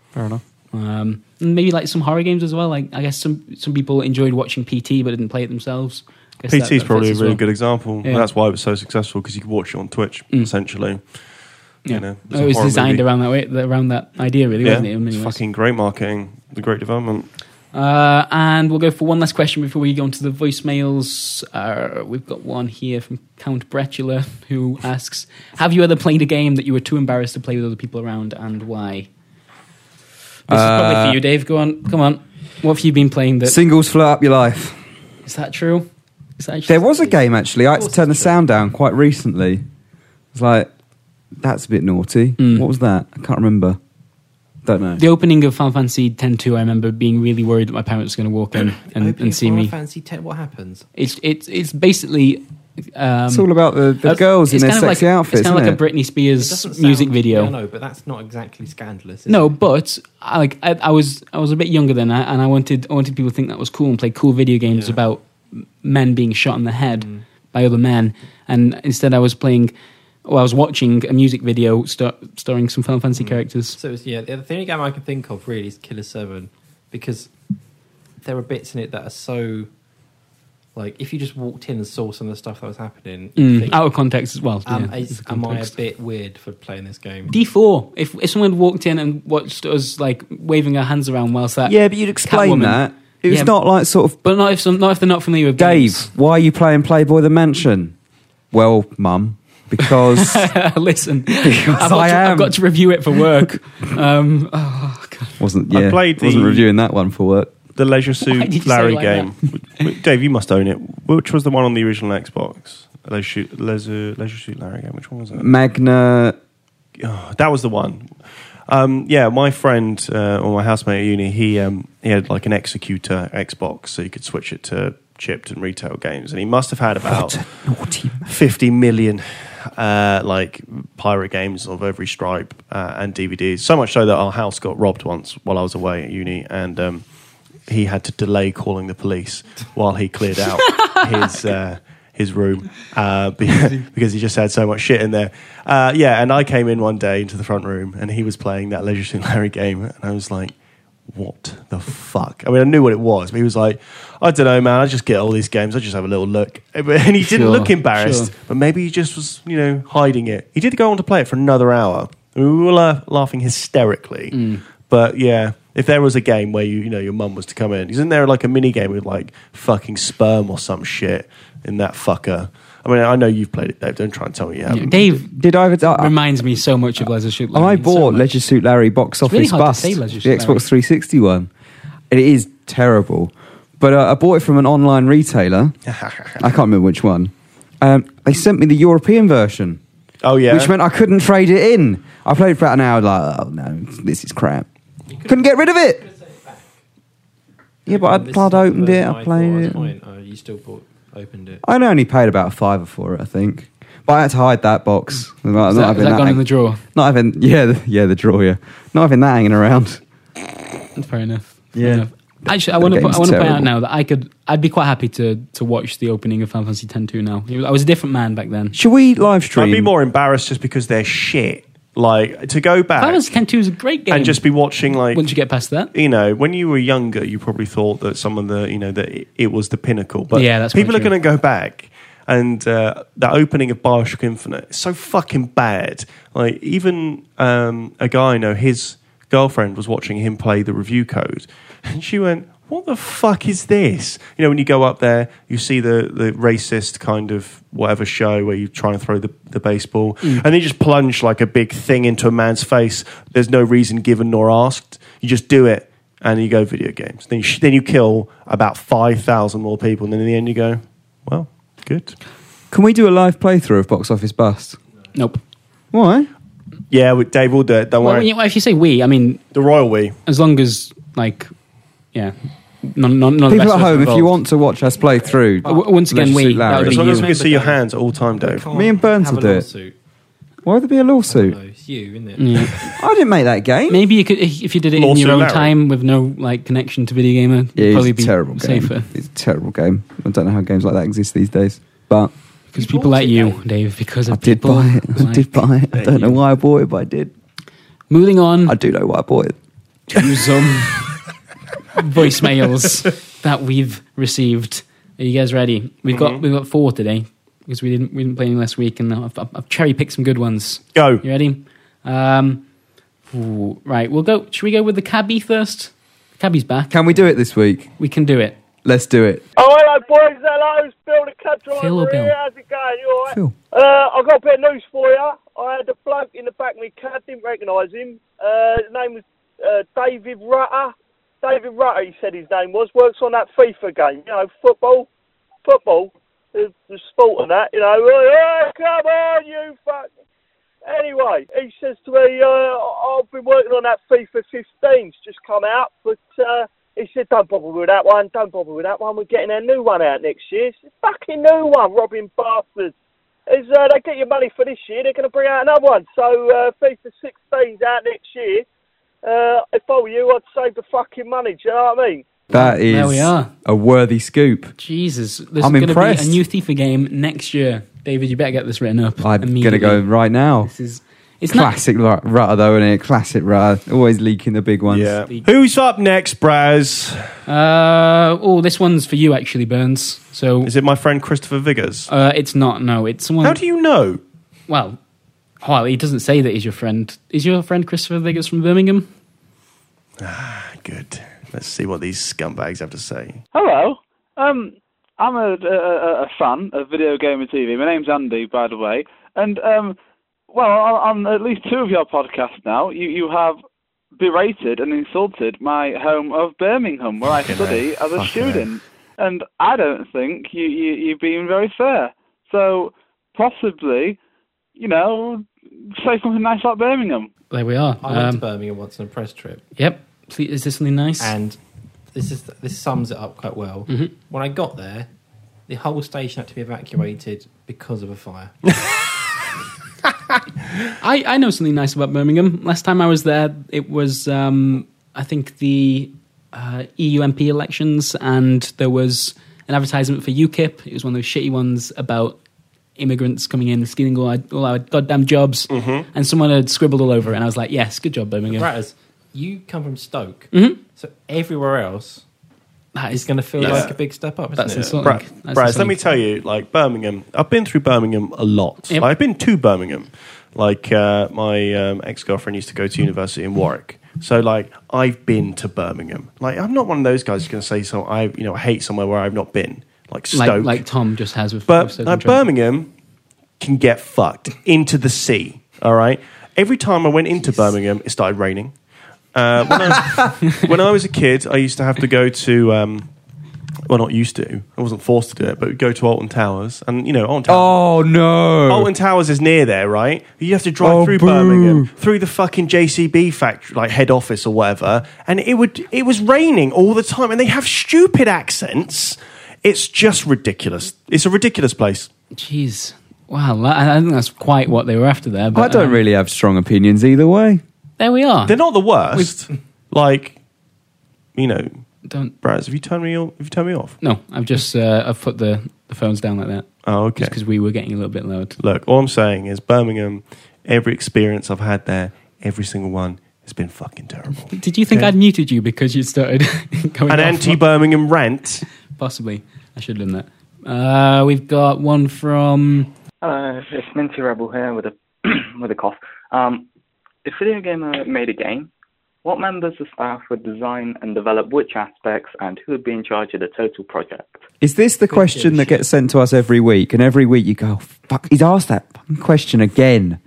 Speaker 2: Fair enough.
Speaker 1: Um, and maybe like some horror games as well. Like I guess some some people enjoyed watching PT but didn't play it themselves. I guess that-
Speaker 4: PT is
Speaker 1: that
Speaker 4: probably a
Speaker 1: fits as
Speaker 4: really
Speaker 1: well.
Speaker 4: good example.
Speaker 1: Yeah.
Speaker 4: That's why it was so successful because you could watch it on Twitch
Speaker 1: Mm.
Speaker 4: essentially.
Speaker 1: Yeah.
Speaker 4: You know, it's
Speaker 1: it
Speaker 4: a
Speaker 1: was
Speaker 4: horror
Speaker 1: designed
Speaker 4: movie.
Speaker 1: around that way, around that idea, really,
Speaker 4: Yeah,
Speaker 1: wasn't it? in many
Speaker 4: it's
Speaker 1: ways?
Speaker 4: fucking great marketing, the great development.
Speaker 1: Uh, and we'll go for one last question before we go on to the voicemails. Uh, we've got one here from Count Bretula who asks, "Have you ever played a game that you were too embarrassed to play with other people around, and why?" This is probably
Speaker 2: Uh,
Speaker 1: for you, Dave. Go on, come on. What have you been playing? That is
Speaker 2: Singles flow up your life.
Speaker 1: that true? Is that actually
Speaker 2: There was a game actually. I had to
Speaker 3: course
Speaker 2: turn the
Speaker 3: it's true.
Speaker 2: sound down quite recently. It's like that's a bit naughty.
Speaker 1: Mm.
Speaker 2: What was that? I can't remember. Don't know.
Speaker 1: The opening of Final Fantasy X-2, I remember being really worried that my parents were going to walk in and,
Speaker 3: Opening
Speaker 1: and see
Speaker 3: Final
Speaker 1: me.
Speaker 3: Fantasy ten. What happens?
Speaker 1: It's it's it's basically um,
Speaker 2: it's all about the, the
Speaker 1: it's-
Speaker 2: girls in
Speaker 1: it's
Speaker 2: their
Speaker 1: kind of
Speaker 2: sexy
Speaker 1: like,
Speaker 2: outfits.
Speaker 1: It's kind of
Speaker 2: isn't
Speaker 1: like a Britney
Speaker 3: It doesn't
Speaker 1: Spears
Speaker 3: sound-
Speaker 1: music video.
Speaker 3: Yeah, no, but that's not exactly scandalous. Is
Speaker 1: No,
Speaker 3: it?
Speaker 1: but I, like I, I was I was a bit younger than that, and I wanted I wanted people to think that was cool and play cool video games
Speaker 4: Yeah.
Speaker 1: about m- men being shot in the head
Speaker 3: Mm.
Speaker 1: by other men. And instead, I was playing. Well, I was watching a music video star, starring some Final
Speaker 2: Mm.
Speaker 1: Fantasy characters.
Speaker 3: So it's, yeah, the the only game I can think of really is Killer Seven, because there are bits in it that are so, like, if you just walked in and saw some of the stuff that was happening, you'd
Speaker 1: Mm,
Speaker 3: think,
Speaker 2: Oh,
Speaker 1: out of context as well.
Speaker 3: um,
Speaker 1: yeah,
Speaker 3: is,
Speaker 1: out of
Speaker 3: am I a
Speaker 1: context.
Speaker 3: bit weird for playing this game?
Speaker 1: D4. If if someone had walked in and watched us like waving our hands around whilst that,
Speaker 2: it? Yeah, but you'd explain
Speaker 1: Catwoman.
Speaker 2: that. It was
Speaker 1: Yeah.
Speaker 2: not like sort of
Speaker 1: But not if some, not if they're not familiar with
Speaker 2: Dave.
Speaker 1: games.
Speaker 2: Why are you playing Playboy the Mansion? Well, Mum, because
Speaker 1: Listen,
Speaker 2: Because
Speaker 1: I've got,
Speaker 2: I
Speaker 1: to,
Speaker 2: am.
Speaker 1: I've got to review it for work. um, oh god,
Speaker 2: wasn't
Speaker 4: I
Speaker 2: yeah,
Speaker 4: played
Speaker 2: wasn't
Speaker 4: the-
Speaker 2: reviewing that one for work.
Speaker 4: The Leisure
Speaker 1: Why did you say
Speaker 4: Suit Larry
Speaker 1: like
Speaker 4: game. Wh- Dave, you must own it. Which was the one on the original Xbox? Leisure, Suit- Leisure, Leisure Suit Larry game. Which one was it?
Speaker 2: Magna.
Speaker 4: Oh, that was the one. Um, yeah, my friend uh, or my housemate at uni, he um, he had like an Executor Xbox, so you could switch it to chipped and retail games, and he must have had about
Speaker 2: naughty man.
Speaker 4: 50 million uh, like pirate games of every stripe uh, and DVDs. So much so that our house got robbed once while I was away at uni, and um, he had to delay calling the police while he cleared out his. Uh, his room uh, be- because he just had so much shit in there. Uh, yeah, and I came in one day into the front room and he was playing that Leisure Suit Larry game, and I was like, what the fuck? I mean, I knew what it was, but he was like, I don't know, man. I just get all these games. I just have a little look. And he didn't
Speaker 1: Sure,
Speaker 4: look embarrassed,
Speaker 1: sure.
Speaker 4: but maybe he just was, you know, hiding it. He did go on to play it for another hour. I mean, we were la- laughing hysterically.
Speaker 1: Mm.
Speaker 4: But yeah, if there was a game where you, you know, your mum was to come in, isn't there like a mini game with like fucking sperm or some shit in that fucker? I mean, I know you've played it, Dave. Don't try and tell me you haven't.
Speaker 1: Dave
Speaker 2: Did I ever? I,
Speaker 1: reminds me so much of Leisure Suit
Speaker 2: Ah. I
Speaker 1: Larry, so
Speaker 2: bought
Speaker 1: much.
Speaker 2: Leisure Suit Larry box office
Speaker 1: really hard to
Speaker 2: bust,
Speaker 1: say Leisure
Speaker 2: the
Speaker 1: Suit Larry.
Speaker 2: Xbox 360 one. It is terrible, but uh, I bought it from an online retailer. I can't remember which one. Um, they sent me the European version.
Speaker 4: oh yeah,
Speaker 2: Which meant I couldn't trade it in. I played for about an hour, like, oh no, this is crap. Couldn't get rid of it. Yeah, but I'd,
Speaker 3: This
Speaker 2: I'd
Speaker 3: is
Speaker 2: opened
Speaker 3: the
Speaker 2: it, I
Speaker 3: iPhone
Speaker 2: played it.
Speaker 3: Point. Oh, you still bought, opened it.
Speaker 2: I only paid about a fiver for it, I think. But I had to hide that box. Not,
Speaker 1: Is
Speaker 2: not
Speaker 1: that-
Speaker 2: having
Speaker 1: is that gone
Speaker 2: hang-
Speaker 1: in the drawer?
Speaker 2: Not having, yeah, the, yeah, the drawer, yeah. Not having that hanging around.
Speaker 1: Fair enough. Fair
Speaker 2: Yeah.
Speaker 1: enough. Actually, I
Speaker 2: The
Speaker 1: want to. I
Speaker 2: game's
Speaker 1: want to point out
Speaker 2: terrible.
Speaker 1: now that I could. I'd be quite happy to to watch the opening of Final Fantasy X two now. I was a different man back then.
Speaker 2: Should we live stream?
Speaker 4: I'd be more embarrassed just because they're shit. Like to go back
Speaker 1: Final Fantasy X two is a great game.
Speaker 4: and just be watching like
Speaker 1: once you get past that,
Speaker 4: you know, when you were younger, you probably thought that some of the, you know, that it, it was the pinnacle. But
Speaker 1: Yeah, that's
Speaker 4: people are
Speaker 1: quite true.
Speaker 4: going to go back. And uh, the opening of Bioshock Infinite is so fucking bad. Like, even um, a guy I know, his girlfriend was watching him play the review code. And she went, What the fuck is this? You know, when you go up there, you see the, the racist kind of whatever show where you try and throw the, the baseball. And they just plunge like a big thing into a man's face. There's no reason given nor asked. You just do it and you go video games. Then you, sh- then you kill about 5,000 more people, and then in the end you go, well, good.
Speaker 2: Can we do a live playthrough of Box Office Bust?
Speaker 1: nope.
Speaker 2: Why?
Speaker 4: Yeah, with Dave will do it. Don't
Speaker 1: Well,
Speaker 4: worry.
Speaker 1: when you- well, if you say we, I mean
Speaker 4: the royal we.
Speaker 1: as long as like, yeah, none, none, none of the
Speaker 2: People
Speaker 1: best of
Speaker 2: at
Speaker 1: us
Speaker 2: home, if you
Speaker 1: involved.
Speaker 2: want to watch us play through,
Speaker 1: Uh, w- once again,
Speaker 2: Leisure
Speaker 1: we-
Speaker 2: Suit
Speaker 1: that
Speaker 2: Larry.
Speaker 1: would
Speaker 4: As
Speaker 1: be
Speaker 4: long
Speaker 1: you.
Speaker 4: as we can see your
Speaker 3: Dave.
Speaker 4: hands at all time, Dave.
Speaker 2: Me and Burns will do it. Mm. Why would there be a lawsuit?
Speaker 3: No, it's you, isn't it?
Speaker 1: Yeah.
Speaker 2: I didn't make that game.
Speaker 1: Maybe you could if if you did it in
Speaker 4: Lawsuit
Speaker 1: your own
Speaker 4: Larry.
Speaker 1: time with no like connection to video gamer. it'd
Speaker 2: Yeah, it's
Speaker 1: probably
Speaker 2: a
Speaker 1: be
Speaker 2: terrible game.
Speaker 1: safer
Speaker 2: It's a terrible game. I don't know how games like that exist these days. But
Speaker 1: because
Speaker 3: You
Speaker 1: people
Speaker 3: bought
Speaker 1: like
Speaker 3: it,
Speaker 1: you,
Speaker 3: Dave.
Speaker 1: Dave. Because
Speaker 2: I
Speaker 1: of
Speaker 2: did
Speaker 1: people
Speaker 2: buy it. I
Speaker 1: like-
Speaker 2: did buy it. I don't know why I bought it, but I did.
Speaker 1: Moving on.
Speaker 2: I do know why I bought it.
Speaker 1: to some voicemails that we've received. Are you guys ready? We've got we've got four today because we didn't we didn't play any last week, and I've, I've, I've cherry picked some good ones.
Speaker 4: Go.
Speaker 1: You ready? Um, ooh, right, we'll go. Should we go with the cabbie first? Cabbie's back.
Speaker 2: Can we do it this week?
Speaker 1: We can do it.
Speaker 2: Let's do it.
Speaker 5: Oh, hello, boys. Hello, it's Bill the cab driver.
Speaker 1: Phil or
Speaker 5: here.
Speaker 1: Bill?
Speaker 5: How's it going? You all right?
Speaker 2: Phil.
Speaker 5: Uh, I got a bit of news for you. I had a bloke in the back of my cab, didn't recognise him. Uh, his name was uh, David Rutter. David Rutter, he said his name was. Works on that FIFA game, you know, football. Football. The, the sport and that, you know. "Oh, come on, you fuck. Anyway, he says to me, uh, I've been working on that FIFA 15's just come out, but uh, he said, don't bother with that one, don't bother with that one, we're getting a new one out next year. It's a fucking new one, robbing bastards. Is uh, they get your money for this year, they're going to bring out another one. So uh, FIFA 16's out next year. Uh, if I were you, I'd save the fucking money, do you know what I mean?
Speaker 2: That is
Speaker 1: we are.
Speaker 2: a worthy scoop.
Speaker 1: Jesus, there's
Speaker 2: I'm
Speaker 1: going to be a
Speaker 2: impressed.
Speaker 1: new FIFA game next year. David, you better get this written up.
Speaker 2: I'm going to
Speaker 1: immediately.
Speaker 2: go right now.
Speaker 1: This is it's not
Speaker 2: Classic Ru- Rutter, though, isn't it? Classic Rutter. Always leaking the big ones.
Speaker 4: Yeah. Who's up next, Braz?
Speaker 1: Uh, oh, this one's for you actually, Burns. So
Speaker 4: Is it my friend Christopher Viggers?
Speaker 1: uh, it's not. No, it's someone.
Speaker 4: How do you know?
Speaker 1: well, well, he doesn't say that he's your friend. Is your friend Christopher Viggers from Birmingham?
Speaker 4: Good. Let's see what these scumbags have to say.
Speaker 6: Hello. Um, I'm a, a, a- a fan of video game and TV. My name's Andy, by the way. And, um, well, I- I'm at least two of your podcasts now. You, you have berated and insulted my home of Birmingham, where I study as a student. And I don't think you, you, you've been very fair. So, possibly, you know, say something nice about Birmingham.
Speaker 1: There we are.
Speaker 3: I went to
Speaker 1: Um,
Speaker 3: Birmingham once on a press trip,
Speaker 1: yep. Please, is this something nice?
Speaker 2: Mm-hmm.
Speaker 3: and this is this sums it up quite well. When I got there, The whole station had to be evacuated because of a fire.
Speaker 1: I, I know something nice about Birmingham. Last time I was there, it was um, I think the uh, EU MP elections, and there was an advertisement for UKIP. It was one of those shitty ones about immigrants coming in and stealing all our, all our goddamn jobs, and someone had scribbled all over it. And I was like, "Yes, good job, Birmingham.
Speaker 3: Whereas you come from Stoke,
Speaker 1: Mm-hmm.
Speaker 3: so everywhere else
Speaker 1: That
Speaker 3: is
Speaker 1: is
Speaker 3: going to feel
Speaker 4: That's-
Speaker 3: like a big step up. Isn't
Speaker 1: that's
Speaker 3: it?
Speaker 1: insulting.
Speaker 4: Brad,
Speaker 1: That's
Speaker 4: Brad, let
Speaker 1: insulting.
Speaker 4: me tell you, like Birmingham, I've been through Birmingham a lot.
Speaker 1: Yep.
Speaker 4: Like, I've been to Birmingham. Like uh, my um, ex girlfriend used to go to university in Warwick, so like I've been to Birmingham. Like I'm not one of those guys who's going to say so. I you know hate somewhere where I've not been, like Stoke.
Speaker 1: like, like Tom just has with with
Speaker 4: But
Speaker 1: Stoke
Speaker 4: like
Speaker 1: and Trent.
Speaker 4: Birmingham can get fucked into the sea. All right. Every time I went into Birmingham, it started raining. Uh, when, I, when I was a kid, I used to have to go to. Um, well, not used to. I wasn't forced to do it, but we'd go to Alton Towers, and you know, Alton Towers.
Speaker 2: Oh no!
Speaker 4: Alton Towers is near there, right? You have to drive
Speaker 2: Oh,
Speaker 4: through
Speaker 2: boo.
Speaker 4: Birmingham, through the fucking JCB factory, like head office or whatever, and it would it was raining all the time, and they have stupid accents. It's just ridiculous. It's a ridiculous place.
Speaker 1: Jeez, wow, that- I I think that's quite what they were after there. But,
Speaker 2: I don't
Speaker 1: um,
Speaker 2: really have strong opinions either way.
Speaker 1: There we are.
Speaker 4: They're not the worst. like, you know,
Speaker 1: Don't.
Speaker 4: Braz, have you turned me off? Have you turned me off?
Speaker 1: No, I've just uh, I've put the, the phones down like that.
Speaker 4: Oh, okay.
Speaker 1: Just because we were getting a little bit loud.
Speaker 4: Look, all I'm saying is Birmingham. Every experience I've had there, every single one has been fucking terrible.
Speaker 1: Did you think
Speaker 4: Okay.
Speaker 1: I'd muted you because you started going
Speaker 4: An
Speaker 1: off?
Speaker 4: anti-Birmingham rant.
Speaker 1: Possibly. I should have done that. Uh, we've got one from.
Speaker 7: Hello, Uh, it's Minty Rebel here with a with a cough. Um, if Video Gamer made a game, what members of staff would design and develop which aspects, and who would be in charge of the total project?
Speaker 2: Is this the question that gets sent to us every week? And every week you go, "Oh, "Fuck!" He's asked that fucking question again,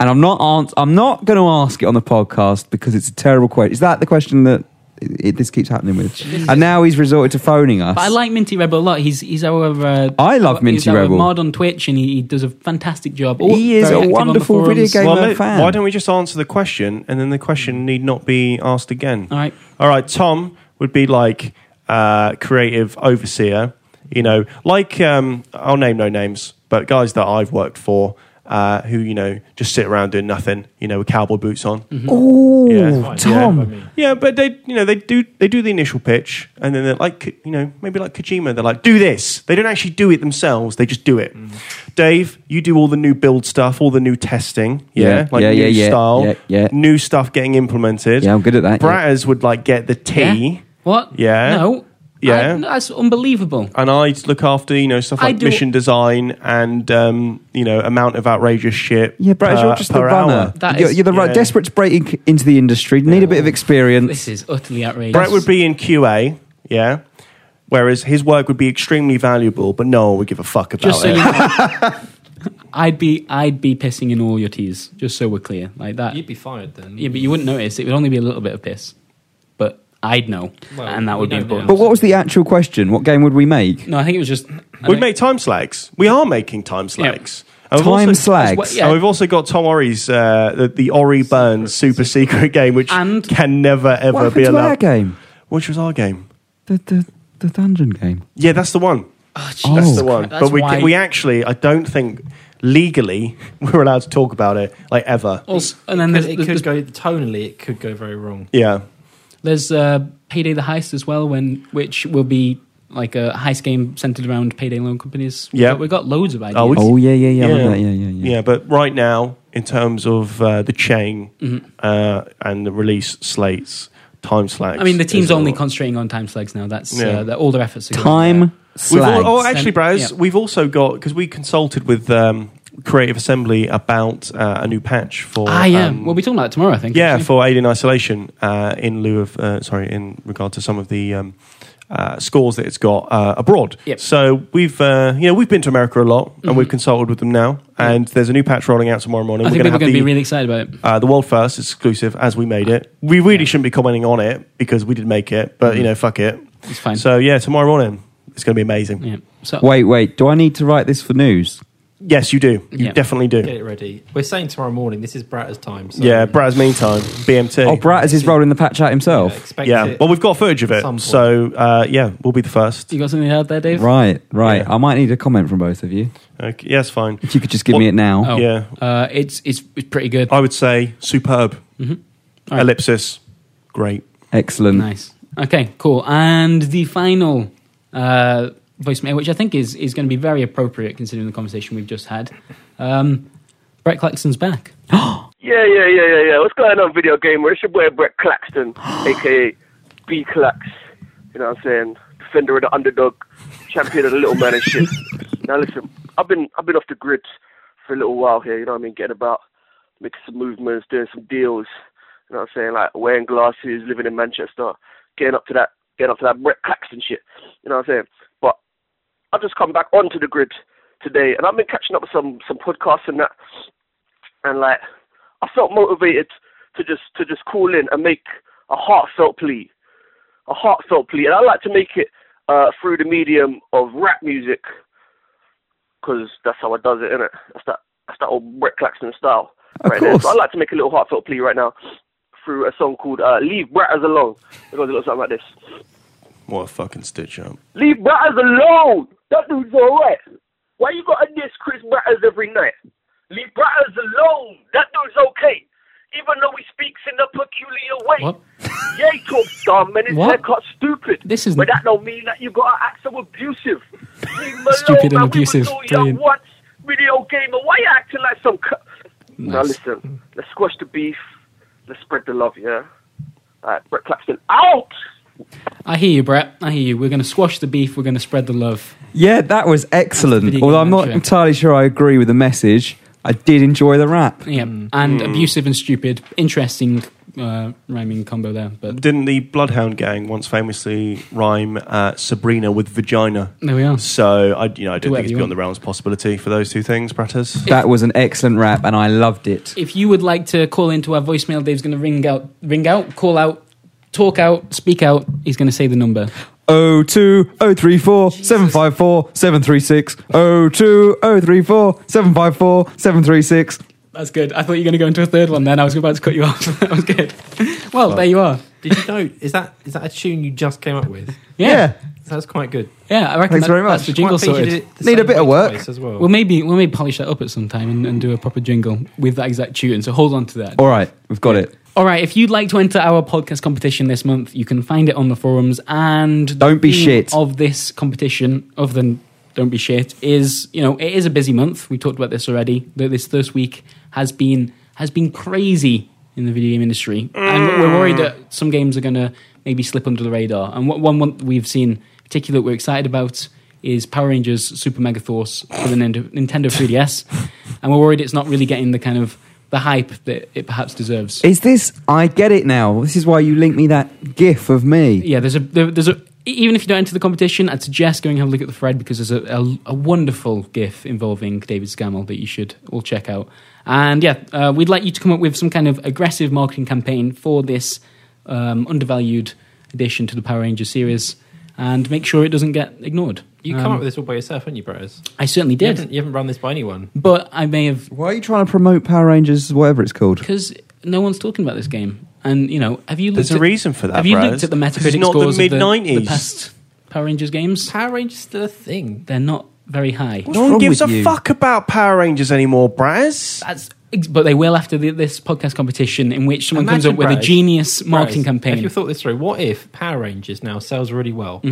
Speaker 2: and I'm not ans- I'm not going to ask it on the podcast because it's a terrible question. Is that the question that it, it- this keeps happening with? And now he's resorted to phoning us.
Speaker 1: But I like Minty Rebel a lot. He's he's our. Uh,
Speaker 2: I love
Speaker 1: he's
Speaker 2: Minty
Speaker 1: our
Speaker 2: Rebel.
Speaker 1: mod on Twitch, and he, he does a fantastic job.
Speaker 2: He is
Speaker 1: very
Speaker 2: a
Speaker 1: active on the
Speaker 2: wonderful video
Speaker 1: forums.
Speaker 2: game-
Speaker 4: Well,
Speaker 2: Gamer
Speaker 4: may-
Speaker 2: fan.
Speaker 4: why don't we just answer the question and then the question need not be asked again?
Speaker 1: All right.
Speaker 4: All right. Tom would be like uh, creative overseer, you know, like um, I'll name no names, but guys that I've worked for uh, who, you know, just sit around doing nothing, you know, with cowboy boots on.
Speaker 2: Oh,
Speaker 4: Yeah.
Speaker 2: Tom.
Speaker 4: Yeah, but they, you know, they do they do the initial pitch, and then they're like, you know, maybe like Kojima, they're like, do this. They don't actually do it themselves; they just do it.
Speaker 1: Mm.
Speaker 4: Dave, you do all the new build stuff, all the new testing, yeah,
Speaker 2: Yeah,
Speaker 4: like
Speaker 2: yeah,
Speaker 4: new
Speaker 2: yeah, yeah,
Speaker 4: style,
Speaker 2: yeah, yeah.
Speaker 4: new stuff getting implemented.
Speaker 2: Yeah, I'm good at that, yeah.
Speaker 4: Bratters would like get the tea,
Speaker 1: Yeah? What?
Speaker 4: Yeah.
Speaker 1: No.
Speaker 4: Yeah.
Speaker 1: I- no, that's unbelievable.
Speaker 4: and I'd look after you know stuff
Speaker 1: I
Speaker 4: like
Speaker 1: do-
Speaker 4: mission design and um, you know amount of outrageous shit.
Speaker 2: Yeah, Brad,
Speaker 4: per-
Speaker 2: you're just the
Speaker 4: per
Speaker 2: runner.
Speaker 4: hour.
Speaker 1: That
Speaker 2: you're,
Speaker 1: is-
Speaker 2: you're the right,
Speaker 4: yeah.
Speaker 2: desperate to break in- into the industry. Need a bit of experience.
Speaker 1: This is utterly outrageous.
Speaker 4: Brett would be in QA, yeah. Whereas his work would be extremely valuable, but no one would give a fuck about
Speaker 1: Just so
Speaker 4: it.
Speaker 1: you know, I'd be I'd be pissing in all your teas. Just so we're clear, like that.
Speaker 3: You'd be fired then.
Speaker 1: yeah, but you wouldn't notice. It would only be a little bit of piss, but I'd know,
Speaker 3: Well,
Speaker 1: and that
Speaker 3: we
Speaker 1: would be
Speaker 3: don't
Speaker 1: important.
Speaker 2: But what was the actual question? What game would we make?
Speaker 1: No, I think it was just. I
Speaker 4: We'd
Speaker 1: think-
Speaker 4: make time slags. We are making time slags. And we've
Speaker 2: Time
Speaker 4: also-
Speaker 2: slags.
Speaker 1: Well, yeah.
Speaker 4: And we've also got Tom Ori's, uh, the, the Ori Burns super secret game, which
Speaker 1: And-
Speaker 4: can never ever
Speaker 2: What
Speaker 4: be
Speaker 2: happened to
Speaker 4: allowed.
Speaker 2: our game?
Speaker 4: Which was our game.
Speaker 2: The, the, the dungeon game.
Speaker 4: Yeah, that's the one.
Speaker 1: Oh, Jesus
Speaker 4: that's the
Speaker 1: Christ,
Speaker 4: one.
Speaker 1: that's
Speaker 4: but we,
Speaker 1: why-
Speaker 4: we actually, I don't think legally we're allowed to talk about it like ever.
Speaker 1: Also, and then
Speaker 3: Because
Speaker 1: there's,
Speaker 3: it could
Speaker 1: there's,
Speaker 3: go tonally. It could go very wrong.
Speaker 4: Yeah.
Speaker 1: there's, uh, Payday the Heist as well, when which will be like a heist game centered around payday loan companies. We've
Speaker 4: Yeah.
Speaker 1: got- we've got loads of ideas.
Speaker 4: we-
Speaker 2: Oh yeah, yeah, yeah, I remember that, yeah, yeah, yeah.
Speaker 4: Yeah, but right now, in terms of uh, the chain
Speaker 1: Mm-hmm.
Speaker 4: uh, and the release slates, time slacks.
Speaker 1: I mean, the team's
Speaker 4: is all-
Speaker 1: only concentrating on time slags now. That's
Speaker 4: Yeah.
Speaker 1: uh, that all their efforts. Are going
Speaker 2: Time
Speaker 4: We've
Speaker 2: slags.
Speaker 4: all, oh, actually,
Speaker 1: Then-
Speaker 4: Braz,
Speaker 1: yeah.
Speaker 4: we've also got because we consulted with um, Creative Assembly about uh, a new patch for.
Speaker 1: there. Ah, yeah.
Speaker 4: um,
Speaker 1: we'll be talking about it tomorrow, I think.
Speaker 4: yeah,
Speaker 1: actually.
Speaker 4: for Alien Isolation, uh, in lieu of uh, sorry, in regard to some of the um, uh, scores that it's got uh, abroad.
Speaker 1: Yep. Mm-hmm.
Speaker 4: So we've uh, you know we've been to America a lot, and we've consulted with them now. And there's a new patch rolling out tomorrow morning.
Speaker 1: I think
Speaker 4: gonna
Speaker 1: people are going to
Speaker 4: have the-
Speaker 1: be really excited about it.
Speaker 4: Uh, the world first it's exclusive as we made it. We really shouldn't be commenting on it because we did make it, but you know, fuck it.
Speaker 1: It's fine.
Speaker 4: So yeah, tomorrow morning it's going to be amazing.
Speaker 1: Yeah. So
Speaker 2: Wait, wait. Do I need to write this for news?
Speaker 4: Yes, you do. You
Speaker 1: Yeah.
Speaker 4: definitely do.
Speaker 3: Get it ready. We're saying tomorrow morning. This is Bratta's time. So
Speaker 4: Yeah, Brad's meantime, BMT.
Speaker 2: Oh, Brat is rolling the patch out
Speaker 3: yeah,
Speaker 2: himself.
Speaker 3: expect
Speaker 4: Yeah,
Speaker 3: it.
Speaker 4: well, we've got footage of
Speaker 3: at some
Speaker 4: it,
Speaker 3: point.
Speaker 4: so uh, yeah, we'll be the first.
Speaker 1: You got something out there, Dave?
Speaker 2: Right, right.
Speaker 4: Yeah.
Speaker 2: I might need a comment from both of you.
Speaker 4: Okay, yes, fine.
Speaker 2: If you could just give me
Speaker 4: Well-
Speaker 2: it now.
Speaker 1: Oh,
Speaker 4: Yeah.
Speaker 1: Uh, it's, it's it's pretty good.
Speaker 4: I would say superb.
Speaker 1: All right.
Speaker 4: Ellipsis, great.
Speaker 2: Excellent.
Speaker 1: Nice. Okay, cool. And the final uh, voicemail, which I think is, is going to be very appropriate considering the conversation we've just had. Um, Brett Claxton's back.
Speaker 5: Yeah, yeah, yeah, yeah, yeah. What's going on, video gamer? It's your boy Brett Claxton, aka B Clax. You know what I'm saying? Defender of the underdog, champion of the little man and shit. now listen, I've been I've been off the grid for a little while here. You know what I mean? Getting about, making some movements, doing some deals. You know what I'm saying? Like wearing glasses, living in Manchester, getting up to that, getting up to that Brett Claxton shit. You know what I'm saying? But I've just come back onto the grid today, and I've been catching up with some some podcasts and that, and like. I felt motivated to just to just call in and make a heartfelt plea, a heartfelt plea, and I like to make it uh, through the medium of rap music, because that's how I does it, innit? That's that that's that old Brett Claxton style
Speaker 2: Of
Speaker 5: right there.
Speaker 2: course.
Speaker 5: So I like to make a little heartfelt plea right now through a song called uh, "Leave Bratters Alone." It goes a little something like this.
Speaker 4: What a fucking stitch up.
Speaker 5: Leave Bratters alone. That dude's alright. Why you gotta diss Chris Bratters every night? Leave Bratters alone. That dude's okay. Even though he speaks in a peculiar way.
Speaker 1: What?
Speaker 5: Yeah, he talks dumb and his
Speaker 1: What?
Speaker 5: haircut's stupid.
Speaker 1: This is-
Speaker 5: But that don't mean that you gotta act so abusive. Leave him alone,
Speaker 1: Stupid and
Speaker 5: man.
Speaker 1: abusive.
Speaker 5: We was all young
Speaker 1: Brilliant.
Speaker 5: once. Video gamer. Why you acting like some? Cu- Now
Speaker 1: Nice.
Speaker 5: listen. Let's squash the beef. Let's spread the love. Yeah. All right, Brett Claxton out.
Speaker 1: I hear you, Brett. I hear you. We're going to squash the beef. We're going to spread the love.
Speaker 2: Yeah, that was excellent.
Speaker 1: Video
Speaker 2: Although I'm
Speaker 1: game
Speaker 2: not
Speaker 1: mantra.
Speaker 2: entirely sure I agree with the message, I did enjoy the rap.
Speaker 1: Yeah. And abusive and stupid. Interesting uh, rhyming combo there. But
Speaker 4: Didn't the Bloodhound Gang once famously rhyme uh, Sabrina with vagina?
Speaker 1: there we are.
Speaker 4: So I, you know, I don't
Speaker 1: whatever
Speaker 4: think it's
Speaker 1: you
Speaker 4: beyond
Speaker 1: want.
Speaker 4: the realms of possibility for those two things, Bratters.
Speaker 2: That was an excellent rap, and I loved it.
Speaker 1: If you would like to call into our voicemail, Dave's going to ring out, ring out, call out, talk out, speak out. He's going to say the number.
Speaker 2: Oh two oh three four seven five four seven three six oh two oh three four seven five four seven three six.
Speaker 1: That's good. I thought you were going to go into a third one then. I was about to cut you off. that was good. Well, there you are.
Speaker 3: Did you know? Is that is that a tune you just came up with?
Speaker 1: Yeah.
Speaker 3: That's quite good.
Speaker 1: Yeah, I reckon
Speaker 2: Thanks
Speaker 1: that-
Speaker 2: very much.
Speaker 1: that's the jingle
Speaker 3: Quite pleased you
Speaker 1: sorted.
Speaker 3: did it the
Speaker 2: Need a
Speaker 3: same
Speaker 2: bit of
Speaker 3: way
Speaker 2: work.
Speaker 3: twice As well.
Speaker 1: Well, maybe we'll maybe polish that up at some time and, and do a proper jingle with that exact tune. So hold on to that.
Speaker 2: All right, we've got it.
Speaker 1: All right, if you'd like to enter our podcast competition this month, you can find it on the forums. And the
Speaker 2: Don't be
Speaker 1: theme
Speaker 2: shit.
Speaker 1: of this competition, other than don't be shit, is you know it is a busy month. We talked about this already. That this first week has been has been crazy in the video game industry, and we're worried that some games are going to maybe slip under the radar. And what one month we've seen in particular that we're excited about is Power Rangers Super Mega Force for the Nintendo Nintendo 3DS, and we're worried it's not really getting the kind of the hype that it perhaps deserves.
Speaker 2: Is this? I get it now. This is why you linked me that GIF of me.
Speaker 1: yeah, there's a there, there's a e, even if you don't enter the competition, I'd suggest going and have a look at the thread because there's a, a, a wonderful GIF involving David Scammell that you should all check out. And yeah, uh, we'd like you to come up with some kind of aggressive marketing campaign for this um, undervalued addition to the Power Rangers series, and make sure it doesn't get ignored.
Speaker 3: you
Speaker 1: Um,
Speaker 3: come up with this all by yourself, haven't you, Bratters?
Speaker 1: I certainly
Speaker 3: You
Speaker 1: did,
Speaker 3: haven't, you haven't run this by anyone.
Speaker 1: but I may have
Speaker 2: Why are you trying to promote Power Rangers, whatever it's called?
Speaker 1: because no one's talking about this game. And you know, have you looked
Speaker 4: There's a
Speaker 1: at,
Speaker 4: reason for that,
Speaker 1: Have you
Speaker 4: Braz.
Speaker 1: looked at the
Speaker 4: This is
Speaker 1: Metacritic
Speaker 4: not the
Speaker 1: scores of the, the
Speaker 4: mid-nineties.
Speaker 1: past Power Rangers games?
Speaker 3: Power Rangers still a thing.
Speaker 1: They're not very high.
Speaker 2: What's
Speaker 4: No one
Speaker 2: wrong
Speaker 4: gives a
Speaker 2: with you?
Speaker 4: fuck about Power Rangers anymore, Braz.
Speaker 1: That's, ex- but they will after the, this podcast competition, in which someone comes
Speaker 3: Imagine,
Speaker 1: up with a
Speaker 3: Braz-
Speaker 1: genius marketing
Speaker 3: Bratters, If
Speaker 1: campaign. Mm-hmm.
Speaker 3: you thought this through, what if Power Rangers now sells really well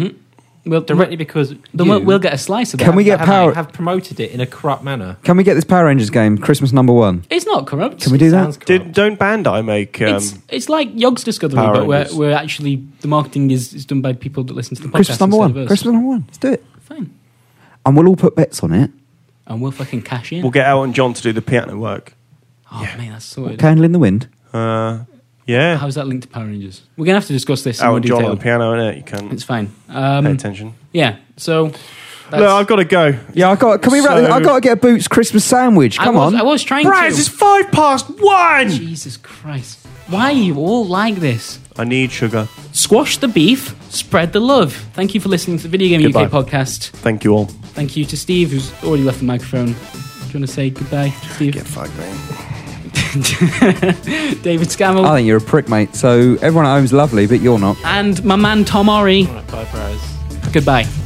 Speaker 1: We'll,
Speaker 3: directly because
Speaker 1: then
Speaker 3: you
Speaker 1: we'll, we'll get a slice of that.
Speaker 2: Can we get
Speaker 3: have,
Speaker 2: Power-
Speaker 3: have promoted it in a corrupt manner?
Speaker 2: Can we get this Power Rangers game Christmas number one?
Speaker 1: It's not corrupt.
Speaker 2: Can we do that?
Speaker 3: Sounds corrupt.
Speaker 4: Did, don't Bandai make? Um,
Speaker 1: it's, it's like Yogg's Discovery,
Speaker 4: Power
Speaker 1: but where,
Speaker 4: Rangers.
Speaker 1: where actually the marketing is, is done by people that listen to the podcast.
Speaker 2: Christmas number
Speaker 1: instead
Speaker 2: one.
Speaker 1: of us.
Speaker 2: Christmas number one. Let's do it.
Speaker 1: Fine.
Speaker 2: And we'll all put bets on it.
Speaker 1: And we'll fucking cash in.
Speaker 4: we'll get Elton John to do the piano work.
Speaker 1: oh, man, that's sorted.
Speaker 2: Candle in the wind.
Speaker 4: Uh, yeah,
Speaker 1: How's that linked to Power Rangers? We're going to have to discuss this in more
Speaker 4: Elton Oh, John on
Speaker 1: detail.
Speaker 4: the piano, innit? You can't
Speaker 1: It's fine.
Speaker 4: pay
Speaker 1: Um,
Speaker 4: attention.
Speaker 1: yeah, so. that's-
Speaker 4: Look, I've got to go.
Speaker 2: Yeah, I got. Can we? wrap
Speaker 4: So-
Speaker 2: this? I got to get a Boots Christmas sandwich.
Speaker 1: I
Speaker 2: Come
Speaker 1: was-
Speaker 2: on.
Speaker 1: I was trying
Speaker 4: Braz,
Speaker 1: to.
Speaker 4: it's five past one.
Speaker 1: Jesus Christ. Why are you all like this?
Speaker 4: I need sugar.
Speaker 1: Squash the beef, spread the love. Thank you for listening to the Video Game
Speaker 4: Goodbye.
Speaker 1: UK podcast.
Speaker 4: Thank you all.
Speaker 1: Thank you to Steve, who's already left the microphone. you want to say goodbye, Steve?
Speaker 4: Get fucked, mate.
Speaker 1: David
Speaker 2: I
Speaker 1: Scammell.
Speaker 2: think you're a prick, mate. So everyone at home's lovely, but you're not.
Speaker 1: And my man Tom Ori.
Speaker 3: All right, bye, bros.
Speaker 1: Goodbye.